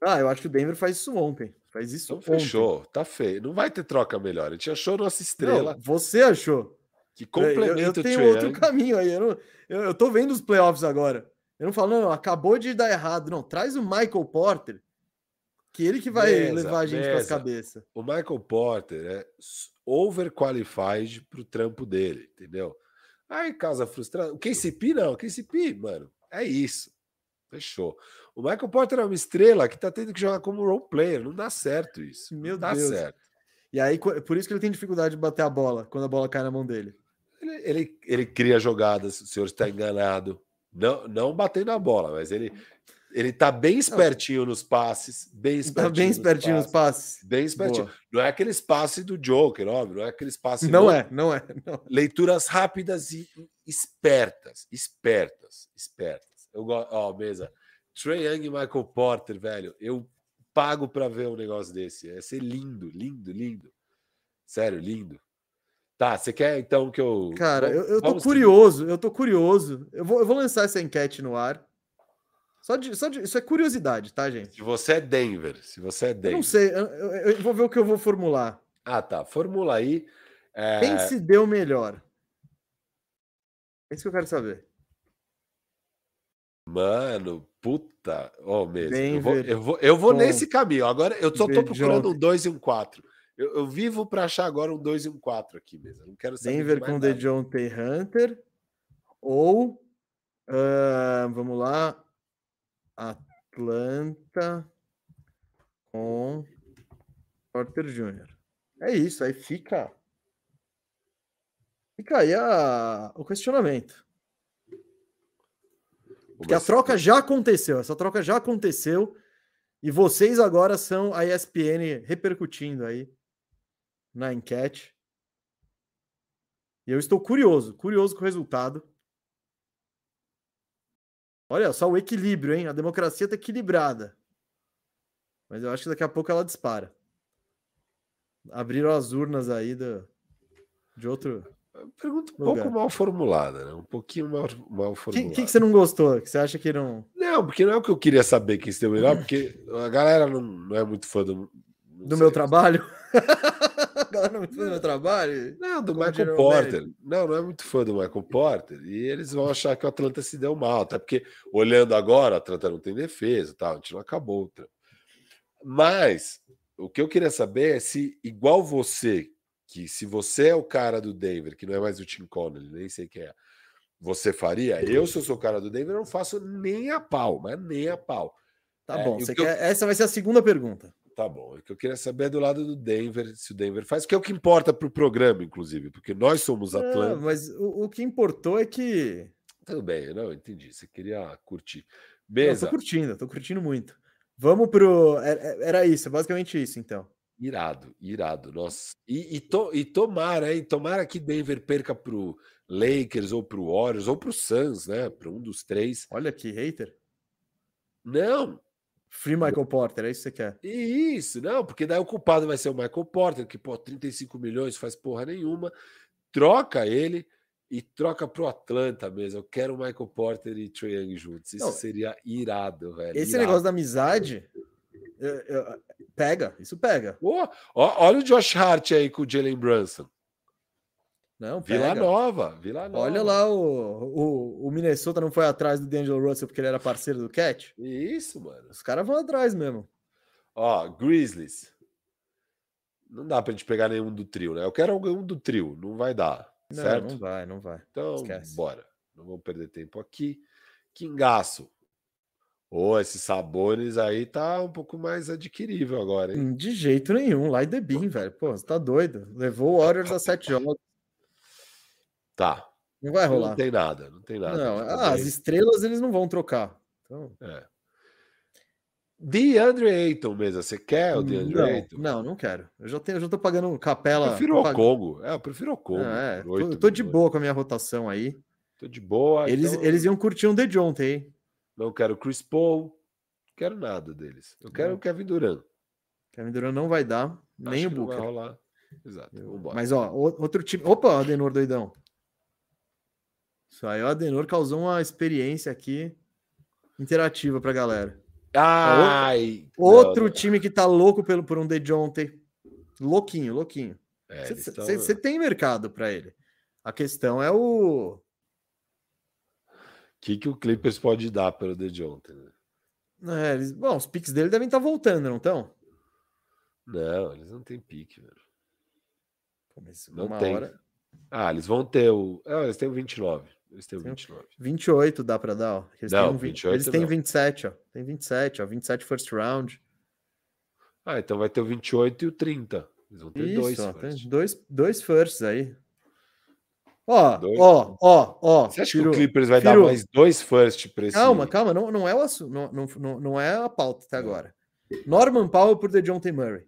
Speaker 1: Ah, eu acho que o Denver faz isso ontem. Faz isso.
Speaker 2: Então fechou, tá feio. Não vai ter troca melhor. A gente achou nossa estrela
Speaker 1: Não, você achou?
Speaker 2: que
Speaker 1: Eu,
Speaker 2: complementa
Speaker 1: eu
Speaker 2: o
Speaker 1: tenho
Speaker 2: Trae
Speaker 1: outro
Speaker 2: Young.
Speaker 1: caminho aí. Eu, não- eu, eu tô vendo os playoffs agora. Eu não falo, não, acabou de dar errado. Não, traz o Michael Porter, que ele que vai
Speaker 2: Mesa,
Speaker 1: levar a gente para as
Speaker 2: mesa.
Speaker 1: cabeças.
Speaker 2: O Michael Porter é overqualified pro trampo dele, entendeu? Aí causa frustração. O KCP não, o KCP, mano, é isso. Fechou. O Michael Porter é uma estrela que tá tendo que jogar como role player, não dá certo isso.
Speaker 1: Meu
Speaker 2: não dá
Speaker 1: Deus.
Speaker 2: certo.
Speaker 1: E aí, co- por isso que ele tem dificuldade de bater a bola quando a bola cai na mão dele.
Speaker 2: Ele, ele, ele cria jogadas, o senhor está enganado. Não, não batendo a bola, mas ele ele tá bem espertinho nos passes, bem
Speaker 1: Ele
Speaker 2: espertinho.
Speaker 1: tá bem
Speaker 2: nos
Speaker 1: espertinho nos
Speaker 2: passes,
Speaker 1: passes.
Speaker 2: Bem espertinho.
Speaker 1: Boa.
Speaker 2: Não é aquele passe do Joker, óbvio, não é aquele passe
Speaker 1: Não é, não é. não.
Speaker 2: leituras rápidas e espertas, espertas, espertas. Eu gosto, ó, mesa. Trey Young e Michael Porter, velho, eu pago pra ver um negócio desse. Ia ser lindo, lindo, lindo. Sério, lindo. Tá, você quer então que eu
Speaker 1: Cara, eu, eu tô
Speaker 2: Vamos seguir.
Speaker 1: curioso, eu tô curioso. Eu vou, eu vou lançar essa enquete no ar. Só de, só de, isso é curiosidade, tá, gente?
Speaker 2: Se você é Denver, se você é
Speaker 1: Eu
Speaker 2: Denver.
Speaker 1: não sei, eu, eu- eu vou ver o que eu vou formular.
Speaker 2: Ah, tá, formula aí. É,
Speaker 1: Quem se deu melhor? É isso que eu quero saber.
Speaker 2: Mano, puta, ó, mesmo. Eu vou,
Speaker 1: Denver
Speaker 2: eu vou, eu vou
Speaker 1: com
Speaker 2: nesse caminho. Agora eu só tô
Speaker 1: Denver
Speaker 2: procurando um
Speaker 1: Jones.
Speaker 2: 2 e um 4. Eu, eu vivo pra achar agora um 2 e um 4 aqui mesmo. Eu Não quero saber. de
Speaker 1: Denver
Speaker 2: mais
Speaker 1: com
Speaker 2: nada.
Speaker 1: DeJounte Hunter ou ah, vamos lá, Atlanta com Porter Jr. É isso, aí fica fica aí a- o questionamento. Porque
Speaker 2: Mas-
Speaker 1: a troca já aconteceu, essa troca já aconteceu e vocês agora são a ESPN repercutindo aí na enquete. E eu estou curioso, curioso com o resultado. Olha só o equilíbrio, hein? A democracia está equilibrada. Mas eu acho que daqui a pouco ela dispara. Abriram as urnas aí do, de outro.
Speaker 2: Pergunta um
Speaker 1: Lugar.
Speaker 2: pouco mal formulada, né? Um pouquinho mal, mal
Speaker 1: O que,
Speaker 2: formulada.
Speaker 1: que que você não gostou? Que você acha que não.
Speaker 2: Não, porque não é o que eu queria saber quem se deu melhor, porque a galera não, não é muito fã do. não
Speaker 1: do
Speaker 2: sei.
Speaker 1: meu trabalho? a galera não me fez meu trabalho?
Speaker 2: Não, do
Speaker 1: Como diria
Speaker 2: Michael
Speaker 1: o
Speaker 2: Porter. Não, não é muito fã do Michael Porter. E eles vão achar que o Atlanta se deu mal, até porque, olhando agora, o Atlanta não tem defesa, tá? a gente não acabou. o trampo. Mas o que eu queria saber é se, igual você, que se você é o cara do Denver, que não é mais o Tim Connelly, nem sei quem é, você faria? Eu, se eu sou o cara do Denver, eu não faço nem a pau, mas nem a pau.
Speaker 1: Tá
Speaker 2: É,
Speaker 1: bom.
Speaker 2: e o
Speaker 1: você
Speaker 2: que eu-
Speaker 1: quer- Essa vai ser a segunda pergunta.
Speaker 2: Tá bom. O que eu queria saber é do lado do Denver, se o Denver faz, que é o que importa pro programa, inclusive, porque nós somos Atlanta.
Speaker 1: Ah, mas o, o que importou é que.
Speaker 2: Tudo bem, eu não entendi. Você queria curtir.
Speaker 1: Eu tô
Speaker 2: Beleza,
Speaker 1: curtindo, eu tô curtindo muito. Vamos pro. Era, era isso, é basicamente isso, então.
Speaker 2: irado,
Speaker 1: Hum.
Speaker 2: irado. Nossa. E, e, to, e tomara, hein? Tomara que Denver perca pro Lakers ou pro Warriors ou pro Suns, né? Para um dos três.
Speaker 1: Olha que hater.
Speaker 2: Não,
Speaker 1: Free Michael Porter, é isso que você quer.
Speaker 2: e isso, não, porque daí o culpado vai ser o Michael Porter, que, pô, 35 milhões faz porra nenhuma. Troca ele e troca pro Atlanta mesmo. Eu quero o Michael Porter e Trae Young juntos. Isso
Speaker 1: Não,
Speaker 2: seria irado, velho.
Speaker 1: Esse
Speaker 2: É irado.
Speaker 1: negócio da amizade. eu- eu- pega, isso pega.
Speaker 2: Pô, ó- olha o Josh Hart aí com o Jalen Brunson.
Speaker 1: Não, pega.
Speaker 2: Vila Nova, Vila Nova.
Speaker 1: Olha lá, o, o, o Minnesota não foi atrás do D'Angelo Russell porque ele era parceiro do Cat.
Speaker 2: Isso, mano.
Speaker 1: Os caras vão atrás mesmo.
Speaker 2: Ó, Grizzlies. Não dá pra gente pegar nenhum do trio, né? Eu quero alguém do trio, não vai dar,
Speaker 1: Não,
Speaker 2: certo?
Speaker 1: não vai, não vai.
Speaker 2: Então,
Speaker 1: Esquece.
Speaker 2: bora. Não vamos perder tempo aqui. Quingaço. Ô, esses sabores aí tá um pouco mais adquirível agora, hein?
Speaker 1: Hum, De jeito nenhum, lá e The Bean, velho. Pô, você tá doido. Levou o Warriors a sete jogos.
Speaker 2: Tá.
Speaker 1: Não vai
Speaker 2: Não
Speaker 1: rolar.
Speaker 2: tem nada, não tem nada.
Speaker 1: Não,
Speaker 2: Tudo
Speaker 1: ah, as
Speaker 2: bem.
Speaker 1: estrelas eles não vão trocar. Então,
Speaker 2: É. DeAndre Ayton mesmo. Você quer o DeAndre
Speaker 1: não,
Speaker 2: Ayton?
Speaker 1: não, não quero. Eu já, tenho, eu já tô pagando capela.
Speaker 2: Eu prefiro
Speaker 1: tô
Speaker 2: o
Speaker 1: pagando-
Speaker 2: Congo. É, eu prefiro o Congo.
Speaker 1: Ah, é,
Speaker 2: por
Speaker 1: tô,
Speaker 2: oito
Speaker 1: tô de
Speaker 2: milhões.
Speaker 1: boa com a minha rotação aí.
Speaker 2: Tô de boa.
Speaker 1: Eles,
Speaker 2: então
Speaker 1: eles iam curtir um The Jonte, hein?
Speaker 2: Não quero Chris Paul. Não quero nada deles. Eu quero
Speaker 1: Não.
Speaker 2: o Kevin Durant.
Speaker 1: Kevin Durant não vai dar, nem
Speaker 2: Acho
Speaker 1: o
Speaker 2: que não vai
Speaker 1: Booker.
Speaker 2: rolar. Exato. Vambora.
Speaker 1: Mas, ó, o- outro time. Opa, Adenor doidão. Isso aí, o Adenor causou uma experiência aqui interativa pra galera.
Speaker 2: Ai,
Speaker 1: Outro
Speaker 2: não, não.
Speaker 1: time que tá louco pelo, por um De Jonte. Louquinho, louquinho.
Speaker 2: É, eles tão-
Speaker 1: Você tem mercado pra ele. A questão é o.
Speaker 2: que, que o Clippers pode dar pelo The Jonte?
Speaker 1: Hum.
Speaker 2: Né?
Speaker 1: é, eles- bom, os piques dele devem estar voltando, não estão?
Speaker 2: Não, eles não têm pique, velho. Não
Speaker 1: uma
Speaker 2: tem.
Speaker 1: hora.
Speaker 2: Ah, eles vão ter o. Ah, eles têm o 29. Eles têm o
Speaker 1: Tem o-
Speaker 2: 29.
Speaker 1: 28 dá pra dar, ó. Eles
Speaker 2: Não,
Speaker 1: têm um vinte-
Speaker 2: 28
Speaker 1: Eles têm
Speaker 2: não.
Speaker 1: 27, ó. Tem 27, ó. 27 first round.
Speaker 2: Ah, então vai ter o 28 e o 30. Eles vão ter
Speaker 1: Isso,
Speaker 2: dois.
Speaker 1: ó,
Speaker 2: first.
Speaker 1: tem dois, dois firsts aí. Ó,
Speaker 2: Dois.
Speaker 1: ó, ó, ó.
Speaker 2: Você acha
Speaker 1: Firu.
Speaker 2: que o Clippers vai dar
Speaker 1: Firu.
Speaker 2: mais dois first pra esse?
Speaker 1: Calma, calma, não, não é o assunto, não, não, não, não é a pauta até agora. Norman Powell por DeJounte Murray.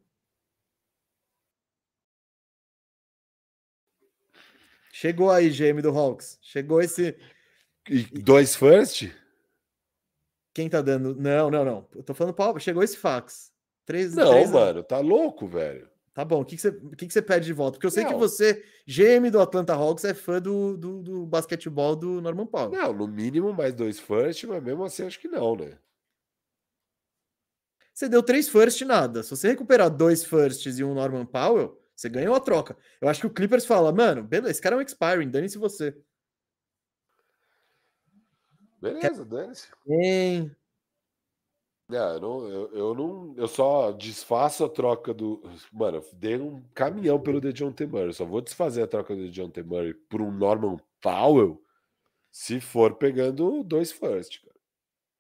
Speaker 1: Chegou aí, GM do Hawks. Chegou esse.
Speaker 2: E dois first?
Speaker 1: Quem tá dando? Não, não, não. Eu tô falando Powell. Chegou esse fax. Três,
Speaker 2: Não,
Speaker 1: três-
Speaker 2: mano, tá louco, velho.
Speaker 1: Tá bom. O que, que, você, o que, que você pede de volta? Porque eu sei que
Speaker 2: Não.
Speaker 1: você, GM do Atlanta Hawks, é fã do, do, do basquetebol do Norman Powell.
Speaker 2: Não, no mínimo mais dois first, mas mesmo assim acho que não, né?
Speaker 1: Você deu três firsts e nada. Se você recuperar dois firsts e um Norman Powell, você ganhou a troca. Eu acho que o Clippers fala, mano, beleza, esse cara é um expiring, dane-se você.
Speaker 2: Beleza, dane-se.
Speaker 1: Hein?
Speaker 2: É, eu, não, eu, eu não. Eu só desfaço a troca do. Mano, eu dei um caminhão pelo DeJounte Murray. Eu só vou desfazer a troca do DeJounte Murray por um Norman Powell se for pegando dois first, cara.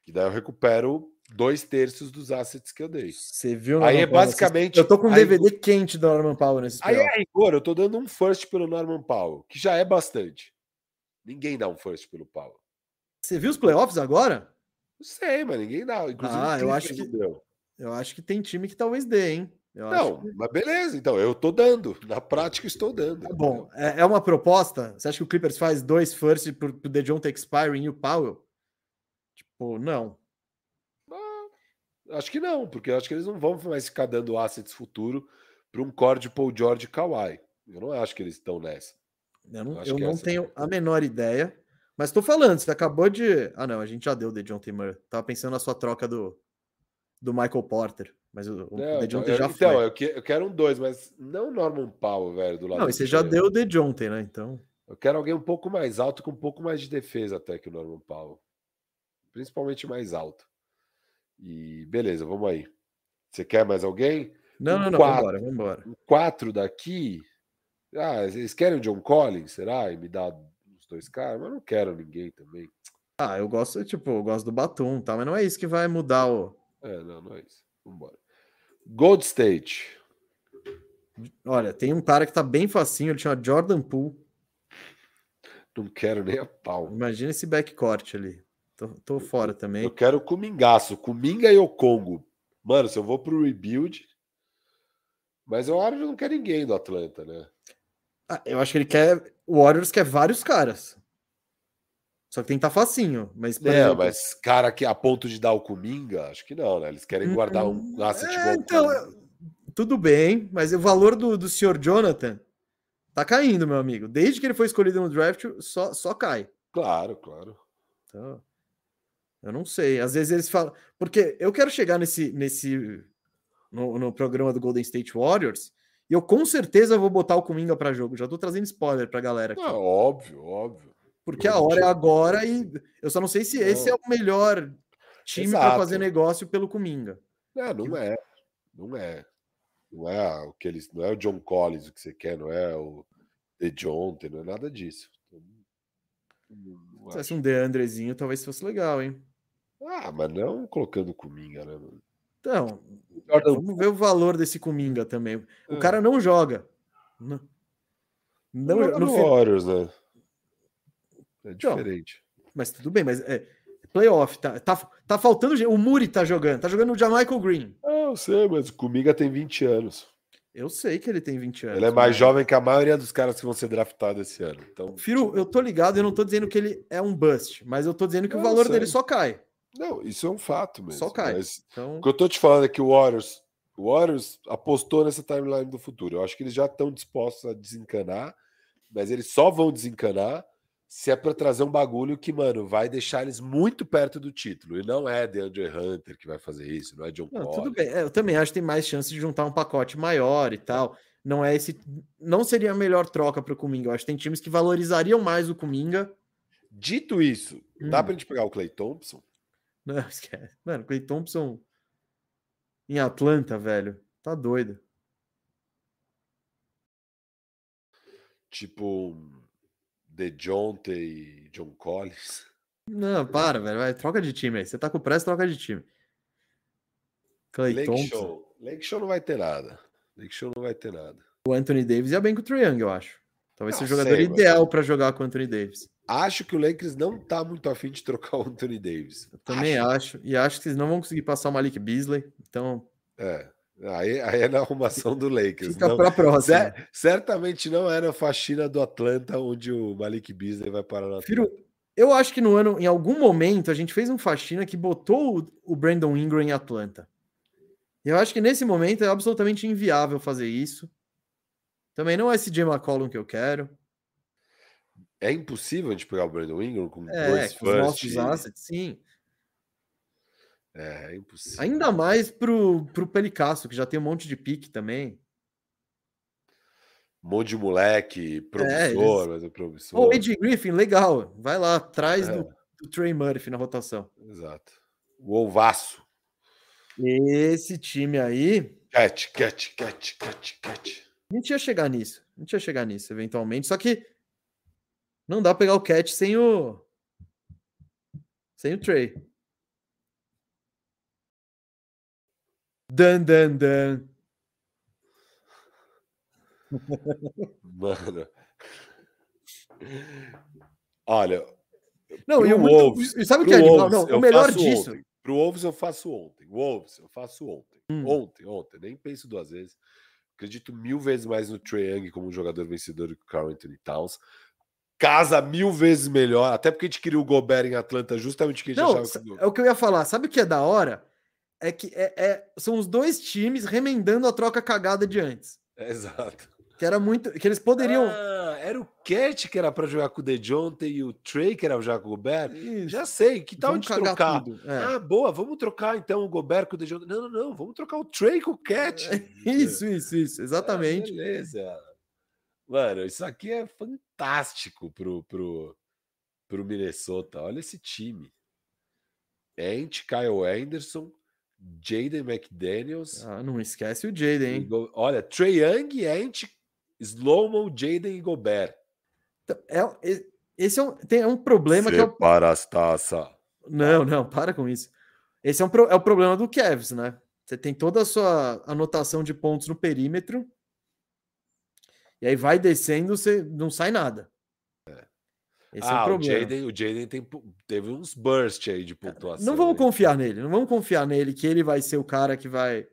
Speaker 2: Que daí eu recupero dois terços dos assets que eu dei.
Speaker 1: Você viu? o
Speaker 2: Aí é
Speaker 1: Norman Powell
Speaker 2: basicamente.
Speaker 1: nesse- Eu tô com um
Speaker 2: aí-
Speaker 1: DVD quente do Norman Powell nesse
Speaker 2: Aí é
Speaker 1: playoff.
Speaker 2: a rigor, eu tô dando um first pelo Norman Powell, que já é bastante. Ninguém dá um first pelo Powell.
Speaker 1: Você viu os playoffs agora?
Speaker 2: Não sei, mas ninguém dá. Inclusive,
Speaker 1: Ah,
Speaker 2: o
Speaker 1: eu acho
Speaker 2: Clippers
Speaker 1: que-
Speaker 2: não deu.
Speaker 1: Eu acho que tem time que talvez dê, hein? Eu acho
Speaker 2: Não,
Speaker 1: que-
Speaker 2: mas beleza, então. Eu tô dando. Na prática, eu estou dando.
Speaker 1: Tá bom, é, é uma proposta? Você acha que o Clippers faz dois firsts pro, pro DeJounte expiring e o Powell? Tipo, não.
Speaker 2: Acho que não, porque eu acho que eles não vão mais ficar dando assets futuro para um core de Paul George e Kawhi. Eu não acho que eles estão nessa.
Speaker 1: Eu não,
Speaker 2: acho
Speaker 1: eu
Speaker 2: que
Speaker 1: não
Speaker 2: essa é a
Speaker 1: tenho a menor ideia, mas tô falando, você acabou de. Ah, não, a gente já deu o DeJounte Murray. Tava pensando na sua troca do, do Michael Porter, mas o, o
Speaker 2: Não, então,
Speaker 1: DeJounte
Speaker 2: eu,
Speaker 1: já foi.
Speaker 2: então, eu, que- eu quero um dois, mas não Norman Powell, velho, do lado
Speaker 1: não, e
Speaker 2: do
Speaker 1: você já
Speaker 2: Jalen.
Speaker 1: deu o DeJounte, né? Então.
Speaker 2: Eu quero alguém um pouco mais alto, com um pouco mais de defesa até que o Norman Powell. Principalmente mais alto. E beleza, vamos aí. Você quer mais alguém?
Speaker 1: Não,
Speaker 2: Um
Speaker 1: não, não,
Speaker 2: quatro.
Speaker 1: vambora, vambora.
Speaker 2: Um quatro daqui. Ah, eles querem o John Collins, será? E me dá os dois caras? Mas eu não quero ninguém também.
Speaker 1: Ah, eu gosto, tipo, eu gosto do Batum, tá? Mas não é isso que vai mudar o.
Speaker 2: É, não, não é isso. Vambora. Gold State.
Speaker 1: Olha, tem um cara que tá bem facinho, ele chama Jordan Poole.
Speaker 2: Não quero nem a pau.
Speaker 1: Imagina esse backcourt ali. Tô, tô fora
Speaker 2: Eu
Speaker 1: também.
Speaker 2: quero o Kumingaço, Kuminga e o Congo. Mano, se eu vou pro rebuild. Mas eu acho que não quer ninguém do Atlanta, né?
Speaker 1: Ah, eu acho que ele quer. O Warriors quer vários caras. Só que tem que tá facinho. Mas, por
Speaker 2: Não,
Speaker 1: exemplo,
Speaker 2: É, mas cara que a ponto de dar o Cominga, acho que não, né? Eles querem
Speaker 1: Hum,
Speaker 2: guardar um asset
Speaker 1: é,
Speaker 2: igual ao
Speaker 1: então,
Speaker 2: Kuminga.
Speaker 1: Tudo bem, mas o valor do, do senhor Jonathan tá caindo, meu amigo. Desde que ele foi escolhido no draft, só, só cai.
Speaker 2: Claro, claro.
Speaker 1: Então, eu não sei. Às vezes eles falam. Porque eu quero chegar nesse. nesse no, no programa do Golden State Warriors. E eu com certeza vou botar o Cominga pra jogo. Já tô trazendo spoiler pra galera aqui.
Speaker 2: Não, óbvio, óbvio.
Speaker 1: porque a hora é agora e eu só não sei se esse é o melhor time pra
Speaker 2: Exato.
Speaker 1: fazer negócio pelo Cominga.
Speaker 2: Não,
Speaker 1: Tipo
Speaker 2: não é. Não é. Não é o que eles. Não é o John Collins o que você quer, não é o The John, não é nada disso. Então, não- não
Speaker 1: Se
Speaker 2: acho.
Speaker 1: tivesse um Deandrezinho, talvez fosse legal, hein?
Speaker 2: Ah, mas não colocando o Cominga, né? mano?
Speaker 1: Então,
Speaker 2: Jordan,
Speaker 1: Vamos ver o valor desse Cominga também. O
Speaker 2: Ah.
Speaker 1: cara não joga. Não, não,
Speaker 2: joga
Speaker 1: no
Speaker 2: no
Speaker 1: final-
Speaker 2: Warriors, né? É diferente.
Speaker 1: mas tudo bem, mas é playoff, tá, tá, tá faltando gente. O Muri tá jogando, tá jogando o Jamichael Green.
Speaker 2: Ah, eu sei, mas o Cominga tem 20 anos.
Speaker 1: Eu sei que ele tem 20 anos.
Speaker 2: Ele é mais
Speaker 1: mas-
Speaker 2: jovem que a maioria dos caras que vão ser draftados esse ano. Então,
Speaker 1: Firo, eu tô ligado, eu não tô dizendo que ele é um bust, mas eu tô dizendo que
Speaker 2: Eu
Speaker 1: o
Speaker 2: não
Speaker 1: valor
Speaker 2: sei.
Speaker 1: dele só cai.
Speaker 2: não, isso é um fato mesmo.
Speaker 1: Só cai.
Speaker 2: Mas
Speaker 1: Então,
Speaker 2: o que eu tô te falando é que o Warriors, o Warriors apostou nessa timeline do futuro. Eu acho que eles já estão dispostos a desencanar, mas eles só vão desencanar se é para trazer um bagulho que, mano, vai deixar eles muito perto do título. E não é DeAndre Hunter que vai fazer isso, não é John
Speaker 1: Não,
Speaker 2: Collins.
Speaker 1: tudo bem. É, Eu também acho que tem mais chance de juntar um pacote maior e tal. Não é esse. Não seria a melhor troca para o Cominga. Eu acho que tem times que valorizariam mais o Cominga.
Speaker 2: Dito isso, dá
Speaker 1: Hum.
Speaker 2: pra gente pegar o Clay Thompson?
Speaker 1: Não, esquece. Mano, Clay Thompson em Atlanta, velho. Tá doido.
Speaker 2: Tipo, DeJounte e John Collins?
Speaker 1: Não, para, velho. Vai, troca de time aí. Você tá com pressa, troca de time. Clay
Speaker 2: Lake
Speaker 1: Thompson.
Speaker 2: Show. Lake Show não vai ter nada. Lake Show não vai ter nada.
Speaker 1: O Anthony Davis ia bem com o Trae Young, eu acho. Talvez
Speaker 2: Não,
Speaker 1: seja o jogador
Speaker 2: sei, mas-
Speaker 1: ideal pra jogar com o Anthony Davis.
Speaker 2: Acho que o Lakers não tá muito afim de trocar o Anthony Davis.
Speaker 1: Também acho. E acho que eles não vão conseguir passar o Malik Beasley. Então,
Speaker 2: É. Aí, aí é na arrumação do Lakers.
Speaker 1: fica
Speaker 2: não-
Speaker 1: tá pra próxima. É,
Speaker 2: Cer- certamente não era a faxina do Atlanta onde o Malik Beasley vai parar na
Speaker 1: Firo, eu acho que no ano, em algum momento, a gente fez um faxina que botou o- o Brandon Ingram em Atlanta. E Eu acho que nesse momento é absolutamente inviável fazer isso. Também não é esse Jay McCollum que eu quero.
Speaker 2: É impossível a gente pegar o Brandon Ingram com
Speaker 1: É,
Speaker 2: dois
Speaker 1: com os
Speaker 2: first.
Speaker 1: nossos assets, sim.
Speaker 2: É, é impossível.
Speaker 1: Ainda mais pro, pro Pelicasso, que já tem um monte de pique também.
Speaker 2: Um monte de moleque, promissor, mas é promissor.
Speaker 1: Ou o Ed Griffin, legal. Vai lá, atrás
Speaker 2: É.
Speaker 1: do, do Trey Murphy na rotação.
Speaker 2: Exato. O Ovaço.
Speaker 1: Esse time aí,
Speaker 2: Cat, cat, cat, cat, cat.
Speaker 1: A gente ia chegar nisso. A gente ia chegar nisso, eventualmente. Só que não dá pra pegar o Cat sem o. Sem o Trey. Dan, dan, dan.
Speaker 2: Mano. Olha,
Speaker 1: Não, e
Speaker 2: Pro
Speaker 1: o muito-
Speaker 2: Wolves,
Speaker 1: e sabe o
Speaker 2: pro
Speaker 1: que é animal?
Speaker 2: Wolves,
Speaker 1: Não,
Speaker 2: eu
Speaker 1: o melhor
Speaker 2: faço
Speaker 1: disso.
Speaker 2: ontem. pro Wolves eu faço ontem. Wolves eu faço ontem.
Speaker 1: Hum.
Speaker 2: Ontem, ontem. Nem penso duas vezes. Acredito mil vezes mais no Trae Young como um jogador vencedor do que o Carl Anthony Towns. Casa mil vezes melhor. Até porque a gente queria o Gobert em Atlanta justamente que a gente
Speaker 1: Não,
Speaker 2: achava que...
Speaker 1: é o que eu ia falar. Sabe o que é da hora? É que é- é- são os dois times remendando a troca cagada de antes.
Speaker 2: É, Exato.
Speaker 1: Que era muito. Que eles poderiam.
Speaker 2: Ah, era o Cat que era pra jogar com o DeJounte e o Trey que era pra jogar com o Gobert.
Speaker 1: Isso,
Speaker 2: Já sei, que tal a
Speaker 1: vamos
Speaker 2: gente trocar?
Speaker 1: Então tudo. É.
Speaker 2: Ah, boa, vamos trocar então o Gobert com o DeJounte. Não, não, não, vamos trocar o Trey com o Cat.
Speaker 1: É. Isso, isso, isso. Exatamente.
Speaker 2: Ah, beleza. Mano, isso aqui é fantástico pro, pro, pro Minnesota. Olha esse time. Ant, Kyle Anderson, Jaden McDaniels.
Speaker 1: Ah, não esquece o Jaden,
Speaker 2: e
Speaker 1: hein?
Speaker 2: Go- Olha, Trae Young, Ant, Slowmo, Jaden e Gobert.
Speaker 1: Então, É, um- e- esse é um, tem, é um problema que é o...
Speaker 2: Separa as taças.
Speaker 1: Não, não, para com isso. Esse é, um, pro- é o problema do Cavs, né? Você tem toda a sua anotação de pontos no perímetro, e aí vai descendo, você não sai nada. Esse é
Speaker 2: ah,
Speaker 1: o
Speaker 2: o
Speaker 1: problema.
Speaker 2: Jaden, o Jaden tem pu- teve uns bursts aí de pontuação.
Speaker 1: Não vamos
Speaker 2: hein?
Speaker 1: confiar nele, não vamos confiar nele que ele vai ser o cara que vai.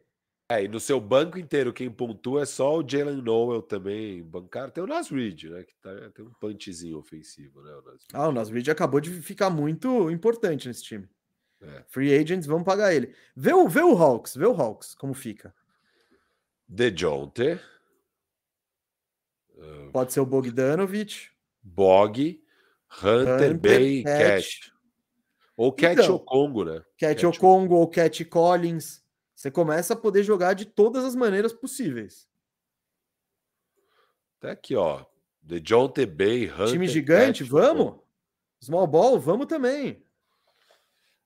Speaker 2: É, e no seu banco inteiro, quem pontua é só o Jalen Noel também, bancar. Tem o Nas Reed, né? Que tá, tem um punchzinho ofensivo, né? O Nas Reed.
Speaker 1: Ah, o Nasrid acabou de ficar muito importante nesse time.
Speaker 2: É.
Speaker 1: Free agents, vamos pagar ele. Vê o, vê o Hawks, vê o Hawks, como fica.
Speaker 2: DeJounte, ah,
Speaker 1: Pode ser o Bogdanovich,
Speaker 2: Bog, Hunter,
Speaker 1: Hunter,
Speaker 2: Bay,
Speaker 1: Cat.
Speaker 2: Cat. Ou Cat
Speaker 1: Então.
Speaker 2: ou Congo, né?
Speaker 1: Cat
Speaker 2: Cat
Speaker 1: Okongo ou Cat Collins. Você começa a poder jogar de todas as maneiras possíveis.
Speaker 2: Tá aqui, ó. DeJounte, Bay, Hunter.
Speaker 1: Time gigante,
Speaker 2: Cat, Okongo.
Speaker 1: vamos? Small ball, vamos também.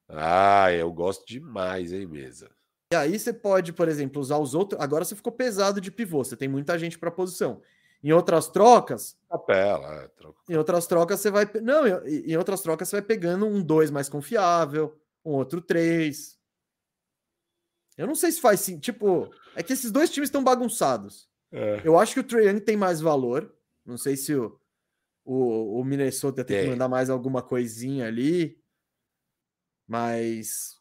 Speaker 2: Ah, eu gosto demais, hein, mesa.
Speaker 1: E aí você pode, por exemplo, usar os outros. Agora você ficou pesado de pivô, você tem muita gente para posição. Em outras trocas,
Speaker 2: Capela, é, troca.
Speaker 1: em outras trocas você vai. pe- Não, em em outras trocas você vai pegando um 2 mais confiável, um outro 3. Eu não sei se faz sim. Tipo, é que esses dois times estão bagunçados.
Speaker 2: É.
Speaker 1: Eu acho que o Trae Young tem mais valor. Não sei se o, o, o Minnesota tem que
Speaker 2: Tem.
Speaker 1: mandar mais alguma coisinha ali. Mas.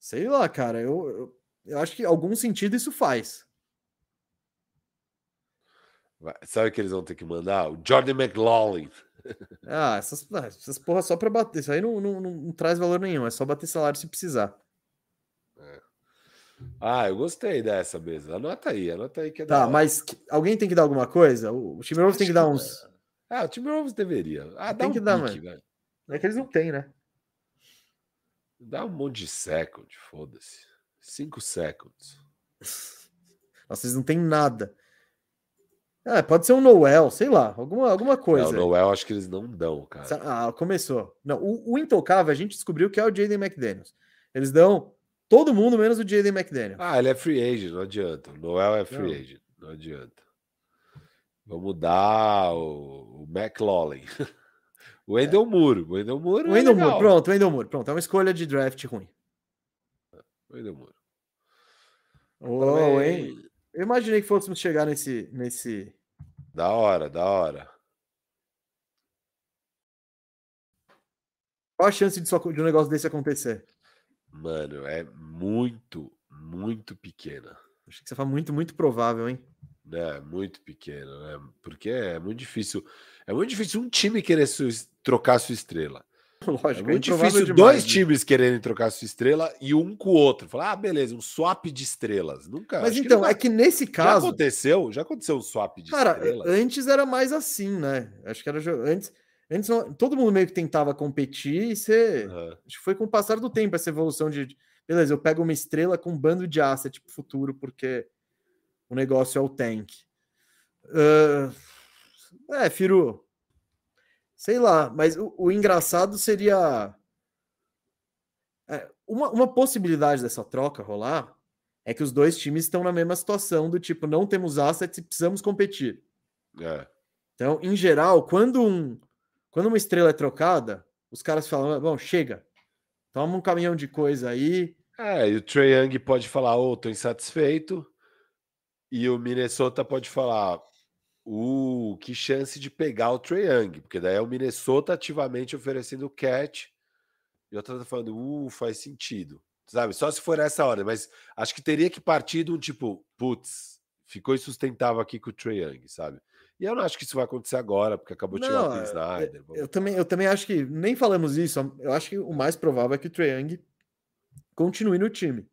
Speaker 1: Sei lá, cara. Eu, eu, eu acho que algum sentido isso faz.
Speaker 2: Vai- Sabe o que eles vão ter que mandar? O Jordan McLaughlin.
Speaker 1: Ah, essas, ah, essas porra só pra bater. Isso aí não, não, não, não traz valor nenhum. É só bater salário se precisar.
Speaker 2: Ah, eu gostei dessa mesa. Anota aí, anota aí que é da
Speaker 1: Tá,
Speaker 2: hora.
Speaker 1: mas que- alguém tem que dar alguma coisa? O, o Timberwolves tem
Speaker 2: Acho
Speaker 1: que dar
Speaker 2: que
Speaker 1: uns.
Speaker 2: Ah, o Timberwolves deveria. Ah, dá
Speaker 1: Tem
Speaker 2: um
Speaker 1: que dar,
Speaker 2: pique,
Speaker 1: mano.
Speaker 2: velho.
Speaker 1: É que eles não têm, né?
Speaker 2: Dá um monte de second, foda-se. Cinco seconds. É,
Speaker 1: Nossa, vocês não têm nada. Ah, pode ser um Noel, sei lá, alguma, alguma coisa.
Speaker 2: Não, o Noel acho que eles não dão, cara.
Speaker 1: Sa- Ah, começou. Não, o, o intocável a gente descobriu que é o Jaden McDaniels. Eles dão todo mundo menos o Jaden McDaniels.
Speaker 2: Ah, ele é free agent, não adianta. O Noel é free
Speaker 1: Não.
Speaker 2: agent, não adianta. Vamos dar o, o McLaughlin. o Wendell Moore. O Wendell Moore.
Speaker 1: o
Speaker 2: é
Speaker 1: Wendell Moore,
Speaker 2: legal.
Speaker 1: pronto, o Wendell Moore, pronto. É uma escolha de draft ruim.
Speaker 2: O Wendell Moore.
Speaker 1: Oh,
Speaker 2: Também-
Speaker 1: hein? Eu imaginei que fôssemos chegar nesse, nesse.
Speaker 2: Da hora, da hora.
Speaker 1: Qual a chance disso, acon- de um negócio desse acontecer?
Speaker 2: Mano, é muito, muito pequena.
Speaker 1: Acho que você fala muito, muito provável, hein?
Speaker 2: Né? Muito pequena, né? Porque é muito difícil. É muito difícil um time querer sua es- trocar sua estrela. É
Speaker 1: Lógico,
Speaker 2: muito
Speaker 1: improvável
Speaker 2: difícil
Speaker 1: demais,
Speaker 2: dois
Speaker 1: né?
Speaker 2: times quererem trocar sua estrela e um com o outro. Falar, ah, beleza, um swap de estrelas. Nunca.
Speaker 1: Mas
Speaker 2: acho que
Speaker 1: então,
Speaker 2: nunca-
Speaker 1: é que nesse
Speaker 2: Já
Speaker 1: caso.
Speaker 2: aconteceu? Já aconteceu um swap de
Speaker 1: Cara,
Speaker 2: estrelas?
Speaker 1: antes era mais assim, né? Acho que era. jo- Antes, antes não- todo mundo meio que tentava competir e você.
Speaker 2: Aham.
Speaker 1: Acho que foi com o passar do tempo essa evolução de. Beleza, eu pego uma estrela com um bando de asset pro futuro, porque o negócio é o tank. Ah, é, Firu. Sei lá, mas o, o engraçado seria. É, uma, uma possibilidade dessa troca rolar é que os dois times estão na mesma situação do tipo, não temos assets e precisamos competir.
Speaker 2: É.
Speaker 1: Então, em geral, quando, um, quando uma estrela é trocada, os caras falam: "Ah, bom, chega, toma um caminhão de coisa aí.
Speaker 2: É, e o Trae Young pode falar, ô, tô insatisfeito. E o Minnesota pode falar, uh, que chance de pegar o Trae Young. Porque daí é o Minnesota ativamente oferecendo o catch. E outra tá falando, uh, faz sentido. Sabe, só se for essa hora. Mas acho que teria que partir de um tipo, putz, ficou insustentável aqui com o Trae Young, sabe? E eu não acho que isso vai acontecer agora, porque acabou de tirar
Speaker 1: Não,
Speaker 2: o Quinn
Speaker 1: é-
Speaker 2: Snyder. vamos-
Speaker 1: Eu também, eu também acho que nem falamos isso. Eu acho que o mais provável é que o Trae Young continue no time.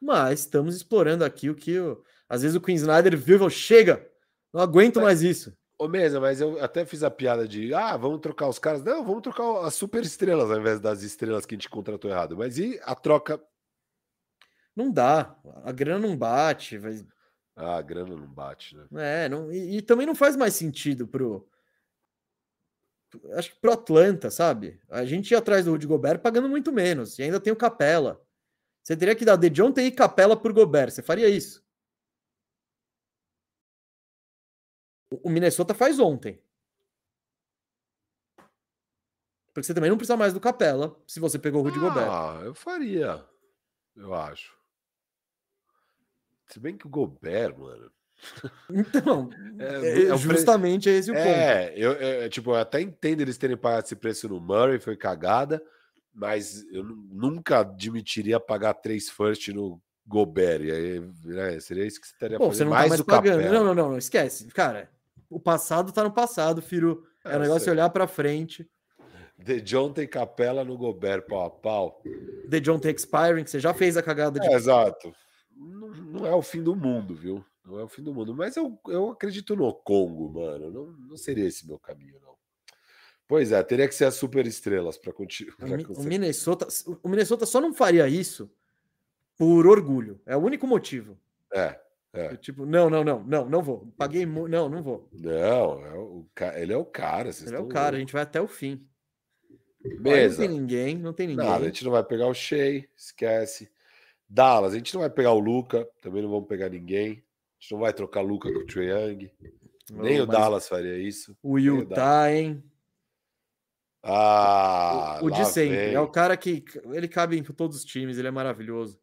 Speaker 1: Mas estamos explorando aqui o que o- às vezes o Queen Snyder viu e falou: chega, não aguento
Speaker 2: É.
Speaker 1: mais isso.
Speaker 2: Ô, Mesa, mas eu até fiz a piada de ah, vamos trocar os caras. Não, vamos trocar as super estrelas ao invés das estrelas que a gente contratou errado. Mas e a troca?
Speaker 1: Não dá, a grana não bate, vai,
Speaker 2: Ah, a grana não bate, né?
Speaker 1: É, não, e, e também não faz mais sentido pro. Acho que pro Atlanta, sabe? A gente ia atrás do Rudy Gobert pagando muito menos. E ainda tem o Capela. Você teria que dar de Jonte e Capela por Gobert. Você faria isso? O o Minnesota faz ontem. Porque você também não precisa mais do Capela se você pegou o Rudy Gobert.
Speaker 2: Ah, eu faria, eu acho. Se bem que o Gobert, mano.
Speaker 1: Então,
Speaker 2: É,
Speaker 1: é-
Speaker 2: é o pre-
Speaker 1: justamente é esse o ponto.
Speaker 2: É, eu, eu- tipo, eu até entendo eles terem pagado esse preço no Murray, foi cagada, mas eu nu- nunca admitiria pagar três first no Gobert. E aí, né, seria isso que você estaria
Speaker 1: Pô,
Speaker 2: fazendo.
Speaker 1: você não
Speaker 2: mais
Speaker 1: tá mais
Speaker 2: o
Speaker 1: pagando.
Speaker 2: Capela.
Speaker 1: Não, não, não, não, esquece. Cara, o passado tá no passado, Firu. É
Speaker 2: Eu
Speaker 1: um negócio de
Speaker 2: sei.
Speaker 1: olhar pra frente.
Speaker 2: De John tem capela no Gobert, pau a pau.
Speaker 1: The John T. Expiring, que você já fez a cagada de.
Speaker 2: É, exato. Não, não é o fim do mundo, viu? Não é o fim do mundo. Mas eu, eu acredito no Congo, mano. Não, não seria esse meu caminho, não. Pois é, teria que ser as super estrelas para continuar.
Speaker 1: O É um Mi- o Minnesota, o Minnesota só não faria isso por orgulho. É o único motivo.
Speaker 2: É, é.
Speaker 1: Eu, tipo, não, não, não, não, não vou. Paguei muito. Não, não vou.
Speaker 2: Não, é o, ca- ele é o cara. Vocês
Speaker 1: Ele é o
Speaker 2: estão
Speaker 1: cara, a
Speaker 2: loucos.
Speaker 1: gente vai até o fim. Ó, aí Não
Speaker 2: Beleza.
Speaker 1: tem ninguém, não tem ninguém.
Speaker 2: Nada, a gente não vai pegar o Shea, esquece. Dallas, a gente não vai pegar o Luca, também não vamos pegar ninguém. A gente não vai trocar Luca com o Trae Young. Nem
Speaker 1: Oh,
Speaker 2: o
Speaker 1: mas
Speaker 2: Dallas faria isso.
Speaker 1: O
Speaker 2: nem o
Speaker 1: Utah, hein?
Speaker 2: Ah,
Speaker 1: o de
Speaker 2: lá
Speaker 1: sempre.
Speaker 2: vem.
Speaker 1: É o cara que. Ele cabe em todos os times, ele é maravilhoso.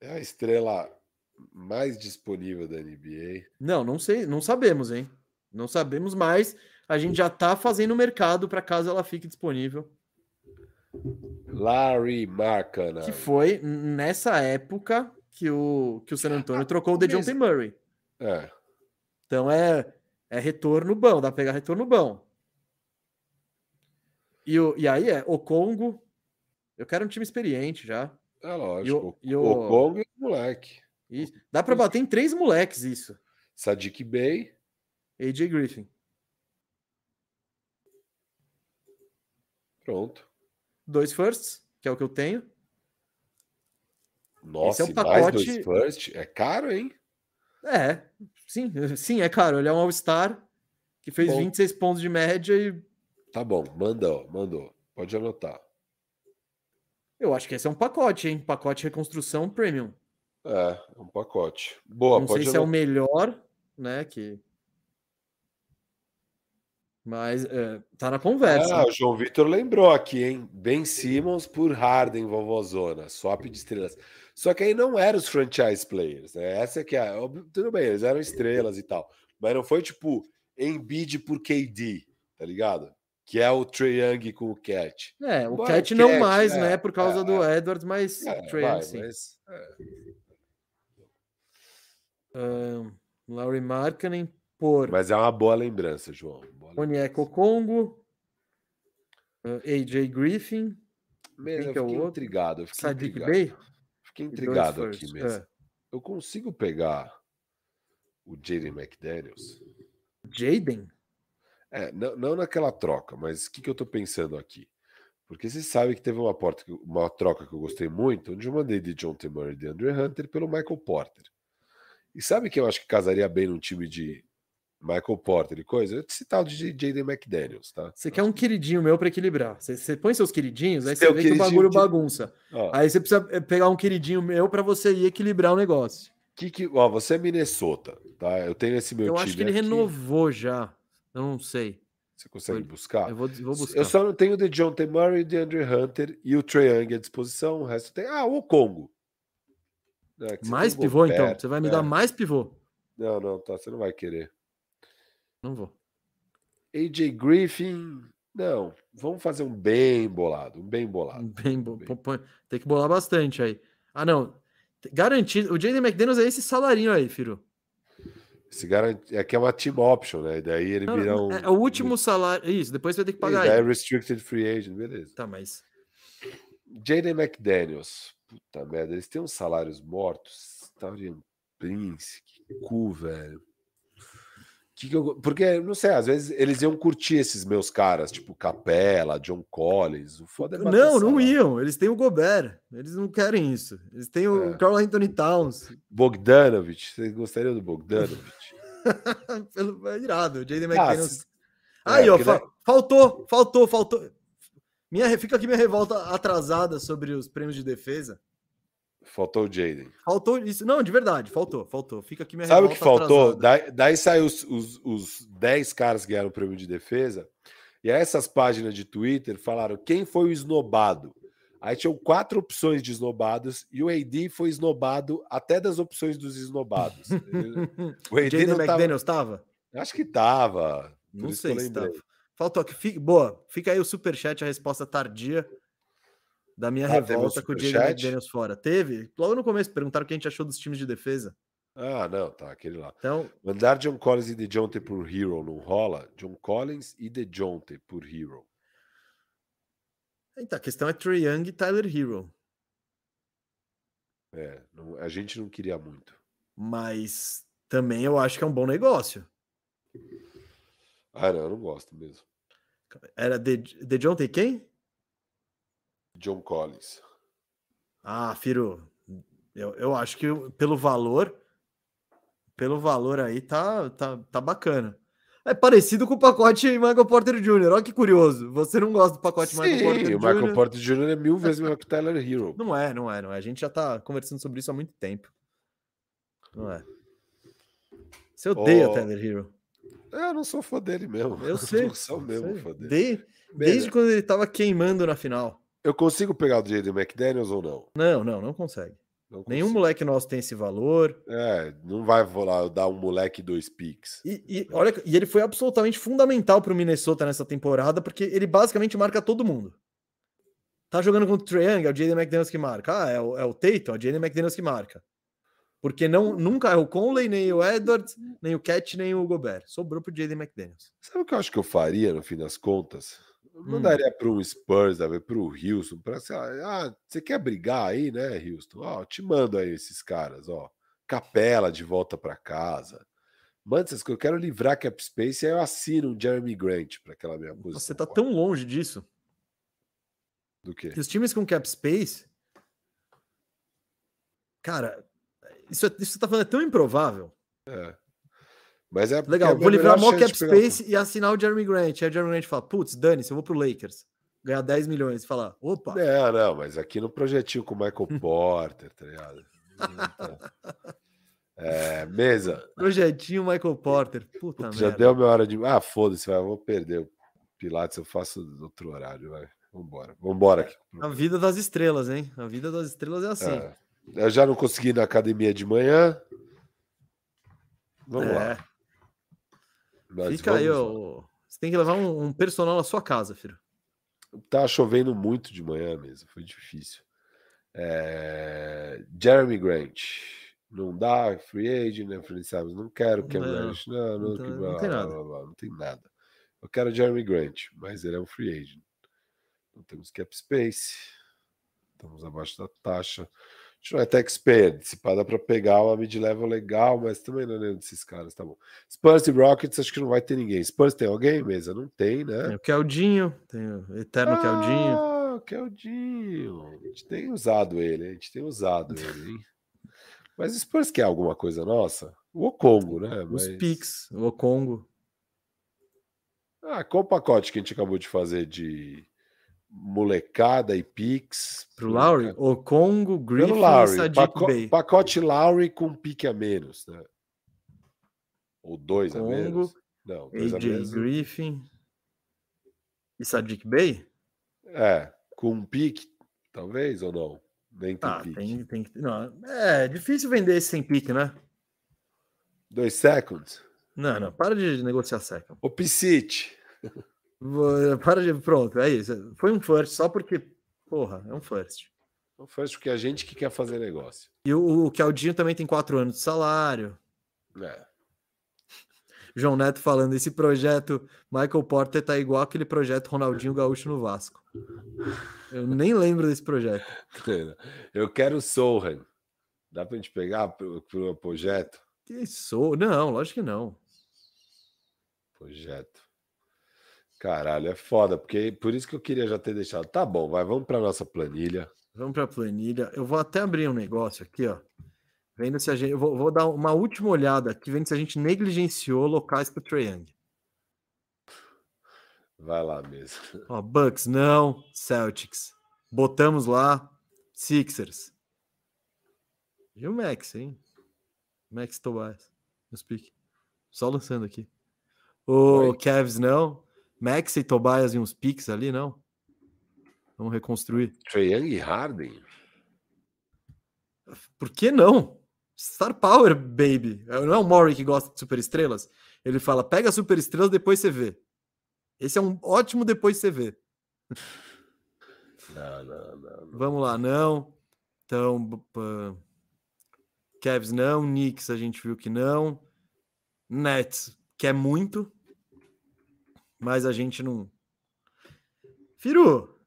Speaker 2: É a estrela mais disponível da NBA.
Speaker 1: Não, não sei, não sabemos, hein? Não sabemos mais. A gente já tá fazendo o mercado para caso ela fique disponível.
Speaker 2: Larry Markkanen.
Speaker 1: Que foi n- nessa época que o, que o San Antonio trocou o DeJounte
Speaker 2: beleza.
Speaker 1: Murray.
Speaker 2: É.
Speaker 1: Então é, é retorno bom, dá pra pegar retorno bom. E, o, e aí é o Congo. Eu quero um time experiente já.
Speaker 2: É
Speaker 1: E o,
Speaker 2: lógico.
Speaker 1: e
Speaker 2: O,
Speaker 1: o-
Speaker 2: o Congo e o moleque.
Speaker 1: e dá pra bater em três moleques isso.
Speaker 2: Sadiq Bey.
Speaker 1: AJ Griffin.
Speaker 2: Pronto.
Speaker 1: Dois firsts, que é o que eu tenho.
Speaker 2: Nossa,
Speaker 1: é um
Speaker 2: e
Speaker 1: pacote-
Speaker 2: mais dois first. É caro, hein?
Speaker 1: É, sim, sim, é caro. Ele é um All-Star que fez
Speaker 2: Bom.
Speaker 1: 26 pontos de média e
Speaker 2: Tá bom, manda, ó, mandou. Pode anotar.
Speaker 1: eu acho que esse é um pacote, hein? Pacote reconstrução premium.
Speaker 2: É, é um pacote. Boa,
Speaker 1: Não sei
Speaker 2: pode
Speaker 1: se é o
Speaker 2: anotar.
Speaker 1: melhor, né? Que... Mas é, tá na conversa.
Speaker 2: Ah, o João Vitor lembrou aqui, hein? Ben Simmons por Harden, vovozona. Swap de estrelas. Só que aí não eram os franchise players, né? Essa que é. óbvio, Tudo bem, eles eram estrelas e tal. Mas não foi tipo Embiid por KD, tá ligado? Que é o Trae Young com o Cat.
Speaker 1: É, o
Speaker 2: Bora,
Speaker 1: Cat não
Speaker 2: Cat,
Speaker 1: mais,
Speaker 2: é,
Speaker 1: né? Por causa do Edwards, mas
Speaker 2: É,
Speaker 1: Trae
Speaker 2: vai,
Speaker 1: sim.
Speaker 2: mas, é,
Speaker 1: Larry Markkanen por
Speaker 2: mas é uma boa lembrança, João. Boa
Speaker 1: Onyeko Congo, AJ eh, Griffin,
Speaker 2: Mesmo,
Speaker 1: Quem
Speaker 2: eu
Speaker 1: que é o
Speaker 2: fiquei
Speaker 1: outro?
Speaker 2: intrigado. Eu fiquei
Speaker 1: Sadiq
Speaker 2: intrigado,
Speaker 1: Bey.
Speaker 2: fiquei
Speaker 1: dois
Speaker 2: intrigado aqui
Speaker 1: first,
Speaker 2: mesmo.
Speaker 1: é.
Speaker 2: Eu consigo pegar o Jaden McDaniels?
Speaker 1: Jaden?
Speaker 2: É, não, não naquela troca, mas o que, que eu tô pensando aqui? Porque você sabe que teve uma, porta, que eu- uma troca que eu gostei muito, onde eu mandei de John T. Murray e de Andrew Hunter pelo Michael Porter. E sabe que eu acho que casaria bem num time de Michael Porter e coisa? Eu te citar o de Jaden McDaniels, tá?
Speaker 1: Você quer um queridinho meu para equilibrar. Você, você põe seus queridinhos, aí
Speaker 2: Seu
Speaker 1: você vê que o
Speaker 2: queridinho
Speaker 1: bagulho
Speaker 2: de-
Speaker 1: bagunça.
Speaker 2: Ó,
Speaker 1: Aí você precisa eh, pegar um queridinho meu para você ir equilibrar o negócio.
Speaker 2: que que, ó, você é Minnesota, tá? Eu tenho esse meu
Speaker 1: Eu
Speaker 2: time
Speaker 1: acho que ele
Speaker 2: aqui.
Speaker 1: renovou já. Eu não sei.
Speaker 2: Você consegue
Speaker 1: Olha,
Speaker 2: buscar?
Speaker 1: Eu vou, vou buscar.
Speaker 2: Eu só não tenho o de John T. Murray, o de Andrew Hunter e o Trae Young à disposição. O resto tem. Ah, o Congo. É, que você
Speaker 1: Mais
Speaker 2: tem o
Speaker 1: pivô, então?
Speaker 2: Gobert.
Speaker 1: Você vai me
Speaker 2: é.
Speaker 1: dar mais pivô?
Speaker 2: Não, não, tá. Você não vai querer.
Speaker 1: Não vou.
Speaker 2: AJ Griffin. Não. Vamos fazer um bem bolado. Um bem bolado.
Speaker 1: Bem, bo-
Speaker 2: bem.
Speaker 1: pô- põe- Tem que bolar bastante aí. Ah, não. T- Garantido. O Jaden McDaniels é esse salarinho aí, Firo.
Speaker 2: Esse garante... é que é uma team option, né? E daí ele
Speaker 1: Não,
Speaker 2: vira um.
Speaker 1: É, é o último salário. Isso, depois você vai ter que
Speaker 2: E
Speaker 1: pagar
Speaker 2: daí é
Speaker 1: aí.
Speaker 2: restricted free agent, beleza.
Speaker 1: Tá, mas.
Speaker 2: Jaden McDaniels. Puta merda, eles têm uns salários mortos. Taurian Prince, que cu, velho. Que que eu- porque, não sei, às vezes eles iam curtir esses meus caras, tipo Capela, John Collins. O foda é bater
Speaker 1: Não, não
Speaker 2: salário.
Speaker 1: iam. Eles têm o Gobert. Eles não querem isso. Eles têm o
Speaker 2: É.
Speaker 1: Carl Anthony Towns.
Speaker 2: Bogdanovich, vocês gostariam do Bogdanovich?
Speaker 1: Pelo, é irado. O Jaden
Speaker 2: Ah,
Speaker 1: McDaniels.
Speaker 2: se-
Speaker 1: Aí,
Speaker 2: é,
Speaker 1: ó.
Speaker 2: porque
Speaker 1: fa-
Speaker 2: daí-
Speaker 1: Faltou, faltou, faltou. Minha, re- fica aqui minha revolta atrasada sobre os prêmios de defesa.
Speaker 2: Faltou o Jaden.
Speaker 1: Faltou isso. Não, de verdade, faltou, faltou. Fica aqui minha
Speaker 2: Sabe o que
Speaker 1: revolta
Speaker 2: faltou?
Speaker 1: atrasada.
Speaker 2: Daí, daí saiu os, os, os 10 caras que ganharam o prêmio de defesa. E aí essas páginas de Twitter falaram quem foi o esnobado. Aí tinham quatro opções de esnobados e o AD foi esnobado até das opções dos esnobados. o AD
Speaker 1: Jaden
Speaker 2: não tava,
Speaker 1: McDaniels estava?
Speaker 2: Acho que tava. Por
Speaker 1: Não
Speaker 2: isso que
Speaker 1: sei
Speaker 2: eu
Speaker 1: se tá.
Speaker 2: lembrei.
Speaker 1: Faltou aqui. Fica, boa, fica aí o superchat, a resposta tardia da minha
Speaker 2: Ah, teve um
Speaker 1: revolta com o Diego
Speaker 2: superchat?
Speaker 1: McDaniels fora. Teve? Logo no começo, perguntaram o que a gente achou dos times de defesa.
Speaker 2: Ah, não, tá, aquele lá.
Speaker 1: Então,
Speaker 2: Mandar John Collins e DeJounte por Hero não rola? John Collins e DeJounte por Hero.
Speaker 1: então a questão é Trey Young e Tyler Hero.
Speaker 2: É, não- a gente não queria muito.
Speaker 1: Mas também eu acho que é um bom negócio.
Speaker 2: Ah, não, eu não gosto mesmo.
Speaker 1: Era de, de John tem quem?
Speaker 2: John Collins.
Speaker 1: Ah, Firo, eu, eu acho que eu- pelo valor, pelo valor aí tá, tá, tá bacana. É parecido com o pacote Michael Porter Jr. Olha que curioso. Você não gosta do pacote Michael Porter
Speaker 2: Sim,
Speaker 1: Jr.
Speaker 2: o Michael Porter Jr. é mil vezes melhor que o Tyler Hero.
Speaker 1: Não é, não é, não é. A gente já tá conversando sobre isso há muito tempo. Não é. Você odeia
Speaker 2: Ô,
Speaker 1: Tyler Hero.
Speaker 2: Eu não sou fã dele mesmo.
Speaker 1: Eu sei.
Speaker 2: Não sou mesmo
Speaker 1: sei.
Speaker 2: fã dele.
Speaker 1: De-
Speaker 2: Beleza.
Speaker 1: desde quando ele tava queimando na final.
Speaker 2: Eu consigo pegar o Jaden McDaniels ou não?
Speaker 1: Não, não, não consegue.
Speaker 2: Não
Speaker 1: Nenhum
Speaker 2: consigo.
Speaker 1: moleque nosso tem esse valor.
Speaker 2: É, não vai rolar eu dar um moleque dois picks.
Speaker 1: E, e olha, e ele foi absolutamente fundamental para o Minnesota nessa temporada, porque ele basicamente marca todo mundo. Tá jogando contra o Trae Young, é o Jaden McDaniels que marca. Ah, é o, é o Tatum, é o Jaden McDaniels que marca. Porque não, nunca é o Conley, nem o Edwards, nem o Cat, nem o Gobert. Sobrou pro Jaden McDaniels.
Speaker 2: Sabe o que eu acho que eu faria no fim das contas? Eu
Speaker 1: Hum.
Speaker 2: mandaria para um Spurs, para pro Houston, para sei lá, ah, você quer brigar aí, né, Houston? Ó, te mando aí esses caras, ó. Capela de volta para casa. Manda essas coisas, eu quero
Speaker 1: tá
Speaker 2: livrar Cap Space e aí eu assino um Jeremy Grant para aquela minha posição.
Speaker 1: Você tá tão longe disso.
Speaker 2: Do quê?
Speaker 1: E os times com cap space. Cara, isso, é- isso que você tá falando é tão improvável.
Speaker 2: É. Mas é porque é
Speaker 1: Legal,
Speaker 2: a
Speaker 1: vou livrar
Speaker 2: melhor
Speaker 1: mó
Speaker 2: chance
Speaker 1: cap
Speaker 2: de pegar um-
Speaker 1: space e assinar o Jeremy Grant. Aí o Jeremy Grant fala: putz, dane-se, eu vou pro Lakers. Ganhar 10 milhões e falar: opa,
Speaker 2: É, não, mas aqui no projetinho com o Michael Porter, tá ligado? Então, É, mesa.
Speaker 1: projetinho Michael Porter. Puta
Speaker 2: Putz, já
Speaker 1: merda.
Speaker 2: deu minha hora de. Ah, foda-se, vai, eu vou perder o Pilates, eu faço outro horário, vai. Vambora. Vambora aqui.
Speaker 1: A vida das estrelas, hein? A vida das estrelas é assim.
Speaker 2: um- É, eu já não consegui ir na academia de manhã. Vamos
Speaker 1: É,
Speaker 2: lá. nós
Speaker 1: fica aí,
Speaker 2: vamos lá.
Speaker 1: ó. Você tem que levar um, um personal na sua casa, filho.
Speaker 2: Tava tá chovendo muito de manhã mesmo, foi difícil. É, Jeremy Grant. Não dá, free agent, né? Free Sabbath, não quero Cam
Speaker 1: Não, então
Speaker 2: Reddish, não, não,
Speaker 1: não
Speaker 2: que
Speaker 1: tem-
Speaker 2: blá,
Speaker 1: não tem
Speaker 2: blá,
Speaker 1: nada.
Speaker 2: blá, blá, não tem nada. Eu quero Jeremy Grant, mas ele é um free agent. Não temos cap space, estamos abaixo da taxa. A gente não é taxpayer, se pá, dá para pegar uma mid-level legal, mas também não é nenhum desses caras, tá bom. Spurs e Rockets, acho que não vai ter ninguém. Spurs tem alguém, mesa? Não tem, né?
Speaker 1: Tem o Keldinho, tem o Eterno Tá Keldinho.
Speaker 2: Ah, o Keldinho. A gente tem usado ele, a gente tem usado ele, hein? Mas o Spurs quer alguma coisa nossa? O Congo, né?
Speaker 1: Os
Speaker 2: Mas-
Speaker 1: Pix, o Congo.
Speaker 2: Ah, qual o pacote que a gente acabou de fazer de molecada e Pix?
Speaker 1: Pro Lowry,
Speaker 2: Molecada-
Speaker 1: o Congo, Griffin
Speaker 2: Pelo
Speaker 1: e
Speaker 2: Lowry.
Speaker 1: Sadiq
Speaker 2: paco-
Speaker 1: Bey.
Speaker 2: Pacote Lowry com pique a menos, né? Ou dois a
Speaker 1: Congo,
Speaker 2: menos? Não, dois a
Speaker 1: AJ
Speaker 2: menos.
Speaker 1: Griffin e Sadiq Bey?
Speaker 2: É, com um pique, talvez ou não? Nem tem
Speaker 1: Ah,
Speaker 2: pique.
Speaker 1: tem, tem que. Não, é difícil vender esse sem pique, né?
Speaker 2: Dois seconds?
Speaker 1: Não, não, para de negociar seca.
Speaker 2: O Psic.
Speaker 1: Vou- Para de. Pronto, é isso. Foi um first, só porque. Porra, é um first.
Speaker 2: Não faz porque a gente que quer fazer negócio.
Speaker 1: E o, o Keldinho também tem quatro anos de salário.
Speaker 2: É.
Speaker 1: João Neto falando: esse projeto Michael Porter tá igual aquele projeto Ronaldinho Gaúcho no Vasco. Eu nem lembro desse projeto.
Speaker 2: Eu quero o Sohan. Dá pra gente pegar pro, pro projeto?
Speaker 1: Que sou? Não, lógico que não.
Speaker 2: Projeto. Caralho, é foda, porque por isso que eu queria já ter deixado. Tá bom, vai, vamos pra nossa planilha.
Speaker 1: Vamos para a planilha. Eu vou até abrir um negócio aqui, ó. Vendo se a gente. Eu vou, vou dar uma última olhada aqui, vendo se a gente negligenciou locais para o Young.
Speaker 2: Vai lá mesmo.
Speaker 1: Ó, Bucks, não. Celtics. Botamos lá. Sixers. E o Max, hein? Max Tobias. Nos pique. Só lançando aqui. O
Speaker 2: Oi.
Speaker 1: Cavs, não. Max e Tobias e uns picks ali, não. Vamos reconstruir.
Speaker 2: Trae Young e Harden?
Speaker 1: Por que não? Star Power, baby. Não é o Maury que gosta de superestrelas? Ele fala, pega a superestrela, depois você vê. Esse é um ótimo depois você vê.
Speaker 2: Não, não, não.
Speaker 1: Vamos lá, não. Então, b- pã. Cavs não, Knicks a gente viu que não. Nets quer muito, mas a gente não. Firu!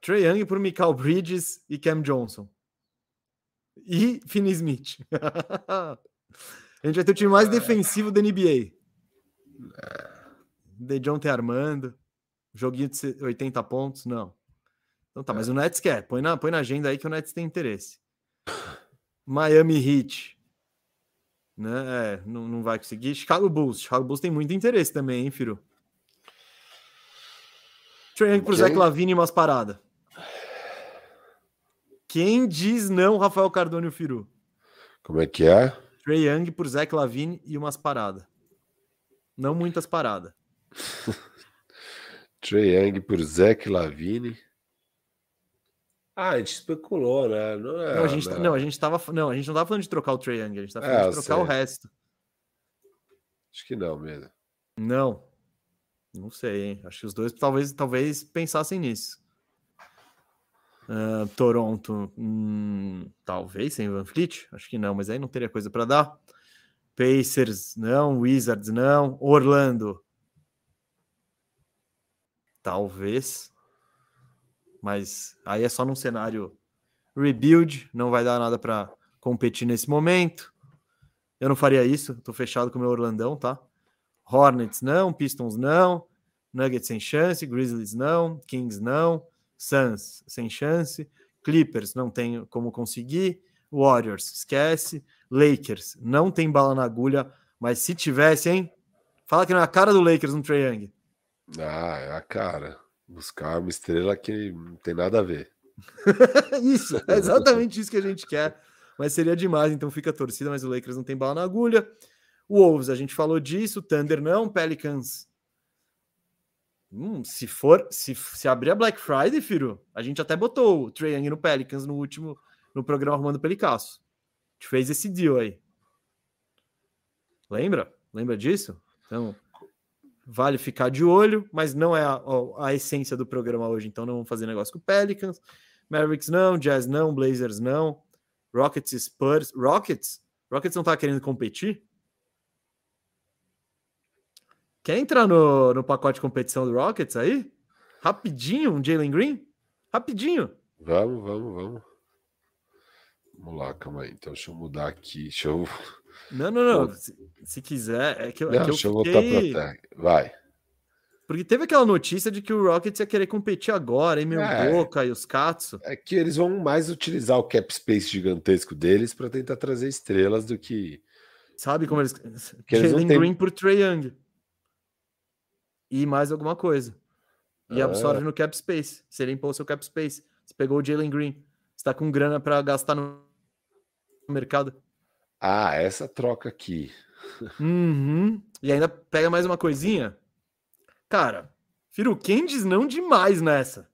Speaker 1: Trae Young por Michael Bridges e Cam Johnson. E Finney Smith. a gente vai ter o time mais defensivo da NBA. É. De John Armando. Joguinho de se- 80 pontos, não. Então tá, mas o Nets quer. Põe na, põe na agenda aí que o Nets tem interesse. Miami Heat. Né? É, não, não vai conseguir. Chicago Bulls. Chicago Bulls tem muito interesse também, hein, Firo? Trae Young pro
Speaker 2: Ok.
Speaker 1: Zach Lavine e umas paradas. Quem diz não, Rafael Cardone e o Firu?
Speaker 2: Como é que é?
Speaker 1: Trae Young por Zach Lavine e umas paradas. Não muitas paradas.
Speaker 2: Trae Young por Zach Lavine. Ah, a gente especulou, né? Não, é,
Speaker 1: Não, a gente, tá- não, a gente tava, não, a gente não tava falando de trocar o Trae Young, a gente tava
Speaker 2: É,
Speaker 1: falando
Speaker 2: eu
Speaker 1: de trocar o
Speaker 2: sei.
Speaker 1: resto.
Speaker 2: Acho que não mesmo.
Speaker 1: Não. Não sei, hein? Acho que os dois talvez, talvez pensassem nisso. Ah, Toronto, hum, talvez sem Van Fleet, acho que não, mas aí não teria coisa para dar. Pacers, não. Wizards, não. Orlando, talvez, mas aí é só num cenário rebuild, não vai dar nada para competir nesse momento. Eu não faria isso, tô fechado com o meu Orlandão, tá? Hornets não, Pistons não, Nuggets sem chance, Grizzlies não, Kings não, Suns, sem chance. Clippers, não tem como conseguir. Warriors, esquece. Lakers, não tem bala na agulha, mas se tivesse, hein? Fala que não é a cara do Lakers no Trae Young.
Speaker 2: Ah, é a cara. Buscar uma estrela que não tem nada a ver.
Speaker 1: isso, é exatamente isso que a gente quer. Mas seria demais, então fica a torcida, mas o Lakers não tem bala na agulha. O Wolves, a gente falou disso, Thunder não, Pelicans. Hum, se for, se, se abrir a Black Friday, Firo, a gente até botou o Trae Young no Pelicans no último, no programa Armando Pelicasso. A gente fez esse deal aí. Lembra? Lembra disso? Então, vale ficar de olho, mas não é a, a, a, essência do programa hoje, então não vamos fazer negócio com Pelicans, Mavericks não, Jazz não, Blazers não, Rockets Spurs, Rockets? Rockets não tá querendo competir? Quer entrar no, no pacote de competição do Rockets aí? Rapidinho, um Jalen Green? Rapidinho.
Speaker 2: Vamos, vamos, vamos. Vamos lá, calma aí. Então, deixa eu mudar aqui. Deixa eu
Speaker 1: não, não, não. Se, se, quiser, é que,
Speaker 2: não,
Speaker 1: é que eu
Speaker 2: deixa eu voltar fiquei... para terra. Vai.
Speaker 1: Porque teve aquela notícia de que o Rockets ia querer competir agora, e meu é, Boca e os Katsu.
Speaker 2: É que eles vão mais utilizar o cap space gigantesco deles para tentar trazer estrelas do que.
Speaker 1: Sabe como eles. Que eles Jalen tem... Green por Trae Young. E mais alguma coisa. E ah. absorve no cap space. Você limpou o seu cap space. Você pegou o Jalen Green. Você tá com grana para gastar no mercado.
Speaker 2: Ah, essa troca aqui.
Speaker 1: Uhum. E ainda pega mais uma coisinha. Cara, Firo, quem diz não demais nessa?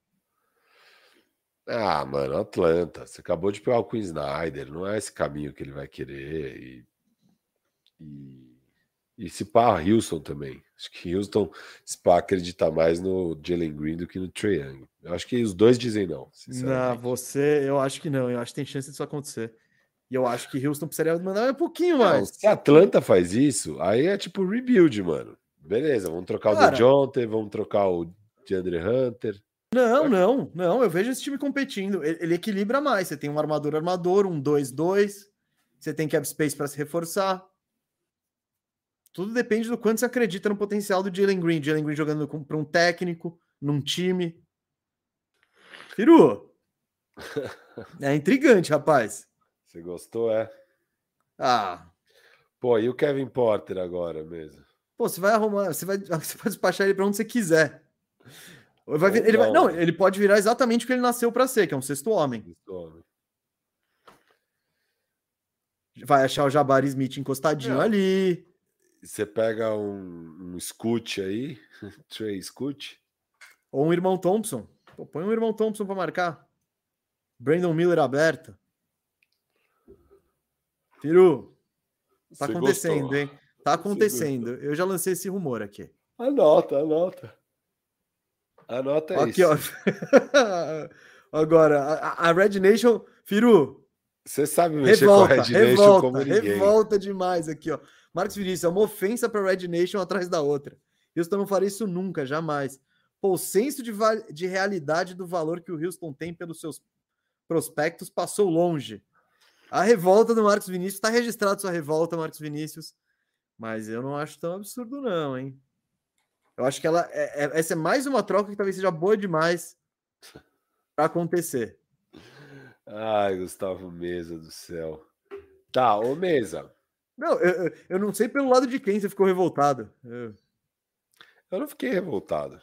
Speaker 2: Ah, mano, Atlanta. Você acabou de pegar o Queen Snyder. Não é esse caminho que ele vai querer. E, e, e se pá, Houston também. Acho que Houston, se pá, acredita mais no Jalen Green do que no Trae Young. Eu acho que os dois dizem não,
Speaker 1: Não, você... Eu acho que não. Eu acho que tem chance disso acontecer. E eu acho que Houston precisaria mandar um pouquinho mais. Não,
Speaker 2: se Atlanta faz isso, aí é tipo rebuild, mano. Beleza, vamos trocar Cara, o DeJounte, vamos trocar o DeAndre Hunter.
Speaker 1: Não, não, não. Eu vejo esse time competindo. Ele, ele equilibra mais. Você tem um armador-armador, um 2-2. Você tem cap space para se reforçar. Tudo depende do quanto você acredita no potencial do Jalen Green. Jalen Green jogando para um técnico, num time. Firu, é intrigante, rapaz.
Speaker 2: Você gostou, é?
Speaker 1: Ah.
Speaker 2: Pô, e o Kevin Porter agora mesmo?
Speaker 1: Pô, você vai arrumar, você vai, você pode despachar ele para onde você quiser. Vai, ele não. Vai, não, ele pode virar exatamente o que ele nasceu para ser, que é um sexto homem. Sexto
Speaker 2: né?
Speaker 1: homem. Vai achar o Jabari Smith encostadinho é. ali.
Speaker 2: Você pega um, um Scoot aí, Trey
Speaker 1: Tá
Speaker 2: Scoot.
Speaker 1: Ou um irmão Thompson. Pô, põe um irmão Thompson para marcar. Brandon Miller aberto. Firu, tá Você acontecendo, gostou. hein? Tá acontecendo. Eu já lancei esse rumor aqui.
Speaker 2: Anota, anota. Anota
Speaker 1: aqui, isso. Ó. Agora, a, a, Red Nation, Firu.
Speaker 2: Você sabe
Speaker 1: mexer revolta, com a Red Nation revolta, como ninguém. Revolta demais aqui, ó. Marcos Vinícius, é uma ofensa para Red Nation atrás da outra. Houston não faria isso nunca, jamais. Pô, o senso de, de realidade do valor que o Houston tem pelos seus prospectos passou longe. A revolta do Marcos Vinícius. Está registrado sua revolta, Marcos Vinícius. Mas eu não acho tão absurdo, não, hein? Eu acho que ela. É, é, essa é mais uma troca que talvez seja boa demais para acontecer.
Speaker 2: Ai, Gustavo Mesa do céu. Tá, ô Mesa.
Speaker 1: Não, eu, eu, eu não sei pelo lado de quem você ficou revoltado.
Speaker 2: Eu, eu não fiquei revoltado.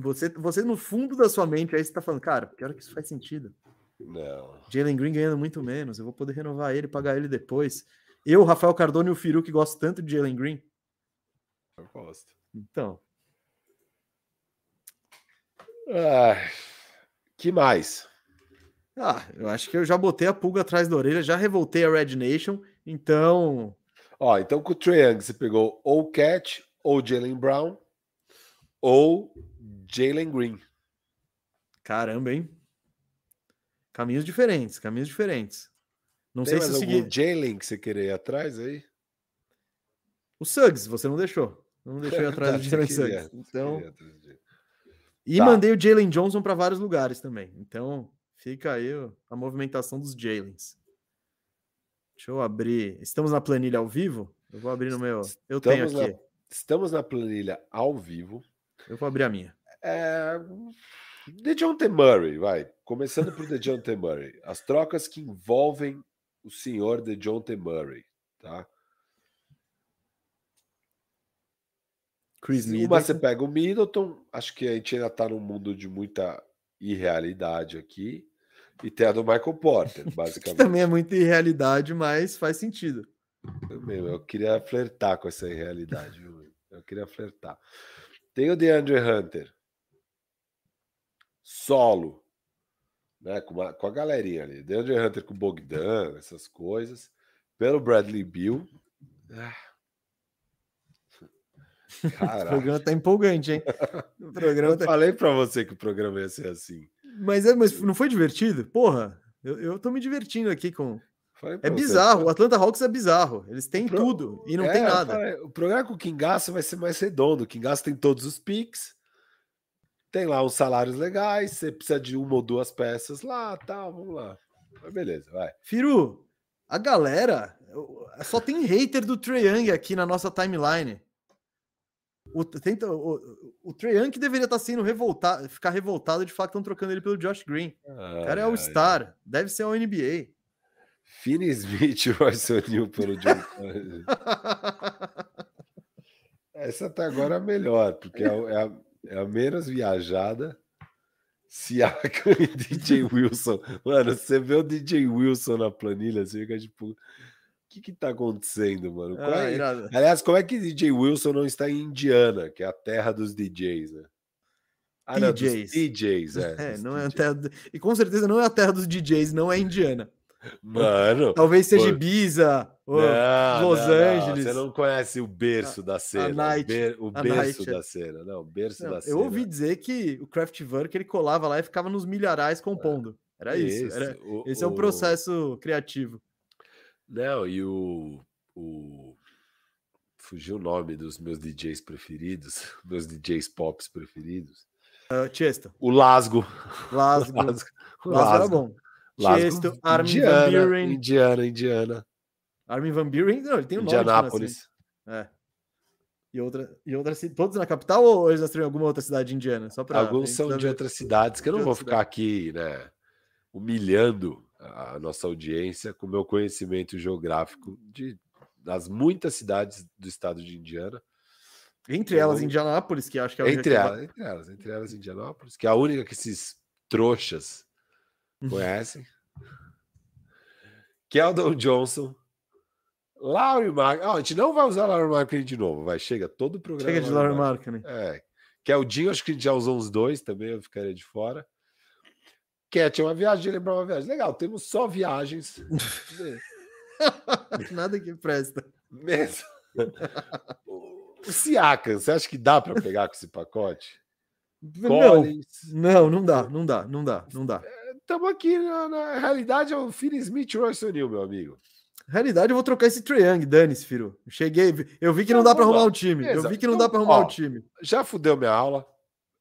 Speaker 1: Você, você, no fundo da sua mente, aí você tá falando, cara, pior que isso faz sentido.
Speaker 2: Não.
Speaker 1: Jalen Green ganhando muito menos. Eu vou poder renovar ele, pagar ele depois. Eu, Rafael Cardone e o Firu, que gosto tanto de Jalen Green.
Speaker 2: Eu gosto.
Speaker 1: Então.
Speaker 2: Ah, que mais?
Speaker 1: Ah, eu acho que eu já botei a pulga atrás da orelha, já revoltei a Red Nation, então.
Speaker 2: Ó, então com o Triangle você pegou ou Cat, ou Jalen Brown, ou Jalen Green.
Speaker 1: Caramba, hein? Caminhos diferentes, caminhos diferentes. Não sei
Speaker 2: Tem
Speaker 1: se
Speaker 2: eu segui. Jalen que você queria ir atrás aí?
Speaker 1: O Suggs, você não deixou. Não deixou ir atrás do Jalen Suggs. Então... E tá. mandei o Jalen Johnson para vários lugares também. Então fica aí a movimentação dos Jalen's. Deixa eu abrir. Estamos na planilha ao vivo? Eu vou abrir no meu. Eu
Speaker 2: estamos
Speaker 1: tenho aqui.
Speaker 2: Na... Estamos na planilha ao vivo.
Speaker 1: Eu vou abrir a minha.
Speaker 2: É DeJounte Murray, vai. Começando por DeJounte Murray. As trocas que envolvem o senhor DeJounte Murray, tá?
Speaker 1: Chris
Speaker 2: Uma você pega o Middleton, acho que a gente ainda tá num mundo de muita irrealidade aqui. E tem a do Michael Porter,
Speaker 1: que
Speaker 2: basicamente.
Speaker 1: também é muita irrealidade, mas faz sentido.
Speaker 2: Meu, eu queria flertar com essa irrealidade. viu? Eu queria flertar. Tem o DeAndre Hunter. Solo. Né, com, uma- com a galerinha ali. DeAndre Hunter com o Bogdan, essas coisas. Pelo Bradley Bill. Ah.
Speaker 1: O
Speaker 2: Caraca.
Speaker 1: programa tá empolgante, hein? O programa
Speaker 2: Eu
Speaker 1: tá...
Speaker 2: falei pra você que o programa ia ser assim.
Speaker 1: mas, é, mas não foi divertido? Porra, eu, eu tô me divertindo aqui com.
Speaker 2: Falei pra
Speaker 1: É
Speaker 2: você.
Speaker 1: bizarro, o Atlanta Hawks é bizarro. Eles têm
Speaker 2: Pro-
Speaker 1: tudo e não
Speaker 2: É,
Speaker 1: tem
Speaker 2: eu
Speaker 1: nada.
Speaker 2: falei, o programa com o Kingaço vai ser mais redondo. O Kingaço tem todos os piques. Tem lá uns salários legais. Você precisa de uma ou duas peças lá, tal. Vamos lá. Mas beleza, vai.
Speaker 1: Firu, a galera eu- só tem hater do Trae Young aqui na nossa timeline. O, tenta, o, o Trae Young que deveria estar sendo revoltado, ficar revoltado de fato estão trocando ele pelo Josh Green. O cara é
Speaker 2: Ai,
Speaker 1: All Star, deve ser o NBA.
Speaker 2: ai. Finney Smith e Royce O'Neal pelo John Collins. Essa até agora é a melhor, porque é, a- é a, é a menos viajada. Siakam e DJ Wilson. Mano, você vê o DJ Wilson na planilha, você fica tipo... O que que tá acontecendo, mano? Qual
Speaker 1: Ah,
Speaker 2: é-
Speaker 1: irado.
Speaker 2: Aliás, como é que DJ Wilson não está em Indiana, que é a terra dos DJs, né? Ah, não, dos
Speaker 1: DJs.
Speaker 2: DJs, é.
Speaker 1: É,
Speaker 2: dos
Speaker 1: não é a
Speaker 2: DJs.
Speaker 1: terra do- E com certeza não é a terra dos DJs, não é indiana.
Speaker 2: Mano.
Speaker 1: Talvez seja
Speaker 2: Pô.
Speaker 1: Ibiza. ou-
Speaker 2: não,
Speaker 1: Los
Speaker 2: não, não,
Speaker 1: Angeles.
Speaker 2: Você não conhece o berço da cena.
Speaker 1: night,
Speaker 2: o ber- o
Speaker 1: a
Speaker 2: berço
Speaker 1: night, é.
Speaker 2: da cena. Não, o berço
Speaker 1: Não,
Speaker 2: da cena.
Speaker 1: eu ouvi dizer que o Kraftwerk ele colava lá e ficava nos milharais compondo. Era isso. era-
Speaker 2: o-
Speaker 1: Esse é um
Speaker 2: o-
Speaker 1: processo criativo.
Speaker 2: Não, e o, o. Fugiu o nome dos meus DJs preferidos, meus DJs pops preferidos.
Speaker 1: Uh, Tiesto,
Speaker 2: O Lasgo.
Speaker 1: Lasgo. Lasgo, é
Speaker 2: Lasgo.
Speaker 1: era
Speaker 2: Lasgo.
Speaker 1: bom.
Speaker 2: é
Speaker 1: Tiesto,
Speaker 2: um
Speaker 1: Armin
Speaker 2: Indiana,
Speaker 1: Van Buren.
Speaker 2: Indiana, Indiana.
Speaker 1: Armin Van Buren, não, ele tem um nome. de nascimento.
Speaker 2: Indianápolis.
Speaker 1: É. E outra, e outra, ci- todos na capital ou eles nasceram em alguma outra cidade indiana? Só pra, a
Speaker 2: Alguns
Speaker 1: gente
Speaker 2: são de
Speaker 1: saber.
Speaker 2: outras cidades, que eu
Speaker 1: De
Speaker 2: não vou
Speaker 1: outras
Speaker 2: ficar aqui, né, humilhando a nossa audiência com o meu conhecimento geográfico de, das muitas cidades do estado de Indiana.
Speaker 1: Entre elas,
Speaker 2: Eu-
Speaker 1: Indianápolis, que acho que é onde
Speaker 2: entre,
Speaker 1: aqui-
Speaker 2: elas, entre elas, entre elas Indianópolis, que é a única que esses trouxas conhecem. Keldon Johnson. Laurie Mark. Ah, a gente não vai usar Laurie Mark de novo, vai. Chega todo o programa.
Speaker 1: Chega de né?
Speaker 2: Laurie
Speaker 1: Laurie Markkinen.
Speaker 2: É. Que é o Dinho, acho que já usou uns dois também, eu ficaria de fora. Cat é uma viagem, lembrar uma viagem. Legal, temos só viagens. né?
Speaker 1: Nada que presta.
Speaker 2: Mesmo. O o Siakam, você acha que dá para pegar com esse pacote? Collins.
Speaker 1: Não, não, não dá, não dá, não dá, não dá.
Speaker 2: Estamos aqui, na, na realidade, é o Finney Smith e Royce O'Neal, meu amigo.
Speaker 1: Na realidade, eu vou trocar esse Trae Young, dane-se, Firu. Cheguei, vi- eu vi que não
Speaker 2: Então,
Speaker 1: dá pra
Speaker 2: vamos
Speaker 1: arrumar
Speaker 2: lá.
Speaker 1: o time. Eu
Speaker 2: Beleza.
Speaker 1: vi que não
Speaker 2: Então,
Speaker 1: dá pra arrumar
Speaker 2: ó,
Speaker 1: o time.
Speaker 2: já fudeu minha aula.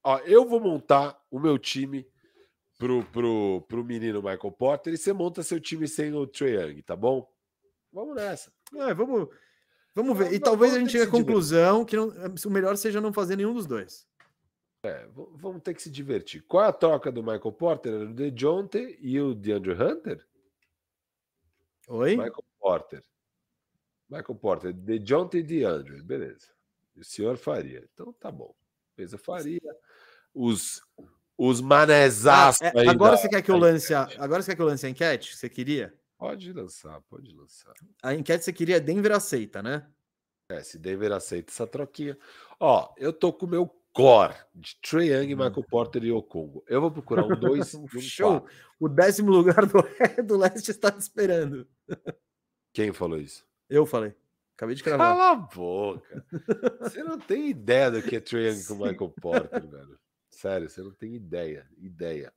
Speaker 2: Ó, eu vou montar o meu time pro, pro, pro menino Michael Porter e você monta seu time sem o Trae Young, tá bom? Vamos nessa.
Speaker 1: É, vamos, vamos ver. E
Speaker 2: Vamos-
Speaker 1: talvez a gente
Speaker 2: vamos
Speaker 1: chegue à
Speaker 2: decidir,
Speaker 1: conclusão que não- o melhor seja não fazer nenhum dos dois.
Speaker 2: É, v- vamos ter que se divertir. Qual é a troca do Michael Porter? Era o DeJounte e o DeAndre Hunter?
Speaker 1: Oi?
Speaker 2: Michael Porter. Michael Porter, DeJounte e DeAndre, beleza. E O senhor faria. Então tá bom. Beleza, faria. Os, os
Speaker 1: Ah,
Speaker 2: manezaços
Speaker 1: é,
Speaker 2: aí
Speaker 1: agora
Speaker 2: da-
Speaker 1: você quer que eu lance a, agora você quer que eu lance a enquete? Você queria?
Speaker 2: Pode lançar, pode lançar.
Speaker 1: A enquete você queria Denver aceita, né?
Speaker 2: É, se Denver aceita essa troquinha. Ó, eu tô com o meu core de Trae
Speaker 1: Hum.
Speaker 2: Young, Michael Porter e Okongo. Eu vou procurar um 2 e um
Speaker 1: Show.
Speaker 2: Show.
Speaker 1: O décimo lugar do, do leste está te esperando.
Speaker 2: Quem falou isso?
Speaker 1: Eu falei. Acabei de cravar.
Speaker 2: Cala a boca. Você não tem ideia do que é Trae Young com Michael Porter, velho. Sério, você não tem ideia. Ideia.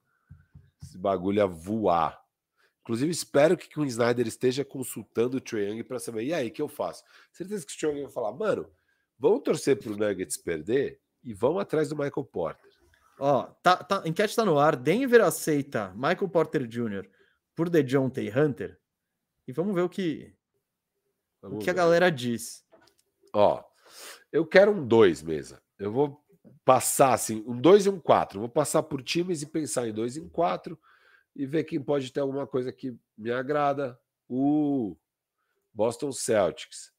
Speaker 2: Esse bagulho a voar. Inclusive, espero que o Snyder esteja consultando o Trae Young para saber, e aí, o que eu faço? Certeza que o Trae Young vai falar, mano, vamos torcer pro Nuggets perder e vamos atrás do Michael Porter.
Speaker 1: Ó, tá, tá, a enquete tá no ar. Denver aceita Michael Porter Jr. por DeJounte Hunter. E vamos ver o que, o
Speaker 2: Vamos
Speaker 1: que a
Speaker 2: ver.
Speaker 1: galera diz.
Speaker 2: Ó, eu quero um 2 mesa. Eu vou passar assim, um 2 e um 4. Vou passar por times e pensar em 2 e 4 e ver quem pode ter alguma coisa que me agrada. O Boston Celtics.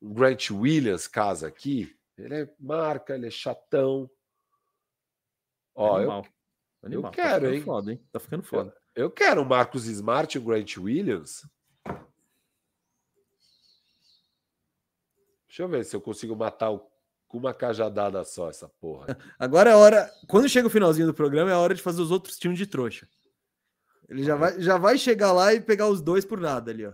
Speaker 2: O Grant Williams casa aqui. Ele é marca, ele é chatão. Ó,
Speaker 1: Animal.
Speaker 2: eu,
Speaker 1: Animal.
Speaker 2: eu quero,
Speaker 1: tá ficando
Speaker 2: hein?
Speaker 1: Foda, hein? Tá ficando foda.
Speaker 2: Eu quero o Marcos Smart e o Grant Williams. Deixa eu ver se eu consigo matar o- com uma cajadada só essa porra.
Speaker 1: Agora é a hora. Quando chega o finalzinho do programa, é a hora de fazer os outros times de trouxa. Ele já vai, já vai chegar lá e pegar os dois por nada ali, ó.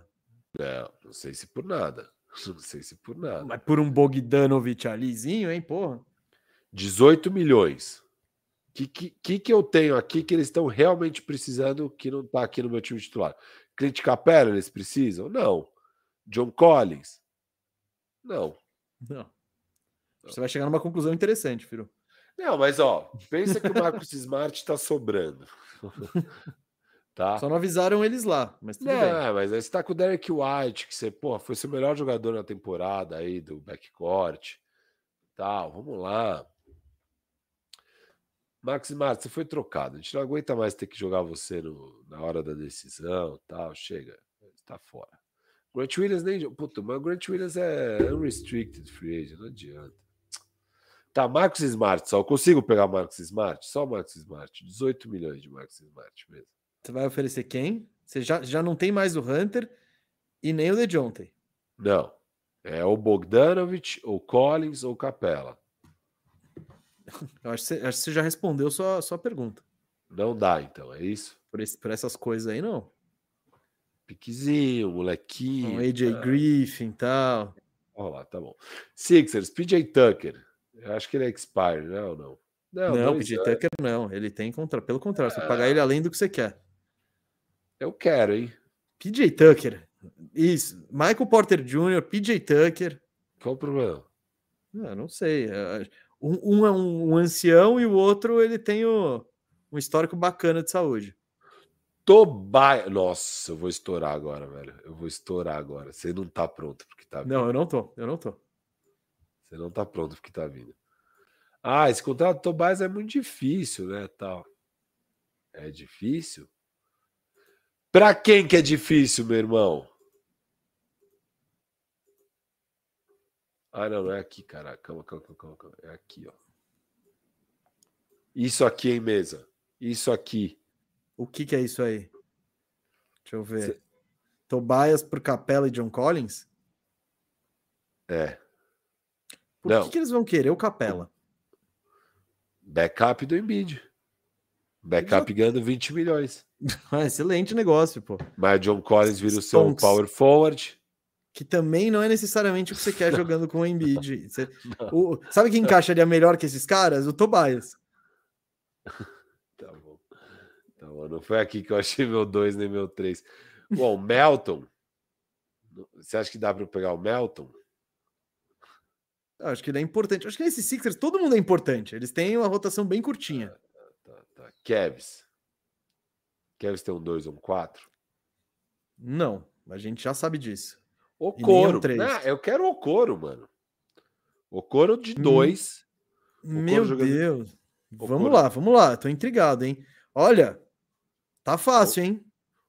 Speaker 2: Não, não sei se por nada. Não sei se por nada.
Speaker 1: Mas por um Bogdanovich alizinho, hein, porra?
Speaker 2: 18 milhões. O que, que, que, que eu tenho aqui que eles estão realmente precisando que não tá aqui no meu time titular? Clint Capela, eles precisam? Não. John Collins? Não.
Speaker 1: Não. Você vai chegar numa conclusão interessante, Firo.
Speaker 2: Não, mas ó, pensa que o Marcos Smart tá sobrando. tá?
Speaker 1: Só não avisaram eles lá, mas tudo bem.
Speaker 2: Não, mas aí você tá com o Derek White, que você, porra, foi seu melhor jogador na temporada aí do backcourt. Tal, vamos lá. Marcos Smart, você foi trocado. A gente não aguenta mais ter que jogar você no- na hora da decisão, tal, chega. Tá fora. Grant Williams nem, puta, mas o Grant Williams é unrestricted free agent, não adianta. Tá, Marcos Smart, só eu consigo pegar Marcos Smart, só Marcos Smart, 18 milhões de Marcos Smart mesmo.
Speaker 1: Você vai oferecer quem? Você já, já não tem mais o Hunter e nem o DeJounte.
Speaker 2: Não. É ou Bogdanovich, ou Collins, ou Capela.
Speaker 1: Eu acho que você, acho que você já respondeu sua, sua pergunta.
Speaker 2: Não dá, então, é isso?
Speaker 1: Por, esse, por essas coisas aí, não.
Speaker 2: Piquezinho,
Speaker 1: Um
Speaker 2: molequinho.
Speaker 1: AJ Griffin e tal.
Speaker 2: Olha lá, tá bom. Sixers, PJ Tucker. Eu acho que ele é expire, né? Ou não? Não,
Speaker 1: não, o
Speaker 2: dois
Speaker 1: PJ
Speaker 2: anos.
Speaker 1: Tucker não. Ele tem contra. Pelo contrário, você vai pagar ele além do que você quer.
Speaker 2: é, Eu quero, hein?
Speaker 1: PJ Tucker. Isso. Michael Porter Jr., PJ Tucker.
Speaker 2: Qual o problema?
Speaker 1: Ah, não sei. é, Um, um é um, um ancião e o outro ele tem o- um histórico bacana de saúde.
Speaker 2: Tobias. Nossa, eu vou estourar agora, velho. Eu vou estourar agora. Você não tá pronto porque tá vindo.
Speaker 1: Não, eu não tô. Eu não tô.
Speaker 2: Você não tá pronto porque tá vindo. Ah, esse contrato do Tobias é muito difícil, né? Tal. É difícil? Pra quem que é difícil, meu irmão? Ah, não, não é aqui, cara. Calma, calma, calma, calma, calma. É aqui, ó. Isso aqui, hein, mesa? Isso aqui.
Speaker 1: O que que é isso aí? Deixa eu ver.
Speaker 2: Cê-
Speaker 1: Tobias por Capela e John Collins?
Speaker 2: É.
Speaker 1: Por
Speaker 2: Não.
Speaker 1: que, que eles vão querer o Capela?
Speaker 2: Backup do Embiid. Backup ganhando 20 milhões.
Speaker 1: Ah, excelente negócio, pô.
Speaker 2: Mas John Collins vira o seu
Speaker 1: Stonks.
Speaker 2: power forward.
Speaker 1: que também não é necessariamente o que você quer jogando com o Embiid. Você- o- sabe quem encaixaria melhor que esses caras? O Tobias.
Speaker 2: Tá bom. Tá bom. Não foi aqui que eu achei meu 2 nem meu 3. Bom, o Melton. Você acha que dá para eu pegar o Melton?
Speaker 1: Eu acho que ele é importante. Eu acho que nesse Sixers todo mundo é importante. Eles têm uma rotação bem curtinha.
Speaker 2: Tá, tá. Kevs. Kevs tem um 2 ou um 4?
Speaker 1: Não, a gente já sabe disso.
Speaker 2: O
Speaker 1: E nem é um
Speaker 2: Coro.
Speaker 1: três.
Speaker 2: Ah, eu quero o Coro, mano. O Coro de
Speaker 1: Hum.
Speaker 2: 2.
Speaker 1: Meu
Speaker 2: jogando-
Speaker 1: Deus.
Speaker 2: O
Speaker 1: Vamos
Speaker 2: Coro-
Speaker 1: lá, vamos lá. Tô intrigado, hein? Olha, tá fácil, hein?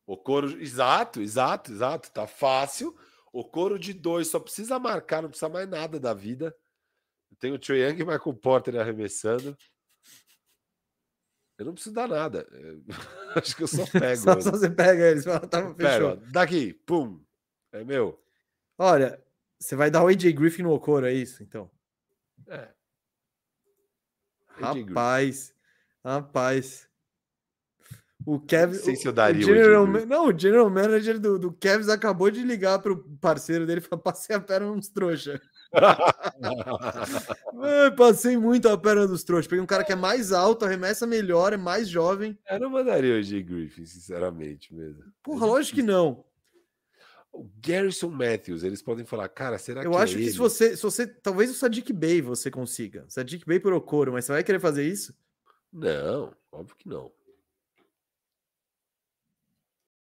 Speaker 2: O Coro. Exato, exato, exato. Tá fácil. O Coro de 2. Só precisa marcar, não precisa mais nada da vida. Tem o Trae Young e Michael Porter arremessando. Eu não preciso dar nada. É, Acho que eu só pego.
Speaker 1: Só,
Speaker 2: mano.
Speaker 1: só você pega eles. fala, Tá,
Speaker 2: Pego, ó,
Speaker 1: fechou.
Speaker 2: daqui, pum. É meu.
Speaker 1: Olha, você vai dar o AJ Griffin no Okoro, é isso? Então.
Speaker 2: É. AJ é Griffin.
Speaker 1: Rapaz, rapaz. O Kevin.
Speaker 2: sei se eu
Speaker 1: o-
Speaker 2: daria
Speaker 1: o
Speaker 2: o
Speaker 1: General,
Speaker 2: Edinho
Speaker 1: Ma- Não, o General Manager do, do Kevs acabou de ligar pro parceiro dele e falou: passei a perna nos trouxa. Ai, passei muito a perna dos trouxas. Peguei um cara que é mais alto, arremessa melhor, é mais jovem.
Speaker 2: Eu não mandaria o Jay Griffin, sinceramente mesmo.
Speaker 1: Porra, lógico que não.
Speaker 2: O Garrison Matthews, eles podem falar, cara, será
Speaker 1: Eu
Speaker 2: que é
Speaker 1: acho que
Speaker 2: ele?
Speaker 1: se você, se você. Talvez o Sadiq Bey você consiga. Sadiq Bey por Okoro, mas você vai querer fazer isso?
Speaker 2: Não, óbvio que não.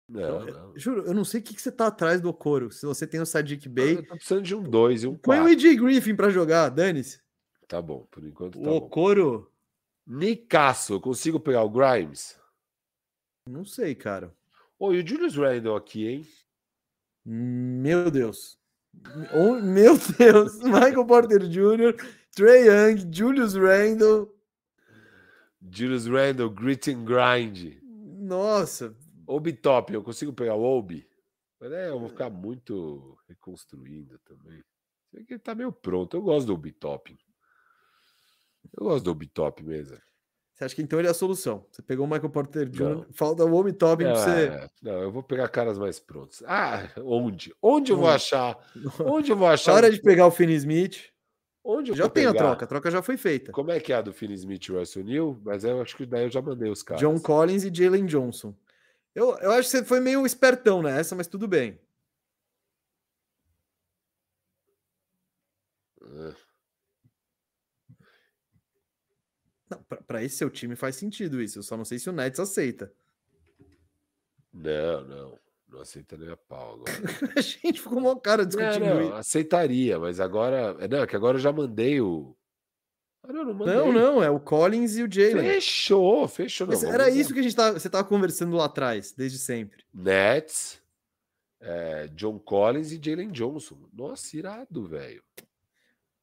Speaker 2: Não, não.
Speaker 1: Juro, eu não é sei o que, que você tá atrás do Okoro. Se você tem o Sadiq Bey.
Speaker 2: Eu tô precisando de um 2 e um
Speaker 1: Põe o
Speaker 2: 4.
Speaker 1: AJ Griffin pra jogar, dane-se.
Speaker 2: Tá bom, por enquanto tá
Speaker 1: o
Speaker 2: bom.
Speaker 1: Coro?
Speaker 2: Nicasso, eu consigo pegar o Grimes?
Speaker 1: Não sei, cara.
Speaker 2: Ô, e o Julius Randle aqui, hein?
Speaker 1: Meu Deus. Oh, meu Deus. Michael Porter Jr., Trey Young, Julius Randle.
Speaker 2: Julius Randle, Grit and Grind.
Speaker 1: Nossa.
Speaker 2: Obi Top, eu consigo pegar o Obi? Mas é, eu vou ficar muito reconstruindo também. Sei que ele tá meio pronto. Eu gosto do Obi Top. Eu gosto do Obi Top mesmo.
Speaker 1: Você acha que então ele é a solução? Você pegou o Michael Porter Jr.,
Speaker 2: Não.
Speaker 1: falta o homem top pra você.
Speaker 2: Ah, não, eu vou pegar caras mais prontos. Ah, onde? Onde eu vou achar? Onde eu vou achar?
Speaker 1: Hora de pegar o Finn Smith.
Speaker 2: Onde eu
Speaker 1: Já
Speaker 2: vou
Speaker 1: tem a
Speaker 2: pegar?
Speaker 1: troca, a troca já foi feita.
Speaker 2: Como é que é a do Finn Smith e Russell Neal? Mas eu acho que daí eu já mandei os caras.
Speaker 1: John Collins e Jalen Johnson. Eu, eu acho que você foi meio espertão nessa, mas tudo bem. Não, pra, pra esse seu time faz sentido isso. Eu só não sei se o Nets aceita.
Speaker 2: Não, não. Não aceita nem a pau agora.
Speaker 1: A gente ficou uma cara
Speaker 2: não,
Speaker 1: discutindo
Speaker 2: não,
Speaker 1: isso.
Speaker 2: aceitaria, mas agora. é, Não, é que agora eu já mandei o. Ah, não, não mandei.
Speaker 1: Não, não, é o Collins e o Jalen.
Speaker 2: Fechou, fechou. Não,
Speaker 1: Mas
Speaker 2: vamos
Speaker 1: era
Speaker 2: mandar.
Speaker 1: isso que a gente tava, você tava conversando lá atrás, desde sempre.
Speaker 2: Nets, é, John Collins e Jalen Johnson. Nossa, irado, velho.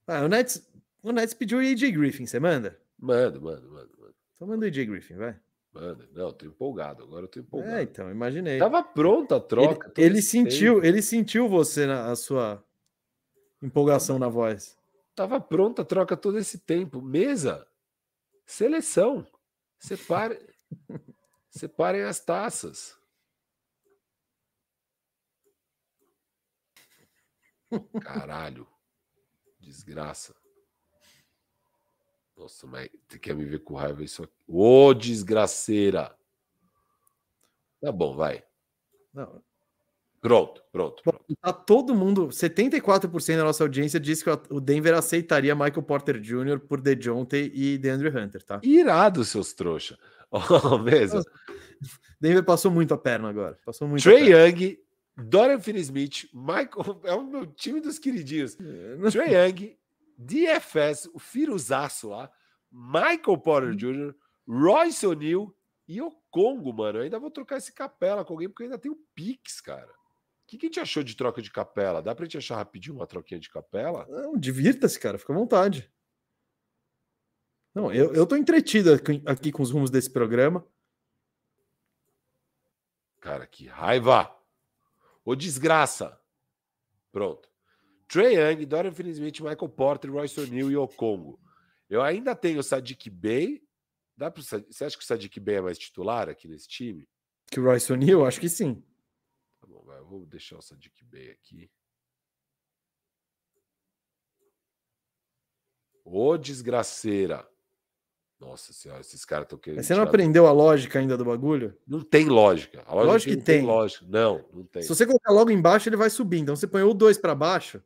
Speaker 1: Ah, o Nets, o Nets pediu o AJ Griffin, você manda?
Speaker 2: Manda, manda, manda, manda.
Speaker 1: Então manda o AJ Griffin, vai.
Speaker 2: Manda. Não, tô empolgado. Agora eu tô empolgado.
Speaker 1: É, então, imaginei.
Speaker 2: Tava pronta a troca.
Speaker 1: ele
Speaker 2: todo
Speaker 1: ele
Speaker 2: esse
Speaker 1: sentiu,
Speaker 2: tempo.
Speaker 1: ele sentiu você na a sua empolgação na voz.
Speaker 2: Tava pronta a troca todo esse tempo. Mesa. Seleção. Separe... Separem as taças. Caralho. Desgraça. Nossa, mas você quer me ver com raiva isso aqui? Ô, desgraceira. Tá bom, vai.
Speaker 1: Não,
Speaker 2: Pronto, pronto, pronto.
Speaker 1: tá todo mundo, 74% da nossa audiência disse que o Denver aceitaria Michael Porter Jr. por DeJounte e DeAndre Hunter, tá?
Speaker 2: Irado, seus trouxa. Ó, mesa.
Speaker 1: Denver passou muito a perna agora, passou muito. a
Speaker 2: Trey Young, Dorian Finney-Smith, Michael... É o meu time dos queridinhos.
Speaker 1: perna.
Speaker 2: Trey Young, DFS, o Firuzaço lá, Michael Porter Jr., Royce O'Neal e o Congo, mano. Eu ainda vou trocar esse capela com alguém, porque eu ainda tem o Pix, cara. O que, que a gente achou de troca de capela? Dá pra gente achar rapidinho uma troquinha de capela?
Speaker 1: Não, divirta-se, cara, fica à vontade. Não, eu, eu tô entretido aqui, aqui com os rumos desse programa.
Speaker 2: Cara, que raiva! Ô desgraça! Pronto. Trey Young, Dorian Finney-Smith, Michael Porter, Royce O'Neal e Okongo. Eu ainda tenho o Sadiq Bey. Dá pro, Sa- você acha que o Sadiq Bey é mais titular aqui nesse time?
Speaker 1: Que o Royce O'Neal, acho que sim.
Speaker 2: Tá bom, vai, eu vou deixar o Sadiq Bey aqui. Ô, desgraceira! Nossa senhora, esses caras estão querendo.
Speaker 1: Mas você não
Speaker 2: tirar do-
Speaker 1: aprendeu a lógica ainda do bagulho?
Speaker 2: Não tem lógica. A lógica
Speaker 1: Lógico
Speaker 2: que
Speaker 1: que
Speaker 2: não tem.
Speaker 1: tem.
Speaker 2: lógica. Não, não tem.
Speaker 1: Se você colocar logo embaixo, ele vai subir. Então você põe ou dois pra baixo,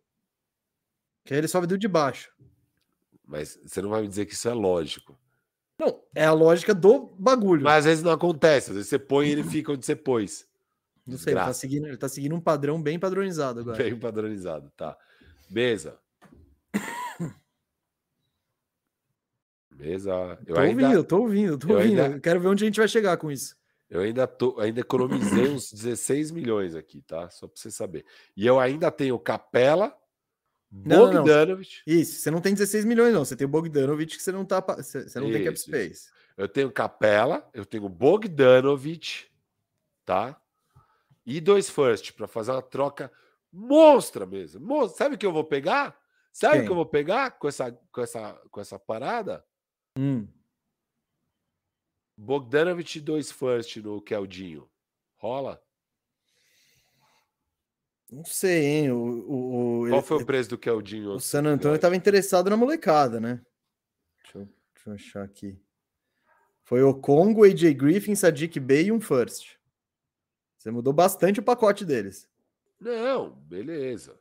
Speaker 1: que aí ele sobe do de baixo.
Speaker 2: Mas você não vai me dizer que isso é lógico.
Speaker 1: Não, é a lógica do bagulho.
Speaker 2: Mas às vezes não acontece. Às vezes você põe e ele
Speaker 1: Uhum.
Speaker 2: fica onde você pôs.
Speaker 1: não sei, ele tá,
Speaker 2: desgraça.
Speaker 1: seguindo, ele tá seguindo um padrão bem padronizado agora.
Speaker 2: Bem padronizado, tá. Mesa. Mesa. Eu
Speaker 1: tô
Speaker 2: ainda,
Speaker 1: ouvindo, tô ouvindo, tô
Speaker 2: eu
Speaker 1: ouvindo.
Speaker 2: ainda-
Speaker 1: Eu Quero ver onde a gente vai chegar com isso.
Speaker 2: Eu ainda, tô, ainda economizei uns 16 milhões aqui, tá? Só pra você saber. E eu ainda tenho Capela,
Speaker 1: Não, não, não.
Speaker 2: Bogdanovich.
Speaker 1: Isso, você não tem 16 milhões, não. Você tem o Bogdanovich que você não tá. pa- Você, você não tem cap
Speaker 2: Isso,
Speaker 1: space.
Speaker 2: Eu tenho Capela, eu tenho Bogdanovich, tá? E dois first pra fazer uma troca monstra mesmo. Monstra. Sabe o que eu vou pegar? Sabe o
Speaker 1: Quem?
Speaker 2: que eu vou pegar com essa, com essa, com essa parada?
Speaker 1: Hum.
Speaker 2: Bogdanovich e dois first no Keldinho. Rola?
Speaker 1: Não sei, hein? O, o, o,
Speaker 2: Qual
Speaker 1: ele-
Speaker 2: foi o preço do Keldinho?
Speaker 1: o San Antônio estava interessado na molecada, né? Deixa eu, deixa eu achar aqui. Foi o Congo, AJ Griffin, Sadiq Bey e um First. Você mudou bastante o pacote deles.
Speaker 2: Não, beleza.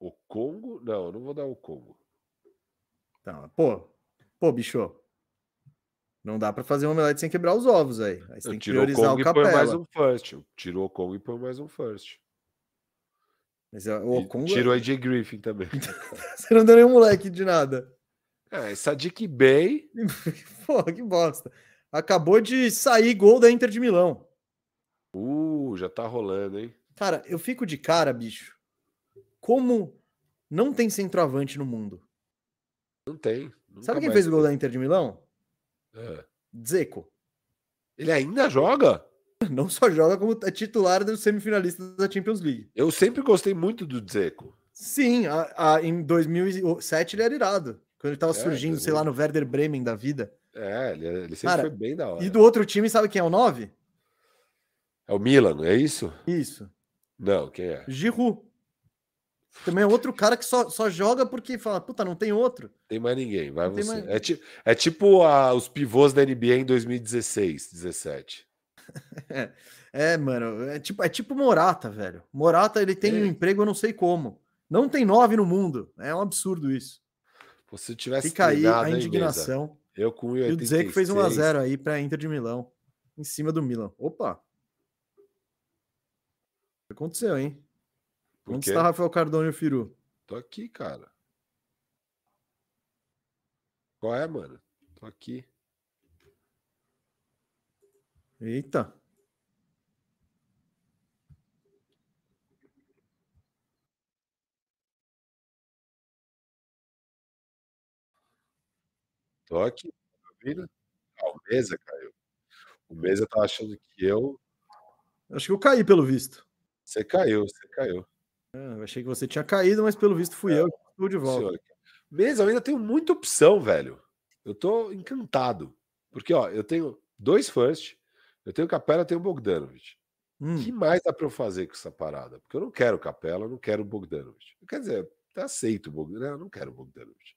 Speaker 2: O Congo? Não, eu não vou dar o Congo.
Speaker 1: Então, pô, pô, bicho. Não dá para fazer uma omelete sem quebrar os ovos aí. Aí você
Speaker 2: Eu
Speaker 1: tem que
Speaker 2: tiro o
Speaker 1: priorizar
Speaker 2: Congo
Speaker 1: o
Speaker 2: e põe mais
Speaker 1: capela.
Speaker 2: um first. Eu tiro o Congo e põe mais um first.
Speaker 1: Mas é- o
Speaker 2: E
Speaker 1: Congo, é
Speaker 2: tiro o AJ Griffin também.
Speaker 1: você não deu nenhum moleque de nada.
Speaker 2: É, Sadik Bey.
Speaker 1: Pô, que bosta. Acabou de sair gol da Inter de Milão.
Speaker 2: Uh, já tá rolando, hein?
Speaker 1: Cara, eu fico de cara, bicho. Como não tem centroavante no mundo?
Speaker 2: Não tem. Nunca
Speaker 1: Sabe quem
Speaker 2: mais
Speaker 1: fez o gol
Speaker 2: tem.
Speaker 1: da Inter de Milão?
Speaker 2: É.
Speaker 1: Zeco.
Speaker 2: Ele ainda joga?
Speaker 1: Não só joga como é titular do semifinalista da Champions League.
Speaker 2: Eu sempre gostei muito do Dzeko.
Speaker 1: Sim, a- a- em 2007 ele era irado. Quando ele tava
Speaker 2: É,
Speaker 1: surgindo,
Speaker 2: dois
Speaker 1: sei lá, no Werder Bremen da vida.
Speaker 2: É, ele, ele sempre
Speaker 1: Cara,
Speaker 2: foi bem da hora.
Speaker 1: E do outro time, sabe quem é o 9?
Speaker 2: É o Milan, é isso?
Speaker 1: Isso.
Speaker 2: Não, quem é?
Speaker 1: Giroud. Também é outro cara que só, só joga porque fala, puta, não tem outro.
Speaker 2: Tem mais ninguém, vai
Speaker 1: Não tem
Speaker 2: você.
Speaker 1: mais-
Speaker 2: É, ti- é tipo a- os pivôs da NBA em 2016, 17.
Speaker 1: É, mano, é tipo, é tipo Morata, velho. Morata, ele tem
Speaker 2: É.
Speaker 1: um emprego, eu não sei como. Não tem nove no mundo. É um absurdo isso.
Speaker 2: Pô, se eu tivesse
Speaker 1: Fica aí
Speaker 2: treinado,
Speaker 1: a
Speaker 2: Tá hein, Mesa?
Speaker 1: indignação.
Speaker 2: Eu com um
Speaker 1: E o
Speaker 2: 86.
Speaker 1: Dzeko fez 1x0 aí pra Inter de Milão. Em cima do Milan. Opa! O que aconteceu, hein?
Speaker 2: Por
Speaker 1: Onde
Speaker 2: quê?
Speaker 1: está Rafael Cardona e o Firu?
Speaker 2: Tô aqui, cara. Qual é, mano? Tô aqui.
Speaker 1: Eita!
Speaker 2: Tô aqui. Tá ouvindo? Ah, o Mesa caiu. O Mesa tá achando que eu.
Speaker 1: Acho que eu caí, pelo visto.
Speaker 2: Você caiu, você caiu.
Speaker 1: Ah, Eu achei que você tinha caído, mas pelo visto
Speaker 2: É.
Speaker 1: fui eu que estou de volta.
Speaker 2: Senhora. Mesa, eu ainda tenho muita opção, velho. Eu tô encantado. Porque, ó, eu tenho dois first, eu tenho Capela, eu tenho Bogdanovich. O
Speaker 1: Hum,
Speaker 2: que mais dá pra eu fazer com essa parada? Porque eu não quero Capela, eu não quero Bogdanovich. Quer dizer, eu aceito o Bogdanovich, eu não quero Bogdanovich.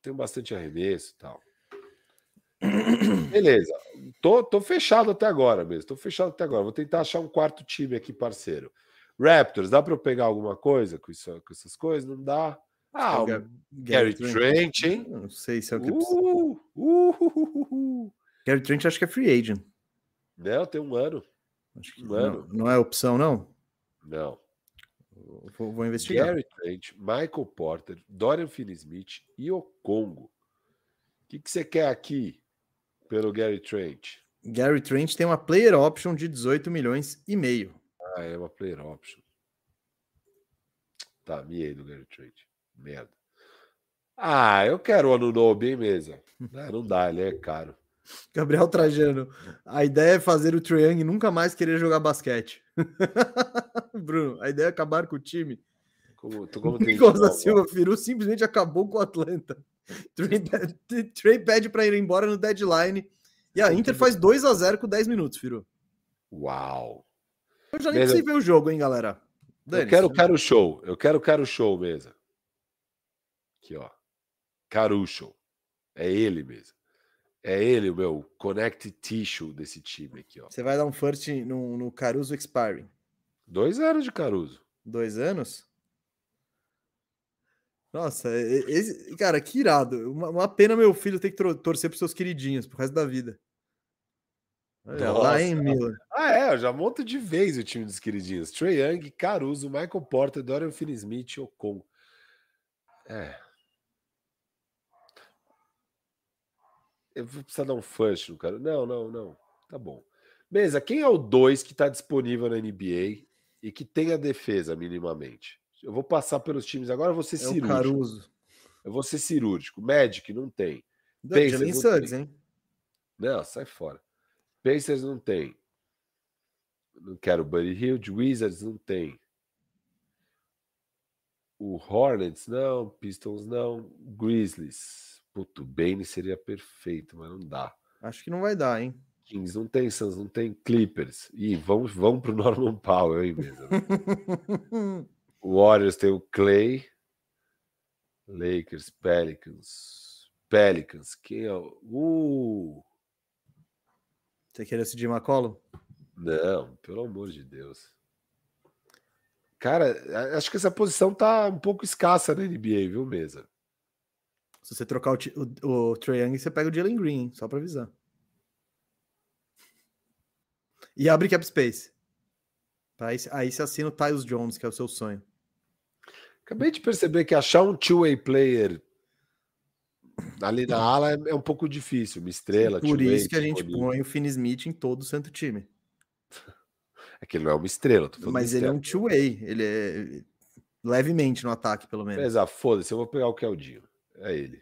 Speaker 2: Tenho bastante arremesso e tal. Beleza, tô, tô fechado até agora mesmo. Tô fechado até agora. Vou tentar achar um quarto time aqui, parceiro. Raptors, dá pra eu pegar alguma coisa com, isso, com essas coisas? Não dá. Ah,
Speaker 1: o
Speaker 2: um
Speaker 1: Ga-
Speaker 2: Gary
Speaker 1: Gary
Speaker 2: Trent, hein?
Speaker 1: Não sei se é o que eu preciso.
Speaker 2: Uh, uh, uh, uh, uh, uh.
Speaker 1: Gary Trent acho que é free agent.
Speaker 2: Não, tem um ano.
Speaker 1: Acho que
Speaker 2: Mano.
Speaker 1: não, não é opção, não?
Speaker 2: Não.
Speaker 1: Vou, vou investigar.
Speaker 2: Gary Trent, Michael Porter, Dorian Finney-Smith e o Congo. O que que você quer aqui pelo Gary Trent?
Speaker 1: Gary Trent tem uma player option de 18 milhões e meio.
Speaker 2: Ah, é uma player option. Tá, miei do Gary Trent. Merda. Ah, eu quero o Anunobi, hein, mesa? Ah, não dá, ele é caro.
Speaker 1: Gabriel Trajano, a ideia é fazer o Trae Young nunca mais querer jogar basquete. Bruno, a ideia é acabar com o time.
Speaker 2: Como, tô- como tem
Speaker 1: Nicolas da
Speaker 2: gente
Speaker 1: Silva Firu simplesmente acabou com o Atlanta. Trae pe- Trae pede para ir embora no deadline. E a Inter faz 2 a 0 com 10 minutos, Firu.
Speaker 2: Uau.
Speaker 1: Eu já nem
Speaker 2: Beleza.
Speaker 1: sei ver o jogo, hein, galera.
Speaker 2: Eu
Speaker 1: Dane-se. né?
Speaker 2: quero o Caro Show. Eu quero o Caro Show, mesa. Aqui, ó. Caro Show. É ele mesmo. É ele, o meu connect tissue desse time aqui, ó.
Speaker 1: Você vai dar um first no, no Caruso Expiring.
Speaker 2: Dois anos de Caruso.
Speaker 1: Dois anos? Nossa, e- e- esse, cara, que irado. Uma, uma pena meu filho ter que tro- torcer pros seus queridinhos pro resto da vida. Olha lá, hein,
Speaker 2: Nossa.
Speaker 1: Milan?
Speaker 2: Ah, é, eu já monto de vez o time dos queridinhos. Trey Young, Caruso, Michael Porter, Dorian Finney-Smith, Ocon. É. Eu vou precisar dar um first no cara. Não, não, não. Tá bom. Beleza, quem é o 2 que tá disponível na NBA e que tem a defesa minimamente? Eu vou passar pelos times agora, eu vou ser
Speaker 1: É o
Speaker 2: cirúrgico.
Speaker 1: Caruso.
Speaker 2: Eu vou ser cirúrgico. Magic não tem.
Speaker 1: Da-
Speaker 2: Pacers
Speaker 1: Jalen
Speaker 2: não
Speaker 1: Suggs,
Speaker 2: tem.
Speaker 1: hein?
Speaker 2: Não, sai fora. Pacers não tem. Não quero Buddy Hilde. Wizards não tem. O Hornets não. Pistons não. Grizzlies. Puto, Bane seria perfeito, mas não dá.
Speaker 1: Acho que não vai dar, hein?
Speaker 2: Kings não tem. Suns não tem. Clippers. Ih, vão, vão pro Norman Powell, hein, mesmo. O Warriors tem o Clay. Lakers, Pelicans. Pelicans. Quem é o... Uh!
Speaker 1: Você queria esse Jim McCollum?
Speaker 2: Não, pelo amor de Deus. Cara, a- acho que essa posição tá um pouco escassa na NBA, viu, Mesa?
Speaker 1: Se você trocar o, ti- o, o Trae Young, você pega o Jalen Green, hein? só pra avisar. E abre Cap Space. Aí, aí você assina o Tyus Jones, que é o seu sonho.
Speaker 2: Acabei de perceber que achar um two-way player Ali na ala é, é um pouco difícil, uma estrela. tipo,
Speaker 1: Por
Speaker 2: Tio
Speaker 1: isso que a
Speaker 2: Wade,
Speaker 1: gente
Speaker 2: Boninho.
Speaker 1: põe o Finn Smith em todo o santo time.
Speaker 2: É que ele não é uma estrela, tô falando
Speaker 1: Mas ele é
Speaker 2: né?
Speaker 1: um two-way. Ele é levemente no ataque, pelo menos.
Speaker 2: Beleza, ah, foda-se, eu vou pegar o Keldinho. É ele.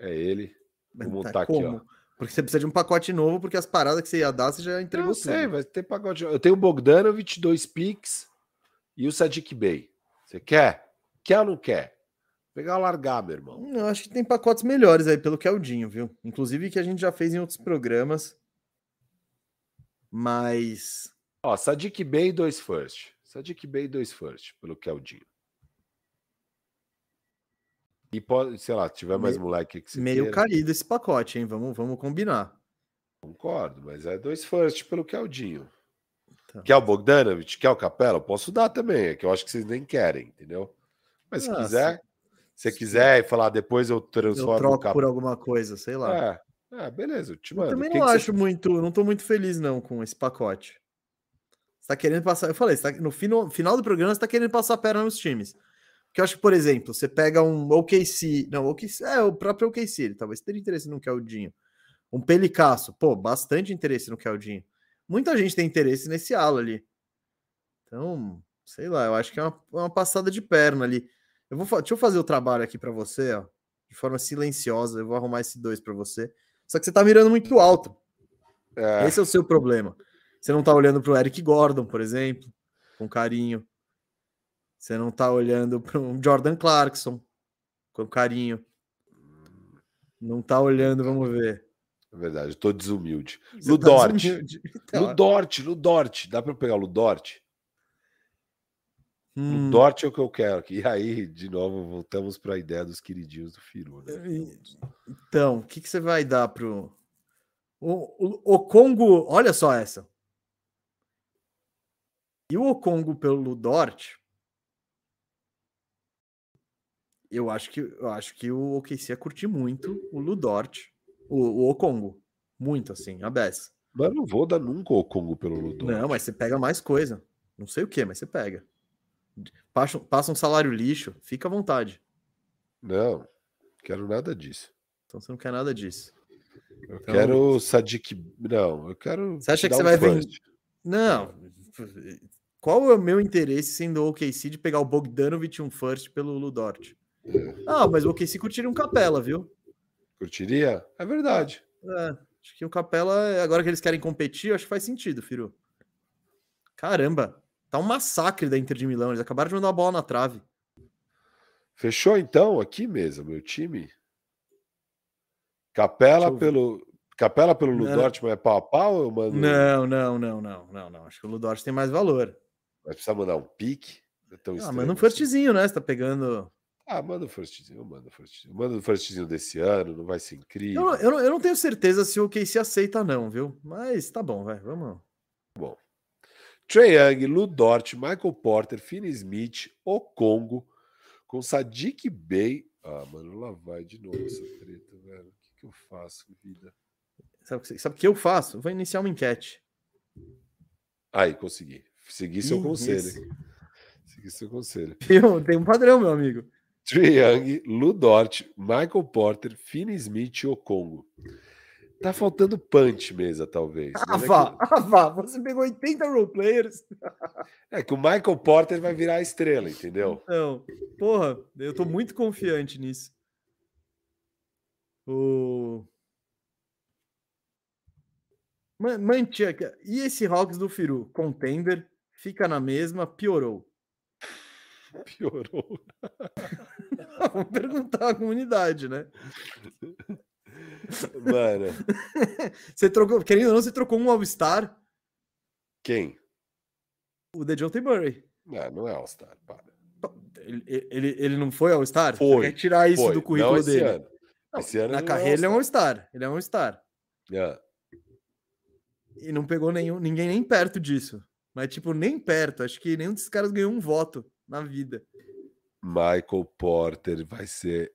Speaker 2: É ele.
Speaker 1: Mas
Speaker 2: Vou
Speaker 1: tá
Speaker 2: montar aqui,
Speaker 1: como? Porque você precisa de um pacote novo, porque as paradas que você ia dar, você já entregou
Speaker 2: Eu sei,
Speaker 1: tudo.
Speaker 2: vai ter pagode. Eu tenho o Bogdanovich, dois picks e o Sadiq Bey. Você quer? Quer ou não quer? Pegar ou largar, meu irmão.
Speaker 1: Então, Eu acho que tem pacotes melhores aí pelo Keldinho, viu? Inclusive que a gente já fez em outros programas. Mas
Speaker 2: Ó, Sadiq Bey, dois first. Sadiq Bey, dois first, pelo é Keldinho. E pode, sei lá, tiver mais
Speaker 1: Meio-
Speaker 2: moleque que você
Speaker 1: meio
Speaker 2: queira,
Speaker 1: caído esse pacote, hein? Vamos, vamos combinar.
Speaker 2: Concordo, mas é dois first pelo Keldinho.
Speaker 1: Tá.
Speaker 2: Quer o Bogdanovich? Quer o Capela? Eu posso dar também, é que eu acho que vocês nem querem, entendeu? Mas se
Speaker 1: Ah,
Speaker 2: quiser, se quiser e falar depois eu transformo
Speaker 1: Eu
Speaker 2: o
Speaker 1: troco
Speaker 2: Capela.
Speaker 1: por alguma coisa, sei lá.
Speaker 2: É, é, beleza, eu te
Speaker 1: Eu
Speaker 2: mando.
Speaker 1: também
Speaker 2: Quem
Speaker 1: não
Speaker 2: que você-
Speaker 1: acho muito, não tô muito feliz não com esse pacote. Você tá querendo passar, eu falei, você tá- no final, final do programa você tá querendo passar a perna nos times. Porque eu acho que, por exemplo, você pega um OKC, não, OKC, é o próprio OKC, ele talvez tenha interesse no Keldinho. Um Pelicasso, pô, bastante interesse no Keldinho. Muita gente tem interesse nesse ala ali. Então, sei lá, eu acho que é uma, uma passada de perna ali. Eu vou, fa- deixa eu fazer o trabalho aqui para você, ó, de forma silenciosa, eu vou arrumar esse dois para você. Só que você tá mirando muito alto.
Speaker 2: É,
Speaker 1: Esse é o seu problema. Você não tá olhando pro Eric Gordon, por exemplo, com carinho. Você não tá olhando para um Jordan Clarkson com carinho. Não tá olhando, vamos ver.
Speaker 2: é verdade, eu tô desumilde.
Speaker 1: Você
Speaker 2: Ludort.
Speaker 1: desumilde. Tá.
Speaker 2: Ludort, Ludort, dá pra eu pegar o Ludort?
Speaker 1: Hum,
Speaker 2: Ludort é o que eu quero. E aí, de novo, voltamos para a ideia dos queridinhos do Firu. né?
Speaker 1: E- Então, o que, que você vai dar pro. O, o, o Congo, olha só essa. E o Congo pelo Dort. Eu acho que eu acho que o OKC ia curtir muito o Ludort, o, o Okongo, muito assim, a beça.
Speaker 2: Mas eu não vou dar nunca o Congo pelo Ludort.
Speaker 1: Não, mas você pega mais coisa. Não sei o que, mas você pega. Passa, um- passa um salário lixo, fica à vontade.
Speaker 2: Não, quero nada disso.
Speaker 1: Então você não quer nada disso.
Speaker 2: Eu
Speaker 1: Então-
Speaker 2: quero o Sadik. Não, eu quero.
Speaker 1: Você acha
Speaker 2: te
Speaker 1: que
Speaker 2: dar um
Speaker 1: você vai
Speaker 2: first.
Speaker 1: Não. Qual é o meu interesse sendo o OKC de pegar o Bogdanovich e um first pelo Ludort?
Speaker 2: É.
Speaker 1: Ah, mas o OKC curtiria um Capela, viu?
Speaker 2: Curtiria? É verdade.
Speaker 1: É, acho que o Capela, agora que eles querem competir, acho que faz sentido, Firu. Caramba, tá um massacre da Inter de Milão. Eles acabaram de mandar a bola na trave.
Speaker 2: Fechou então aqui mesmo, meu time.
Speaker 1: Deixa
Speaker 2: Capela
Speaker 1: eu ver.
Speaker 2: pelo. Capela pelo
Speaker 1: Não,
Speaker 2: Ludort, mas é pau a pau ou eu mando.
Speaker 1: Não, não, não, não, não, não. Acho que o Ludort tem mais valor.
Speaker 2: Mas precisa mandar um pique. É tão
Speaker 1: Ah,
Speaker 2: estranho
Speaker 1: manda um
Speaker 2: assim.
Speaker 1: firstzinho, né? Você tá pegando.
Speaker 2: Ah, manda um firstzinho, eu mando um firstzinho. Manda um firstzinho desse ano, não vai ser
Speaker 1: Eu
Speaker 2: incrível.
Speaker 1: não, é eu não- eu não tenho certeza se o OKC aceita, não, viu? Mas tá bom, vai, vamos.
Speaker 2: Trae Young, Ludort, Michael Porter, Finn Smith, O Congo, com Sadiq Bey. Ah, mano, lá vai de novo essa treta, velho. O que, que eu faço, vida?
Speaker 1: Sabe o que, sabe o que eu faço? Eu Vou iniciar uma enquete.
Speaker 2: Aí, consegui. Segui seu
Speaker 1: Ih,
Speaker 2: é um conselho.
Speaker 1: isso.
Speaker 2: hein? Segui seu conselho.
Speaker 1: Tem um, tem um padrão, meu amigo.
Speaker 2: Trae Young, Ludort, Michael Porter, Finn Smith e O Congo. Tá faltando punch mesa, talvez.
Speaker 1: Ah,
Speaker 2: mas é que-
Speaker 1: vá, ah, vá. Você pegou 80 roleplayers.
Speaker 2: É que o Michael Porter vai virar a estrela, entendeu?
Speaker 1: Não, porra, eu tô muito confiante nisso. O. Man- Mantia, e esse Hawks do Firu? Contender, fica na mesma, piorou.
Speaker 2: Piorou.
Speaker 1: Vamos perguntar à comunidade, né?
Speaker 2: Mano,
Speaker 1: Você trocou, querendo ou não, você trocou um All-Star,
Speaker 2: quem?
Speaker 1: o DeJounte Murray.
Speaker 2: Não, não é All-Star, para.
Speaker 1: Ele, ele, ele não foi All-Star? Você
Speaker 2: Foi,
Speaker 1: Quer tirar É isso
Speaker 2: Foi,
Speaker 1: do
Speaker 2: não
Speaker 1: currículo
Speaker 2: esse
Speaker 1: dele?
Speaker 2: ano.
Speaker 1: Não,
Speaker 2: Esse ano
Speaker 1: Na
Speaker 2: ele não
Speaker 1: carreira ele é um
Speaker 2: All-Star.
Speaker 1: All-Star. Ele é um All-Star.
Speaker 2: É.
Speaker 1: E não pegou nenhum, ninguém nem perto disso. Mas, tipo, nem perto. Acho que nenhum desses caras ganhou um voto na vida.
Speaker 2: Michael Porter vai ser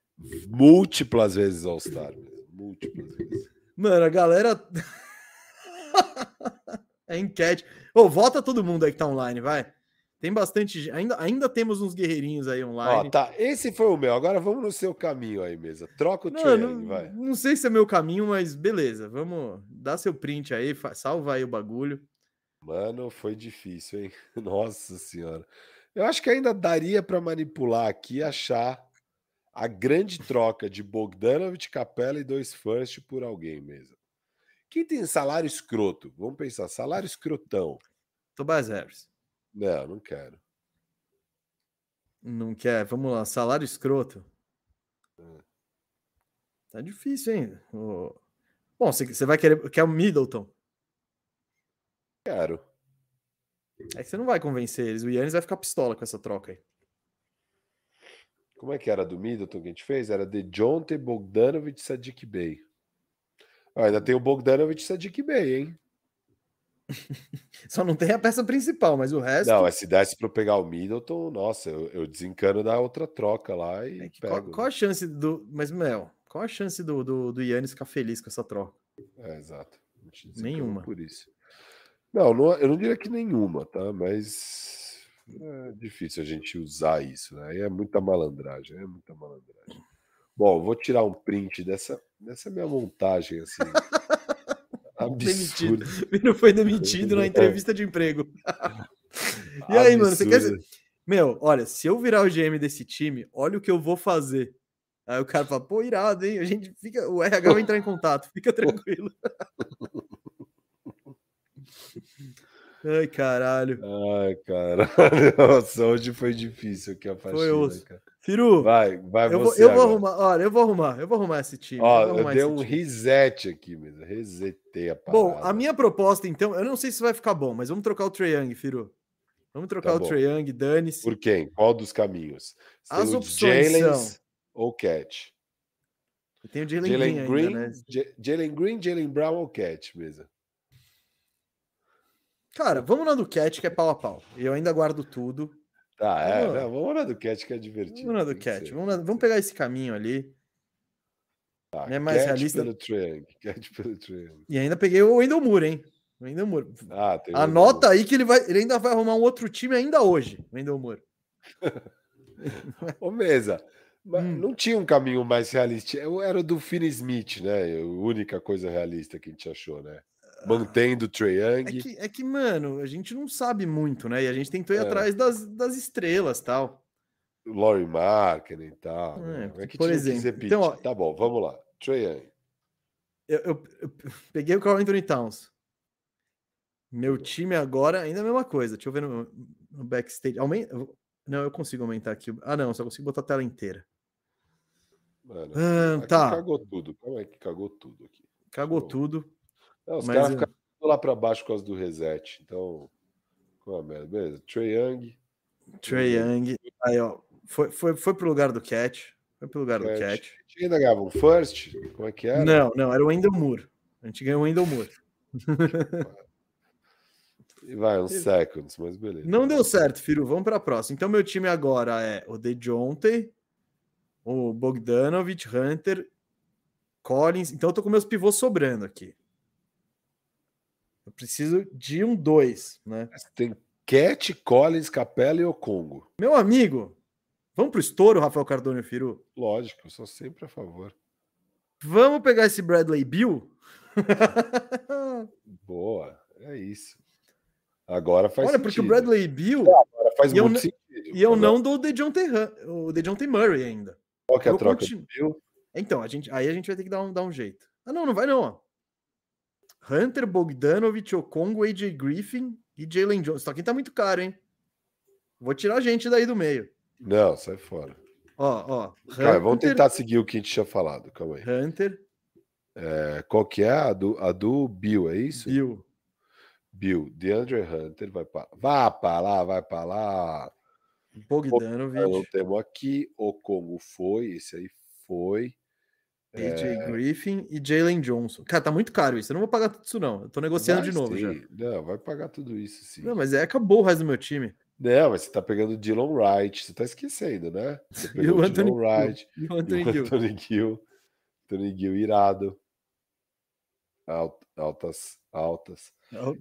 Speaker 2: múltiplas vezes All-Star. mesmo, Múltiplas vezes.
Speaker 1: Mano, a galera. é enquete. Ô, vota todo mundo aí que tá online, vai. Tem bastante. Ainda, ainda temos uns guerreirinhos aí online.
Speaker 2: Ó, tá. Esse foi o meu. Agora vamos no seu caminho aí, mesa. Troca o
Speaker 1: Não,
Speaker 2: training,
Speaker 1: não,
Speaker 2: vai.
Speaker 1: não sei se é meu caminho, mas beleza. Vamos dar seu print aí, fa- salva aí o bagulho.
Speaker 2: Mano, foi difícil, hein? Nossa senhora. Eu acho que ainda daria para manipular aqui e achar a grande troca de Bogdanovich, Capela e dois first por alguém mesmo. Quem tem salário escroto? Vamos pensar, salário escrotão.
Speaker 1: Tobias Harris.
Speaker 2: Não, não quero.
Speaker 1: Não quer? Vamos lá. Salário escroto. Tá difícil, hein? Ô. Bom, você- você vai querer. Quer o Middleton?
Speaker 2: Quero.
Speaker 1: É que você não vai convencer eles. O Yannis vai ficar pistola com essa troca aí.
Speaker 2: Como é que era a do Middleton que a gente fez? Era de Jonte, Bogdanovich, Sadiq Bey. Ah, ainda tem o Bogdanovich e Sadiq Bey, hein?
Speaker 1: Só não tem a peça principal, mas o resto.
Speaker 2: Não, mas se desse para eu pegar o Middleton, nossa, eu, eu desencano da outra troca lá e
Speaker 1: É que qual,
Speaker 2: pego. né?
Speaker 1: qual a chance do. Mas, Mel, qual a chance do, do, do Yannis ficar feliz com essa troca?
Speaker 2: É, exato. Vou te dizer que eu vou
Speaker 1: Nenhuma.
Speaker 2: Por isso. Não, não- eu não diria que nenhuma, tá? Mas é difícil a gente usar isso, né? Aí É muita malandragem, é muita malandragem. Bom, vou tirar um print dessa, dessa minha montagem, assim. absurda.
Speaker 1: Ele foi demitido na entrevista de emprego. E aí, mano, você quer
Speaker 2: absurda.
Speaker 1: Meu, olha, se eu virar o GM desse time, olha o que eu vou fazer. Aí o cara fala, pô, irado, hein? A gente fica. O RH vai entrar em contato, fica tranquilo. Ai, caralho.
Speaker 2: Ai, cara. Nossa, hoje foi difícil aqui a faxina,
Speaker 1: osso.
Speaker 2: cara.
Speaker 1: Firu,
Speaker 2: Vai, vai
Speaker 1: eu, vou,
Speaker 2: você
Speaker 1: eu vou
Speaker 2: agora.
Speaker 1: arrumar, olha, eu vou arrumar, eu vou arrumar esse time. eu vou
Speaker 2: Ó, eu
Speaker 1: arrumar
Speaker 2: dei
Speaker 1: esse
Speaker 2: um
Speaker 1: time.
Speaker 2: reset aqui mesmo. Resetei a parada.
Speaker 1: Bom, a minha proposta, então, eu não sei se vai ficar bom, mas vamos trocar o Trae Young, Firu. Vamos trocar
Speaker 2: Tá
Speaker 1: o
Speaker 2: bom.
Speaker 1: Trae Young, dane-se.
Speaker 2: Por quem? Qual dos caminhos? Você
Speaker 1: As
Speaker 2: tem o
Speaker 1: opções
Speaker 2: Jalen
Speaker 1: são-
Speaker 2: ou Cat?
Speaker 1: Tem o Jalen Green
Speaker 2: Jalen
Speaker 1: ainda,
Speaker 2: Green,
Speaker 1: né?
Speaker 2: Ja- Jalen Green, Jalen Brown ou Cat mesmo?
Speaker 1: Cara, vamos na do Cat, que é pau a pau. Eu ainda guardo tudo.
Speaker 2: Tá, é,
Speaker 1: Vamos lá.
Speaker 2: não, vamos na do Cat que é divertido.
Speaker 1: Vamos na do
Speaker 2: tem que
Speaker 1: Cat.
Speaker 2: ser.
Speaker 1: Vamos, na- vamos pegar esse caminho ali.
Speaker 2: Tá,
Speaker 1: né, mais
Speaker 2: Cat
Speaker 1: realista-
Speaker 2: pelo Triangle, Cat pelo Triangle.
Speaker 1: E ainda peguei o Wendell Moore, hein? O Wendell Moore.
Speaker 2: Ah, tem
Speaker 1: Anota aí que ele, vai, ele ainda vai arrumar um outro time ainda hoje, o Wendell Moore.
Speaker 2: Ô, Mesa, mas
Speaker 1: Hum.
Speaker 2: não tinha um caminho mais realista. Eu era o do Finn Smith, né? A única coisa realista que a gente achou, né? Mantendo
Speaker 1: Ah.
Speaker 2: o
Speaker 1: É
Speaker 2: Triangle.
Speaker 1: que, é que, mano, a gente não sabe muito, né? E a gente tentou ir
Speaker 2: É.
Speaker 1: atrás das, das estrelas tal.
Speaker 2: Laurie Markkinen e tal.
Speaker 1: É,
Speaker 2: né? É, que
Speaker 1: por
Speaker 2: tinha que
Speaker 1: exemplo.
Speaker 2: repetir.
Speaker 1: Então, ó-
Speaker 2: Tá bom, vamos lá. Trae
Speaker 1: Eu, eu- eu peguei o Carl Anthony Towns. Meu time agora ainda é a mesma coisa. Deixa eu ver no, no backstage. Aumenta. eu- Não, eu consigo aumentar aqui. Ah, não, só consigo botar a tela inteira.
Speaker 2: Mano,
Speaker 1: Ah,
Speaker 2: aqui
Speaker 1: tá,
Speaker 2: cagou tudo. Calma aí que cagou tudo aqui.
Speaker 1: cagou
Speaker 2: show.
Speaker 1: tudo.
Speaker 2: Não, os
Speaker 1: Mas,
Speaker 2: caras
Speaker 1: eh,
Speaker 2: ficaram lá pra baixo por causa do reset. Então, qual a merda? Beleza. Trae Young,
Speaker 1: Trae
Speaker 2: Uhum.
Speaker 1: Young. Aí, ó. Foi, foi, foi pro lugar do Cat. Foi pro lugar do
Speaker 2: Cat.
Speaker 1: Cat.
Speaker 2: A gente ainda ganhava um first? Como é que era?
Speaker 1: Não, não, era o Wendell Moore. A gente ganhou o Wendell Moore.
Speaker 2: E vai, uns seconds, mas beleza.
Speaker 1: Não deu certo, Firu. Vamos para a próxima. Então, meu time agora é o DeJounte, o Bogdanovich, Hunter, Collins. Então, eu tô com meus pivôs sobrando aqui. Eu preciso de um dois, né?
Speaker 2: Tem Cat, Collins, Capela e Okongo.
Speaker 1: Meu amigo, vamos pro estouro, Rafael Cardone e Firu?
Speaker 2: Lógico, eu sou sempre a favor.
Speaker 1: Vamos pegar esse Bradley Bill?
Speaker 2: Boa, é isso. Agora faz
Speaker 1: Olha, porque o
Speaker 2: sentido.
Speaker 1: Bradley Bill...
Speaker 2: Agora faz
Speaker 1: e eu
Speaker 2: muito
Speaker 1: não-
Speaker 2: sentido.
Speaker 1: E eu
Speaker 2: Agora,
Speaker 1: não dou o DeJounte, Hun- o DeJounte Murray ainda.
Speaker 2: Qual que é a
Speaker 1: Eu
Speaker 2: troca?
Speaker 1: continuo-
Speaker 2: Bill?
Speaker 1: Então, a gente, aí a gente vai ter que dar um, dar um jeito. Ah, não, não vai não, ó. Hunter, Bogdanovich, Okongo, AJ Griffin e Jalen Jones. Isso aqui tá muito caro, hein? Vou tirar a gente daí do meio.
Speaker 2: Não, sai fora.
Speaker 1: Ó, ó.
Speaker 2: Cara, vamos
Speaker 1: Hunter,
Speaker 2: tentar seguir o que a gente tinha falado. Calma aí.
Speaker 1: Hunter,
Speaker 2: É, qual que é a do, a do Bill? É isso?
Speaker 1: Bill.
Speaker 2: Bill, DeAndre Hunter vai para Vá pra lá, vai pra lá. Ah, Não
Speaker 1: Bogdanovich,
Speaker 2: temos aqui. O como foi? Esse aí foi. é.
Speaker 1: AJ Griffin e Jalen Johnson. Cara, tá muito caro isso. Eu não vou pagar tudo isso, não. Eu tô negociando é
Speaker 2: Vai
Speaker 1: um de novo
Speaker 2: sim.
Speaker 1: já.
Speaker 2: Não, vai pagar tudo isso sim.
Speaker 1: Não,
Speaker 2: Não,
Speaker 1: mas é acabou o resto do meu time.
Speaker 2: mas você tá pegando o Dylan Wright. Você tá esquecendo, né? Você
Speaker 1: E
Speaker 2: pegou
Speaker 1: o
Speaker 2: o
Speaker 1: Anthony
Speaker 2: Dylan Wright.
Speaker 1: E o
Speaker 2: e
Speaker 1: Anthony
Speaker 2: o
Speaker 1: Gill.
Speaker 2: Anthony Gill. Anthony Gill irado. Alt- altas, altas.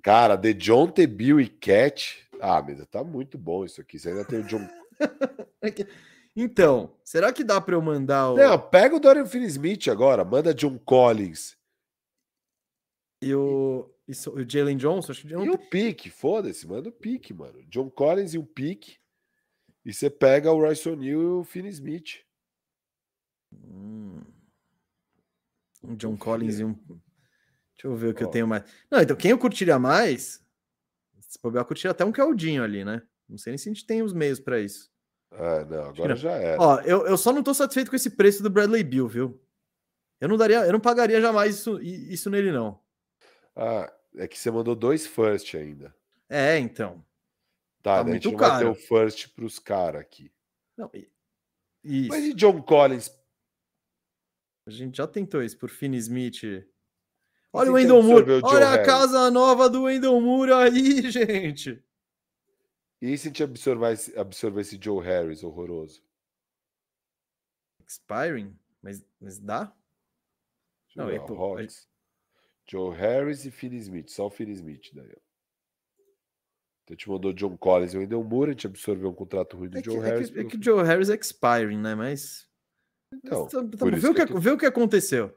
Speaker 2: Cara, The John Tebil e Cat. Ah, mas tá muito bom isso aqui. Você ainda tem o John.
Speaker 1: Então, será que dá para eu mandar o.
Speaker 2: Não, pega o Dorian Finney Smith agora, manda John Collins.
Speaker 1: E o, e so- o Jalen Johnson? Acho que não
Speaker 2: E o pique, foda-se, manda o pique, mano. John Collins e o pique. E você pega o Rice O'Neal e o Finney Smith.
Speaker 1: Hum. Um John Collins e um. Deixa eu ver o que eu tenho mais. Não, então quem eu curtiria mais? Se bobear, eu curtiria até um Caldinho ali, né? Não sei nem se a gente tem os meios para isso.
Speaker 2: Ah, não,
Speaker 1: Tira.
Speaker 2: agora já era.
Speaker 1: Ó, eu, eu só não tô satisfeito com esse preço do Bradley Bill, viu? Eu não daria, eu não pagaria jamais isso, i- isso nele, não.
Speaker 2: Ah, é que você mandou dois first ainda.
Speaker 1: É, então.
Speaker 2: Tá,
Speaker 1: Tá
Speaker 2: né, a gente
Speaker 1: muito
Speaker 2: não vai ter
Speaker 1: caro.
Speaker 2: o first pros caras aqui.
Speaker 1: Não, e- isso.
Speaker 2: Mas e John Collins?
Speaker 1: A gente já tentou isso por Finn Smith. Olha o
Speaker 2: tentando
Speaker 1: Wendell Moore.
Speaker 2: absorver o Joe
Speaker 1: Olha a
Speaker 2: Harris.
Speaker 1: casa nova do Wendell Moore aí, gente.
Speaker 2: E se a gente absorver esse, absorver esse Joe Harris horroroso?
Speaker 1: Expiring? Mas, mas dá?
Speaker 2: Deixa eu
Speaker 1: Não,
Speaker 2: ver,
Speaker 1: é,
Speaker 2: ó,
Speaker 1: pô,
Speaker 2: Hawks. Joe Harris e Finney Smith. Só o Finney Smith, daí. ó. Então te mandou John Collins e o Wendell Moore. A gente absorveu um contrato ruim do
Speaker 1: É que,
Speaker 2: Joe
Speaker 1: é que-
Speaker 2: Harris.
Speaker 1: é
Speaker 2: pelo-
Speaker 1: que o Joe Harris é expiring, né? Mas.
Speaker 2: Então,
Speaker 1: mas tá- tá
Speaker 2: por
Speaker 1: bom.
Speaker 2: isso
Speaker 1: vê, o
Speaker 2: que
Speaker 1: que,
Speaker 2: eu tô-
Speaker 1: vê o que aconteceu.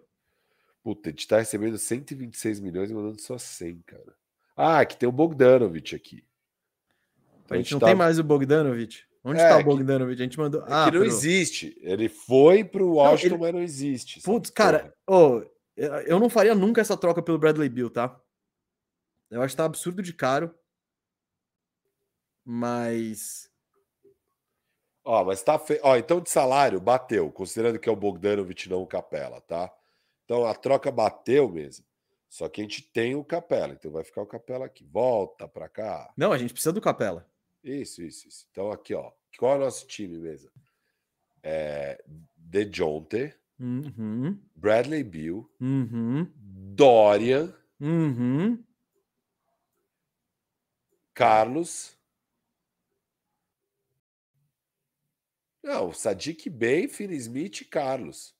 Speaker 2: Puta, a gente tá recebendo 126 milhões e mandando só 100, cara. Ah, que tem o Bogdanovich aqui. Então
Speaker 1: a gente não
Speaker 2: tá-
Speaker 1: tem mais o Bogdanovich. Onde
Speaker 2: É,
Speaker 1: está
Speaker 2: que-
Speaker 1: o Bogdanovich? A gente mandou.
Speaker 2: É
Speaker 1: ah,
Speaker 2: que
Speaker 1: pro-
Speaker 2: não existe. Ele foi pro Washington,
Speaker 1: ele-
Speaker 2: mas não existe. essa
Speaker 1: Putz,
Speaker 2: porra.
Speaker 1: cara, ô, eu- eu não faria nunca essa troca pelo Bradley Bill, tá? Eu acho que tá absurdo de caro. Mas.
Speaker 2: Ó, mas tá feio. Ó, então de salário bateu, considerando que é o Bogdanovich não o Capela, tá? Então a troca bateu mesmo. Só que a gente tem o Capela, então vai ficar o Capela aqui. Volta pra cá.
Speaker 1: Não, a gente precisa do Capela.
Speaker 2: Isso, isso, isso. Então aqui, ó. Qual é o nosso time mesmo? É, Dejonte,
Speaker 1: Uhum.
Speaker 2: Bradley Bill,
Speaker 1: Uhum.
Speaker 2: Dorian,
Speaker 1: Uhum.
Speaker 2: Carlos. Não, Sadiq Bey, Finn Smith e Carlos.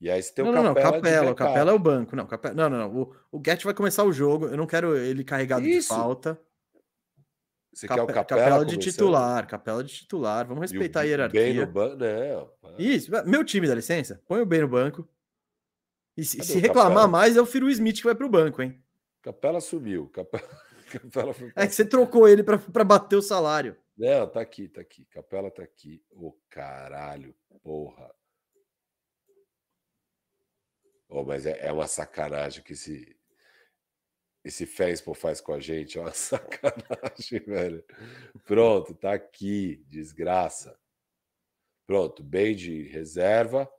Speaker 2: E aí você tem
Speaker 1: não,
Speaker 2: o
Speaker 1: não,
Speaker 2: Capela.
Speaker 1: não, Capela,
Speaker 2: de
Speaker 1: o
Speaker 2: backup.
Speaker 1: Capela é o banco. Não, Capela, não, não, não. O, o Guedes vai começar o jogo. Eu não quero ele carregado de
Speaker 2: Isso.
Speaker 1: falta.
Speaker 2: Você
Speaker 1: Cape-
Speaker 2: quer o Capela,
Speaker 1: de
Speaker 2: começando?
Speaker 1: titular, Capela de titular. Vamos
Speaker 2: E o
Speaker 1: respeitar a
Speaker 2: Bem
Speaker 1: hierarquia.
Speaker 2: no ban- né, Não, pá.
Speaker 1: Isso, é, meu time, dá licença. Põe o bem no banco. E se,
Speaker 2: Cadê
Speaker 1: se
Speaker 2: o
Speaker 1: reclamar
Speaker 2: Capela?
Speaker 1: mais, é o Firu Smith que vai pro banco, hein?
Speaker 2: Capela sumiu. Capela, Capela foi pra-
Speaker 1: É que você trocou ele pra, pra bater o salário.
Speaker 2: Não, tá aqui, tá aqui. Capela tá aqui. Ô, caralho, porra. Ô, mas é, é uma sacanagem que esse, esse Fenspo faz com a gente. É uma sacanagem, velho. Pronto, tá aqui. Desgraça. Pronto, bem de reserva.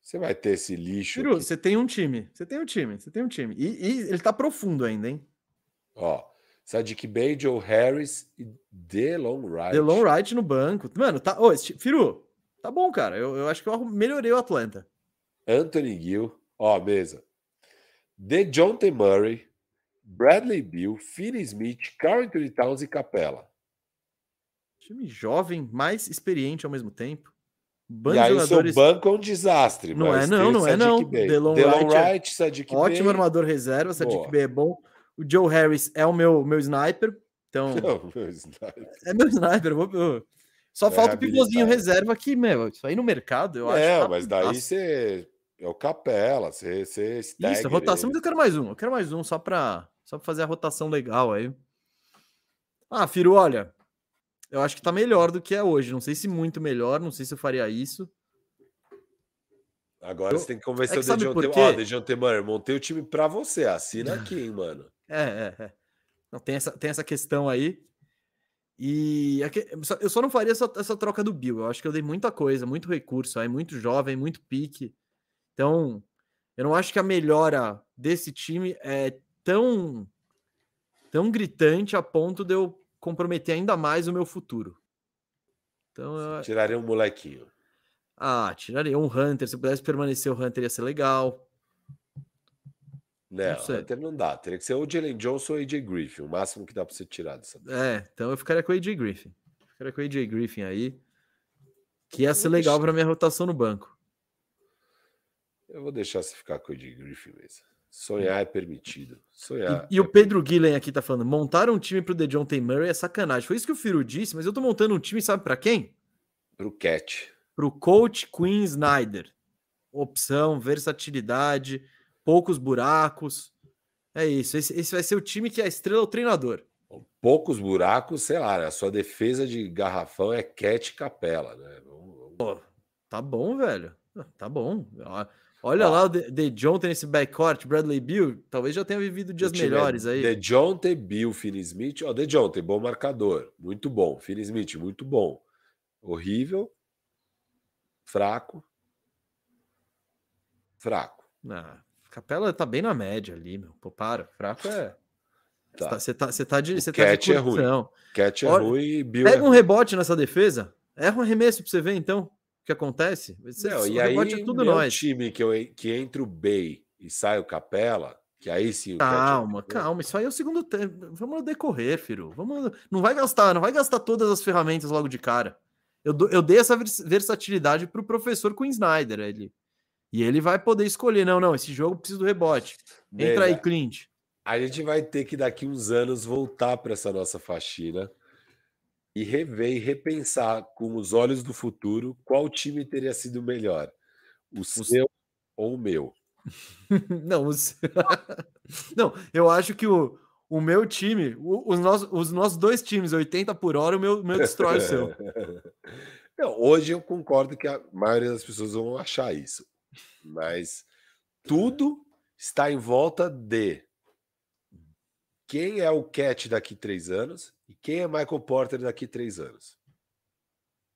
Speaker 2: Você vai ter esse lixo.
Speaker 1: Firu,
Speaker 2: aqui.
Speaker 1: você tem um time. Você tem um time, você tem um time. E, e ele tá profundo ainda, hein?
Speaker 2: Ó, Sadiq Bey, Joe Harris e Delon Wright.
Speaker 1: Delon Wright no banco. Mano, tá. Ô, esse ti- Firu, tá bom, cara. Eu, eu acho que eu arrum- melhorei o Atlanta.
Speaker 2: Anthony Gill, ó, mesa. De Jonte Murray, Bradley Bill, Finney Smith, Carlton Towns e Capela.
Speaker 1: Time jovem, mais experiente ao mesmo tempo. Bando
Speaker 2: e aí
Speaker 1: de
Speaker 2: o seu
Speaker 1: jogadores.
Speaker 2: banco é um desastre.
Speaker 1: Não
Speaker 2: mas
Speaker 1: é não,
Speaker 2: tem
Speaker 1: não é
Speaker 2: Sadiq
Speaker 1: não.
Speaker 2: Bey.
Speaker 1: Delon
Speaker 2: Delon,
Speaker 1: Wright
Speaker 2: Wright,
Speaker 1: é
Speaker 2: Sadiq
Speaker 1: Ótimo
Speaker 2: Bey.
Speaker 1: armador reserva, Sadiq
Speaker 2: Boa.
Speaker 1: B é bom. O Joe Harris é o meu, meu sniper. Então,
Speaker 2: Não, meu sniper.
Speaker 1: é meu sniper. eu vou- eu- Só
Speaker 2: É
Speaker 1: falta o pivôzinho
Speaker 2: habilitado.
Speaker 1: reserva aqui, meu. Isso aí no mercado, eu acho.
Speaker 2: É,
Speaker 1: tá
Speaker 2: mas daí
Speaker 1: pedaço.
Speaker 2: você... É o Capela, você... você
Speaker 1: Isso, é
Speaker 2: stagger
Speaker 1: rotação,
Speaker 2: ele.
Speaker 1: mas eu quero mais um. Eu quero mais um só pra, só pra fazer a rotação legal aí. Ah, Firo, olha. Eu acho que tá melhor do que é hoje. Não sei se muito melhor, não sei se eu faria isso.
Speaker 2: Agora
Speaker 1: Eu-
Speaker 2: você tem que
Speaker 1: é
Speaker 2: convencer
Speaker 1: que
Speaker 2: o
Speaker 1: sabe
Speaker 2: Dejounte
Speaker 1: por
Speaker 2: Murray. Ó,
Speaker 1: quê?
Speaker 2: Dejounte Murray, montei o time pra você. Assina aqui, hein, mano.
Speaker 1: É, é, é. Não, tem, essa, tem essa questão aí. E é que- eu só- eu só não faria essa, essa troca do Bill. Eu acho que eu dei muita coisa, muito recurso aí, muito jovem, muito pique. Então, eu não acho que a melhora desse time é tão, tão gritante a ponto de eu comprometer ainda mais o meu futuro. Então, eu,
Speaker 2: Tiraria um molequinho.
Speaker 1: ah, tiraria um Hunter. Se eu pudesse permanecer o Hunter, ia ser legal.
Speaker 2: Não,
Speaker 1: Não sei.
Speaker 2: Hunter não dá. Teria que ser ou Jalen Johnson ou AJ Griffin. O máximo que dá pra você tirar dessa.
Speaker 1: É, então eu ficaria com o AJ Griffin. Ficaria com o AJ Griffin aí. Que ia ser
Speaker 2: vou
Speaker 1: legal pra minha rotação no banco.
Speaker 2: Eu vou deixar você ficar com o AJ Griffin mesmo. Sonhar é permitido. Sonhar.
Speaker 1: Hum. E, e o Pedro Guilherme aqui tá falando: montar um time pro The John T. Murray é sacanagem. Foi isso que o Firo disse, mas eu tô montando um time, sabe para quem?
Speaker 2: é Pro Cat.
Speaker 1: Pro coach Queen Snyder. Opção, versatilidade, poucos buracos. É isso. Esse, esse vai ser o time que a estrela é o treinador.
Speaker 2: Poucos buracos, sei lá, né? a sua defesa de garrafão é Cat Capela, né? Vamos- vamos-
Speaker 1: Pô, tá bom, velho. Tá bom. Olha lá o The The John tem esse backcourt, Bradley Bill, talvez já tenha vivido dias
Speaker 2: O time é
Speaker 1: melhores aí.
Speaker 2: The Jonte, Bill, Finney Smith. Ó, The Jonte, bom marcador. Muito bom. Finney Smith, muito bom. Horrível. Fraco. Fraco.
Speaker 1: Ah, Capela tá bem na média ali, meu. Pô, para. Fraco é.
Speaker 2: Tá.
Speaker 1: Você tá, você tá de. Você tá
Speaker 2: Cat
Speaker 1: de
Speaker 2: é ruim.
Speaker 1: curtição.
Speaker 2: Cat é
Speaker 1: Olha,
Speaker 2: ruim e Bill é
Speaker 1: Pega um
Speaker 2: ruim.
Speaker 1: rebote nessa defesa. Erra um arremesso pra você ver, então. O que acontece? Você,
Speaker 2: Não, e
Speaker 1: o
Speaker 2: aí,
Speaker 1: rebote é tudo
Speaker 2: meu
Speaker 1: nós.
Speaker 2: time que, eu, que entra o Bay e sai o Capela, que aí sim o Cat é
Speaker 1: Calma,
Speaker 2: ruim.
Speaker 1: calma. Isso aí é o segundo tempo. Vamos no decorrer, filho. Vamos... Não vai gastar, não vai gastar todas as ferramentas logo de cara. Eu, dou- eu dei essa vers- versatilidade pro professor com Snyder. Ele... E ele vai poder escolher. Não, não, esse jogo precisa do rebote. Entra aí,
Speaker 2: Beleza.
Speaker 1: Clint.
Speaker 2: A gente vai ter que daqui uns anos voltar para essa nossa faxina e rever e repensar com os olhos do futuro qual time teria sido melhor, o seu ou o meu.
Speaker 1: Não, os- não, eu acho que o, o meu time, o- os, nossos, os nossos dois times, 80 por hora, o meu, o meu destrói o seu.
Speaker 2: É. Não, hoje eu concordo que a maioria das pessoas vão achar isso, mas tudo está em volta de quem é o Cat daqui três anos e quem é Michael Porter daqui três anos.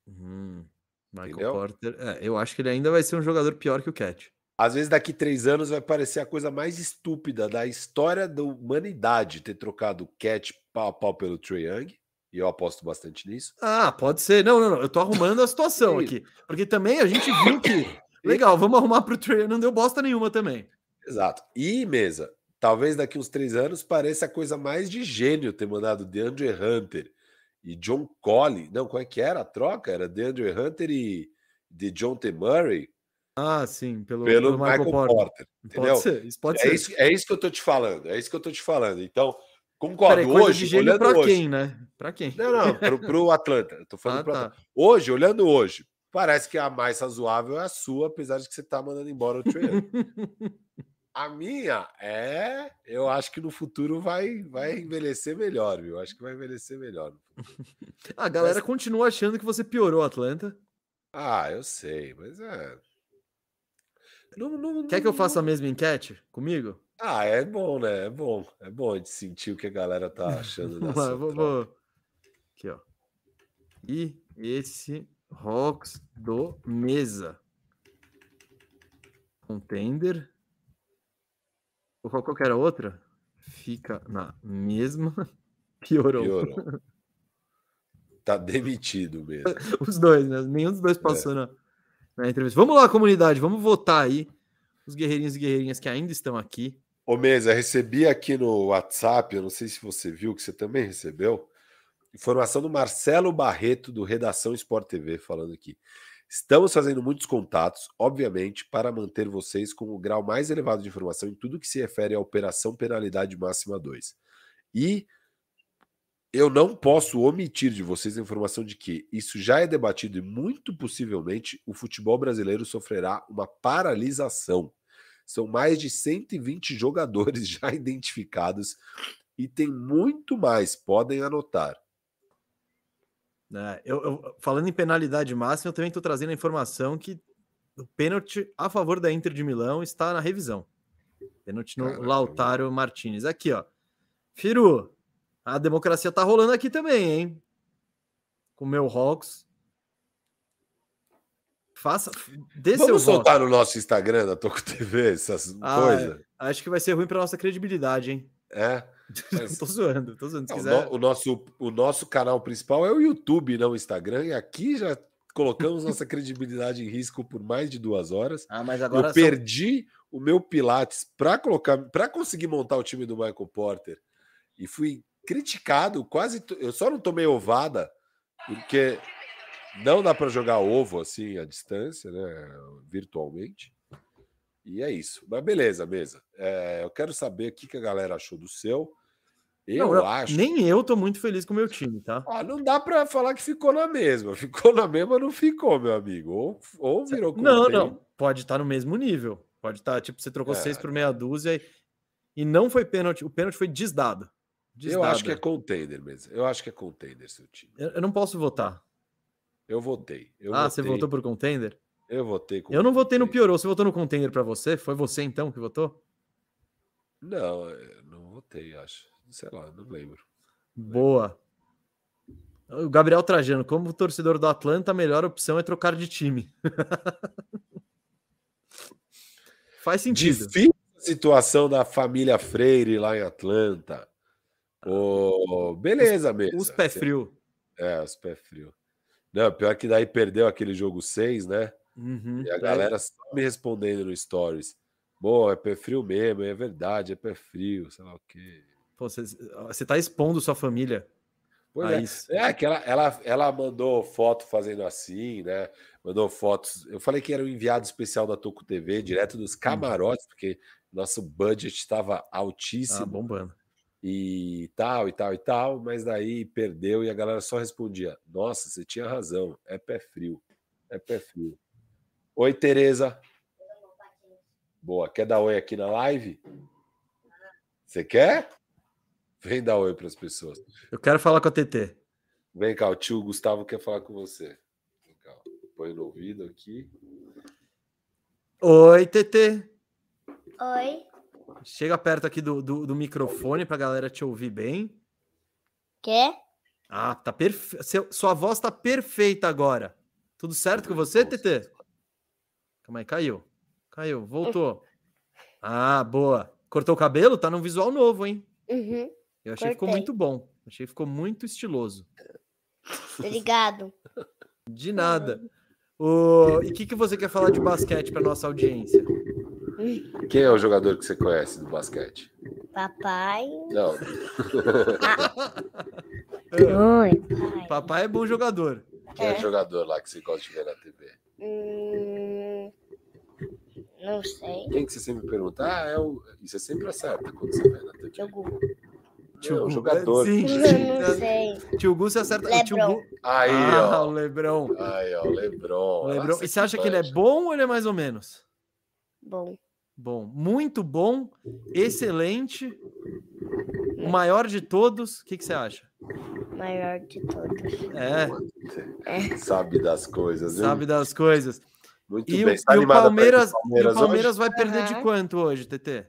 Speaker 1: Hum, Michael
Speaker 2: Entendeu?
Speaker 1: Porter, é, eu acho que ele ainda vai ser um jogador pior que o Cat.
Speaker 2: Às vezes, daqui três anos, vai parecer a coisa mais estúpida da história da humanidade ter trocado o Cat pau a pau pelo Trae Young, e eu aposto bastante nisso.
Speaker 1: Ah, pode ser. Não, não, não, eu tô arrumando a situação
Speaker 2: Isso.
Speaker 1: aqui. Porque também a gente viu que. Legal, vamos arrumar pro Trey. Não deu bosta nenhuma também.
Speaker 2: Exato. E, mesa, talvez daqui uns três anos pareça a coisa mais de gênio ter mandado DeAndre Hunter e John Colley. Não, qual é que era a troca? Era DeAndre Hunter e de John T. Murray
Speaker 1: Ah, sim, pelo,
Speaker 2: pelo Michael, Porter. entendeu?
Speaker 1: Pode ser, isso pode
Speaker 2: É
Speaker 1: ser.
Speaker 2: isso, é isso que eu tô te falando. É isso que eu tô te falando. Então, concordo.
Speaker 1: Peraí, coisa de
Speaker 2: hoje,
Speaker 1: gênio
Speaker 2: olhando
Speaker 1: pra
Speaker 2: hoje.
Speaker 1: quem, né? Pra quem?
Speaker 2: Não, não, pro, pro Atlanta. Eu tô falando
Speaker 1: Ah,
Speaker 2: pro
Speaker 1: tá.
Speaker 2: Atlanta. Hoje, olhando hoje, parece que a mais razoável é a sua, apesar de que você tá mandando embora o Trae Young. A minha é. Eu acho que no futuro vai, vai envelhecer melhor, viu? Acho que vai envelhecer melhor.
Speaker 1: A galera
Speaker 2: Mas-
Speaker 1: continua achando que você piorou o Atlanta.
Speaker 2: Ah, eu sei, mas é. Não, não-
Speaker 1: Quer que eu
Speaker 2: não-
Speaker 1: faça a mesma enquete comigo?
Speaker 2: Ah, é bom, né? É bom. É bom de sentir o que a galera tá achando
Speaker 1: Vamos
Speaker 2: dessa
Speaker 1: lá, vou,
Speaker 2: troca.
Speaker 1: vou- Aqui, ó. E esse Rocks do Mesa. Contender. Ou qual- qualquer outra. Fica na mesma. Piorou.
Speaker 2: Piorou. Tá demitido mesmo.
Speaker 1: Os dois, né? Nenhum dos dois passou na, na entrevista. Vamos lá, comunidade. Vamos votar aí. Os guerreirinhos e guerreirinhas que ainda estão aqui.
Speaker 2: Ô Mesa, recebi aqui no WhatsApp, eu não sei se você viu, que você também recebeu, informação do Marcelo Barreto, do Redação Sport TV, falando aqui. Estamos fazendo muitos contatos, obviamente, para manter vocês com o grau mais elevado de informação em tudo que se refere à Operação Penalidade Máxima 2. E eu não posso omitir de vocês a informação de que isso já é debatido e muito possivelmente o futebol brasileiro sofrerá uma paralisação. São mais de 120 jogadores já identificados e tem muito mais, podem anotar.
Speaker 1: né? eu, eu- falando em penalidade máxima, eu também estou trazendo a informação que o pênalti a favor da Inter de Milão está na revisão. Pênalti no
Speaker 2: Caraca,
Speaker 1: Lautaro Martinez. Aqui, ó. Firu, a democracia tá rolando aqui também, hein? Com o meu Hawks. Faça. Dê seu
Speaker 2: Vamos
Speaker 1: voto.
Speaker 2: soltar no nosso Instagram da Toco TV essas
Speaker 1: Ah,
Speaker 2: coisas?
Speaker 1: Acho que vai ser ruim para nossa credibilidade, hein?
Speaker 2: É. Mas-
Speaker 1: tô zoando, tô zoando. Se
Speaker 2: Não, o,
Speaker 1: quiser.
Speaker 2: no- o nosso, o nosso canal principal é o YouTube, não o Instagram, e aqui já colocamos nossa credibilidade em risco por mais de duas horas.
Speaker 1: Ah, mas
Speaker 2: eu
Speaker 1: são-
Speaker 2: perdi o meu Pilates para colocar, para conseguir montar o time do Michael Porter e fui criticado, quase to- eu só não tomei ovada porque não dá para jogar ovo assim à distância, né, virtualmente. E é isso. Mas beleza, mesa. É, eu quero saber o que, que a galera achou do seu. Eu
Speaker 1: Não, eu-
Speaker 2: acho.
Speaker 1: Nem eu tô muito feliz com o meu time, tá?
Speaker 2: Ah, não dá pra falar que ficou na mesma. Ficou na mesma, não ficou, meu amigo. Ou, ou virou
Speaker 1: Não,
Speaker 2: contente.
Speaker 1: não. Pode estar no mesmo nível. Pode estar, tipo, você trocou
Speaker 2: É.
Speaker 1: seis por meia dúzia e, e não foi pênalti. O pênalti foi desdado.
Speaker 2: Eu
Speaker 1: Desdado.
Speaker 2: acho que é contender mesmo. Eu acho que é contender, seu time.
Speaker 1: Eu- eu não posso votar.
Speaker 2: Eu votei. Eu
Speaker 1: ah,
Speaker 2: votei,
Speaker 1: você votou por contender?
Speaker 2: Eu votei com
Speaker 1: Eu não votei no
Speaker 2: contender.
Speaker 1: piorou. Você votou no contender pra você? Foi você então que votou?
Speaker 2: Não, eu não votei, acho. Sei lá, não lembro.
Speaker 1: Boa. O Gabriel Trajano, como torcedor do Atlanta, a melhor opção é trocar de time. Faz sentido.
Speaker 2: Difícil a situação da família Freire lá em Atlanta. Ô, beleza mesmo.
Speaker 1: Ah. Os pé frio.
Speaker 2: É, os pé frio. Não, pior que daí perdeu aquele jogo 6, né?
Speaker 1: Uhum.
Speaker 2: E a galera só me respondendo no stories. Bom, é pé frio mesmo, é verdade, é pé frio, sei lá o quê.
Speaker 1: Pô, você, você tá expondo sua família
Speaker 2: Pois
Speaker 1: a
Speaker 2: é.
Speaker 1: isso.
Speaker 2: É, que ela, ela, ela mandou foto fazendo assim, né? Mandou fotos. Eu falei que era um enviado especial da Toco TV, direto dos camarotes, porque nosso budget estava
Speaker 1: Ah,
Speaker 2: altíssimo
Speaker 1: bombando.
Speaker 2: e tal, e tal, e tal, mas daí perdeu e a galera só respondia: Nossa, você tinha razão, é pé frio, é pé frio. Oi, Tereza. Boa, quer dar oi aqui na live? Você quer? Vem dar oi para as pessoas.
Speaker 1: Eu quero falar com a TT.
Speaker 2: Vem cá, o tio Gustavo quer falar com você. Vem cá, ó. põe no ouvido aqui.
Speaker 1: Oi, TT.
Speaker 4: Oi,
Speaker 1: Chega perto aqui do, do, do microfone pra galera te ouvir bem.
Speaker 4: quê?
Speaker 1: Ah, tá perfeito. Sua voz tá perfeita agora. Tudo certo com você, TT? Calma aí, caiu. Caiu, voltou. Ah, boa. Cortou o cabelo? Tá num visual novo, hein?
Speaker 4: Uhum,
Speaker 1: Eu achei que ficou
Speaker 4: Cortei.
Speaker 1: muito bom. Achei que ficou muito estiloso.
Speaker 4: Tá obrigado.
Speaker 1: De nada. Ô, E o que, que você quer falar de basquete pra nossa audiência?
Speaker 2: Quem é o jogador que você conhece do basquete?
Speaker 4: Papai.
Speaker 2: Não,
Speaker 4: Oi, pai.
Speaker 1: Papai é bom jogador.
Speaker 2: quem é o
Speaker 4: É.
Speaker 2: jogador lá que você gosta de ver na TV?
Speaker 4: Hum, não sei.
Speaker 2: Quem que você sempre pergunta? Ah, é o. E você sempre acerta quando você vê na TV.
Speaker 4: Tio Gu.
Speaker 2: Tio
Speaker 1: Gu.
Speaker 2: Gu, jogador.
Speaker 1: Sim.
Speaker 4: Eu não sei.
Speaker 1: Tio Gu, você acerta. o Tio
Speaker 4: Lebron.
Speaker 1: Gu-
Speaker 2: Aí,
Speaker 1: Ah, o
Speaker 2: ó.
Speaker 1: Lebron.
Speaker 2: Aí, ó, Lebron.
Speaker 1: O Lebron.
Speaker 2: Nossa,
Speaker 1: E você acha que ele é
Speaker 2: mancha.
Speaker 1: bom ou ele é mais ou menos?
Speaker 4: Bom,
Speaker 1: Bom, muito bom, excelente, o maior de todos. O que, que você acha?
Speaker 4: maior de todos.
Speaker 1: É,
Speaker 2: Sabe das coisas, hein?
Speaker 1: sabe das coisas.
Speaker 2: Muito
Speaker 1: E, o,
Speaker 2: bem. Você tá
Speaker 1: e o
Speaker 2: animado pra ir pro
Speaker 1: Palmeiras, e o
Speaker 2: hoje?
Speaker 1: Palmeiras vai perder de
Speaker 4: Aham.
Speaker 1: quanto hoje, TT?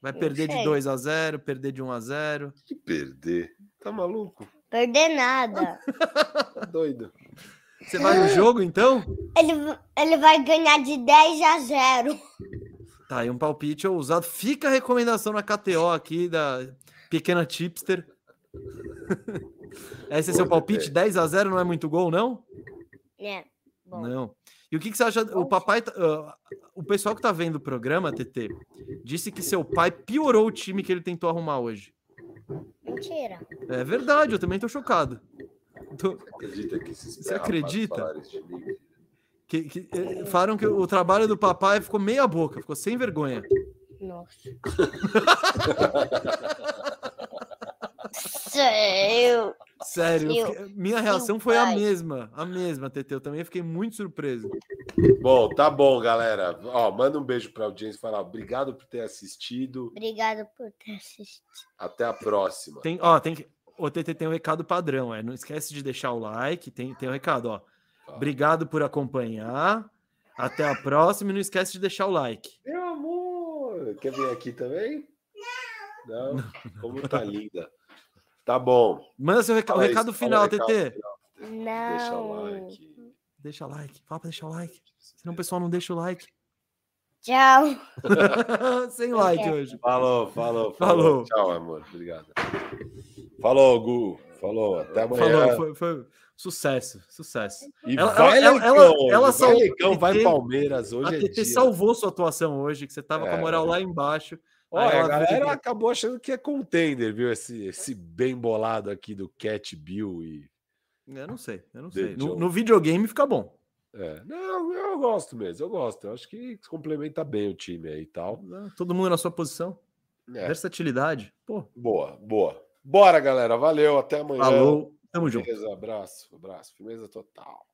Speaker 1: Vai
Speaker 4: Não
Speaker 1: perder de
Speaker 4: sei.
Speaker 1: 2 a 0 perder de 1 a 0
Speaker 2: Que perder. Tá maluco?
Speaker 4: Perder nada.
Speaker 2: Tá doido.
Speaker 1: Você vai no jogo, então?
Speaker 4: Ele, ele vai ganhar de 10 a 0.
Speaker 1: Tá, e um palpite ousado. Fica a recomendação na KTO aqui da pequena tipster. Esse é seu
Speaker 2: Boa,
Speaker 1: palpite?
Speaker 2: TT.
Speaker 1: 10 a 0 não é muito gol, não?
Speaker 4: É, bom.
Speaker 1: Não. E o que, que você acha? O papai. tá- ah, o pessoal que tá vendo o programa, TT, disse que seu pai piorou o time que ele tentou arrumar hoje.
Speaker 4: Mentira.
Speaker 1: É verdade, eu também tô chocado. Tô-
Speaker 2: Acredita que esses
Speaker 1: Você acredita?
Speaker 2: rapazes falaram isso de mim?
Speaker 1: que, que- eh, falaram que o trabalho do papai ficou meia boca, ficou sem vergonha.
Speaker 4: Nossa. Seu.
Speaker 1: Sério, eu
Speaker 4: Meu-
Speaker 1: fiquei- minha reação foi a
Speaker 4: pai.
Speaker 1: mesma. A mesma, TT. Eu também fiquei muito surpreso.
Speaker 2: Bom, tá bom, galera. Ó, manda um beijo pra audiência e fala obrigado por ter assistido.
Speaker 4: Obrigado por ter assistido.
Speaker 2: Até a próxima.
Speaker 1: Tem, ó, tem que. O TT tem um recado padrão, é. Não esquece de deixar o like, tem, tem um recado, ó.
Speaker 2: Fala.
Speaker 1: Obrigado por acompanhar. Até a próxima e não esquece de deixar o like.
Speaker 2: Meu amor, quer vir aqui também? Não. Como tá linda. Tá bom.
Speaker 1: Manda seu recado,
Speaker 2: Fala
Speaker 1: Tá recado
Speaker 2: isso, fala
Speaker 1: final,
Speaker 2: o recado
Speaker 1: TT.
Speaker 2: final.
Speaker 4: Não.
Speaker 2: Deixa o like.
Speaker 1: Deixa like. Fala pra deixar o like. Senão o pessoal não deixa o like.
Speaker 4: Tchau.
Speaker 1: Sem like hoje.
Speaker 2: Falou, falou,
Speaker 1: Falou.
Speaker 2: falou. Tchau, amor. Obrigado. Falou, Gu. Falou. Até amanhã.
Speaker 1: Falou, foi, foi sucesso, sucesso.
Speaker 2: E
Speaker 1: Ela-
Speaker 2: vai
Speaker 1: ela-
Speaker 2: Leicão
Speaker 1: ela-
Speaker 2: hoje,
Speaker 1: ela
Speaker 2: vai
Speaker 1: salvou
Speaker 2: Leicão, vai
Speaker 1: TT.
Speaker 2: Palmeiras hoje
Speaker 1: a
Speaker 2: é
Speaker 1: TT
Speaker 2: dia.
Speaker 1: salvou sua atuação hoje, que você tava com a
Speaker 2: É.
Speaker 1: moral lá embaixo. Aí
Speaker 2: Olha, a
Speaker 1: ela viu que-
Speaker 2: galera acabou achando que é contender, viu? Esse, esse bem bolado aqui do Cat Bill e
Speaker 1: Eu não sei, eu não
Speaker 2: The
Speaker 1: sei. No,
Speaker 2: Joe.
Speaker 1: no videogame fica bom.
Speaker 2: É, não, eu gosto mesmo, eu gosto. Eu acho que complementa bem o time aí e tal.
Speaker 1: Todo mundo na sua posição.
Speaker 2: É,
Speaker 1: Versatilidade. Pô,
Speaker 2: boa, boa. Bora, galera. Valeu, até amanhã.
Speaker 1: falou. Tamo junto.
Speaker 2: Beleza, abraço, abraço. Firmeza total.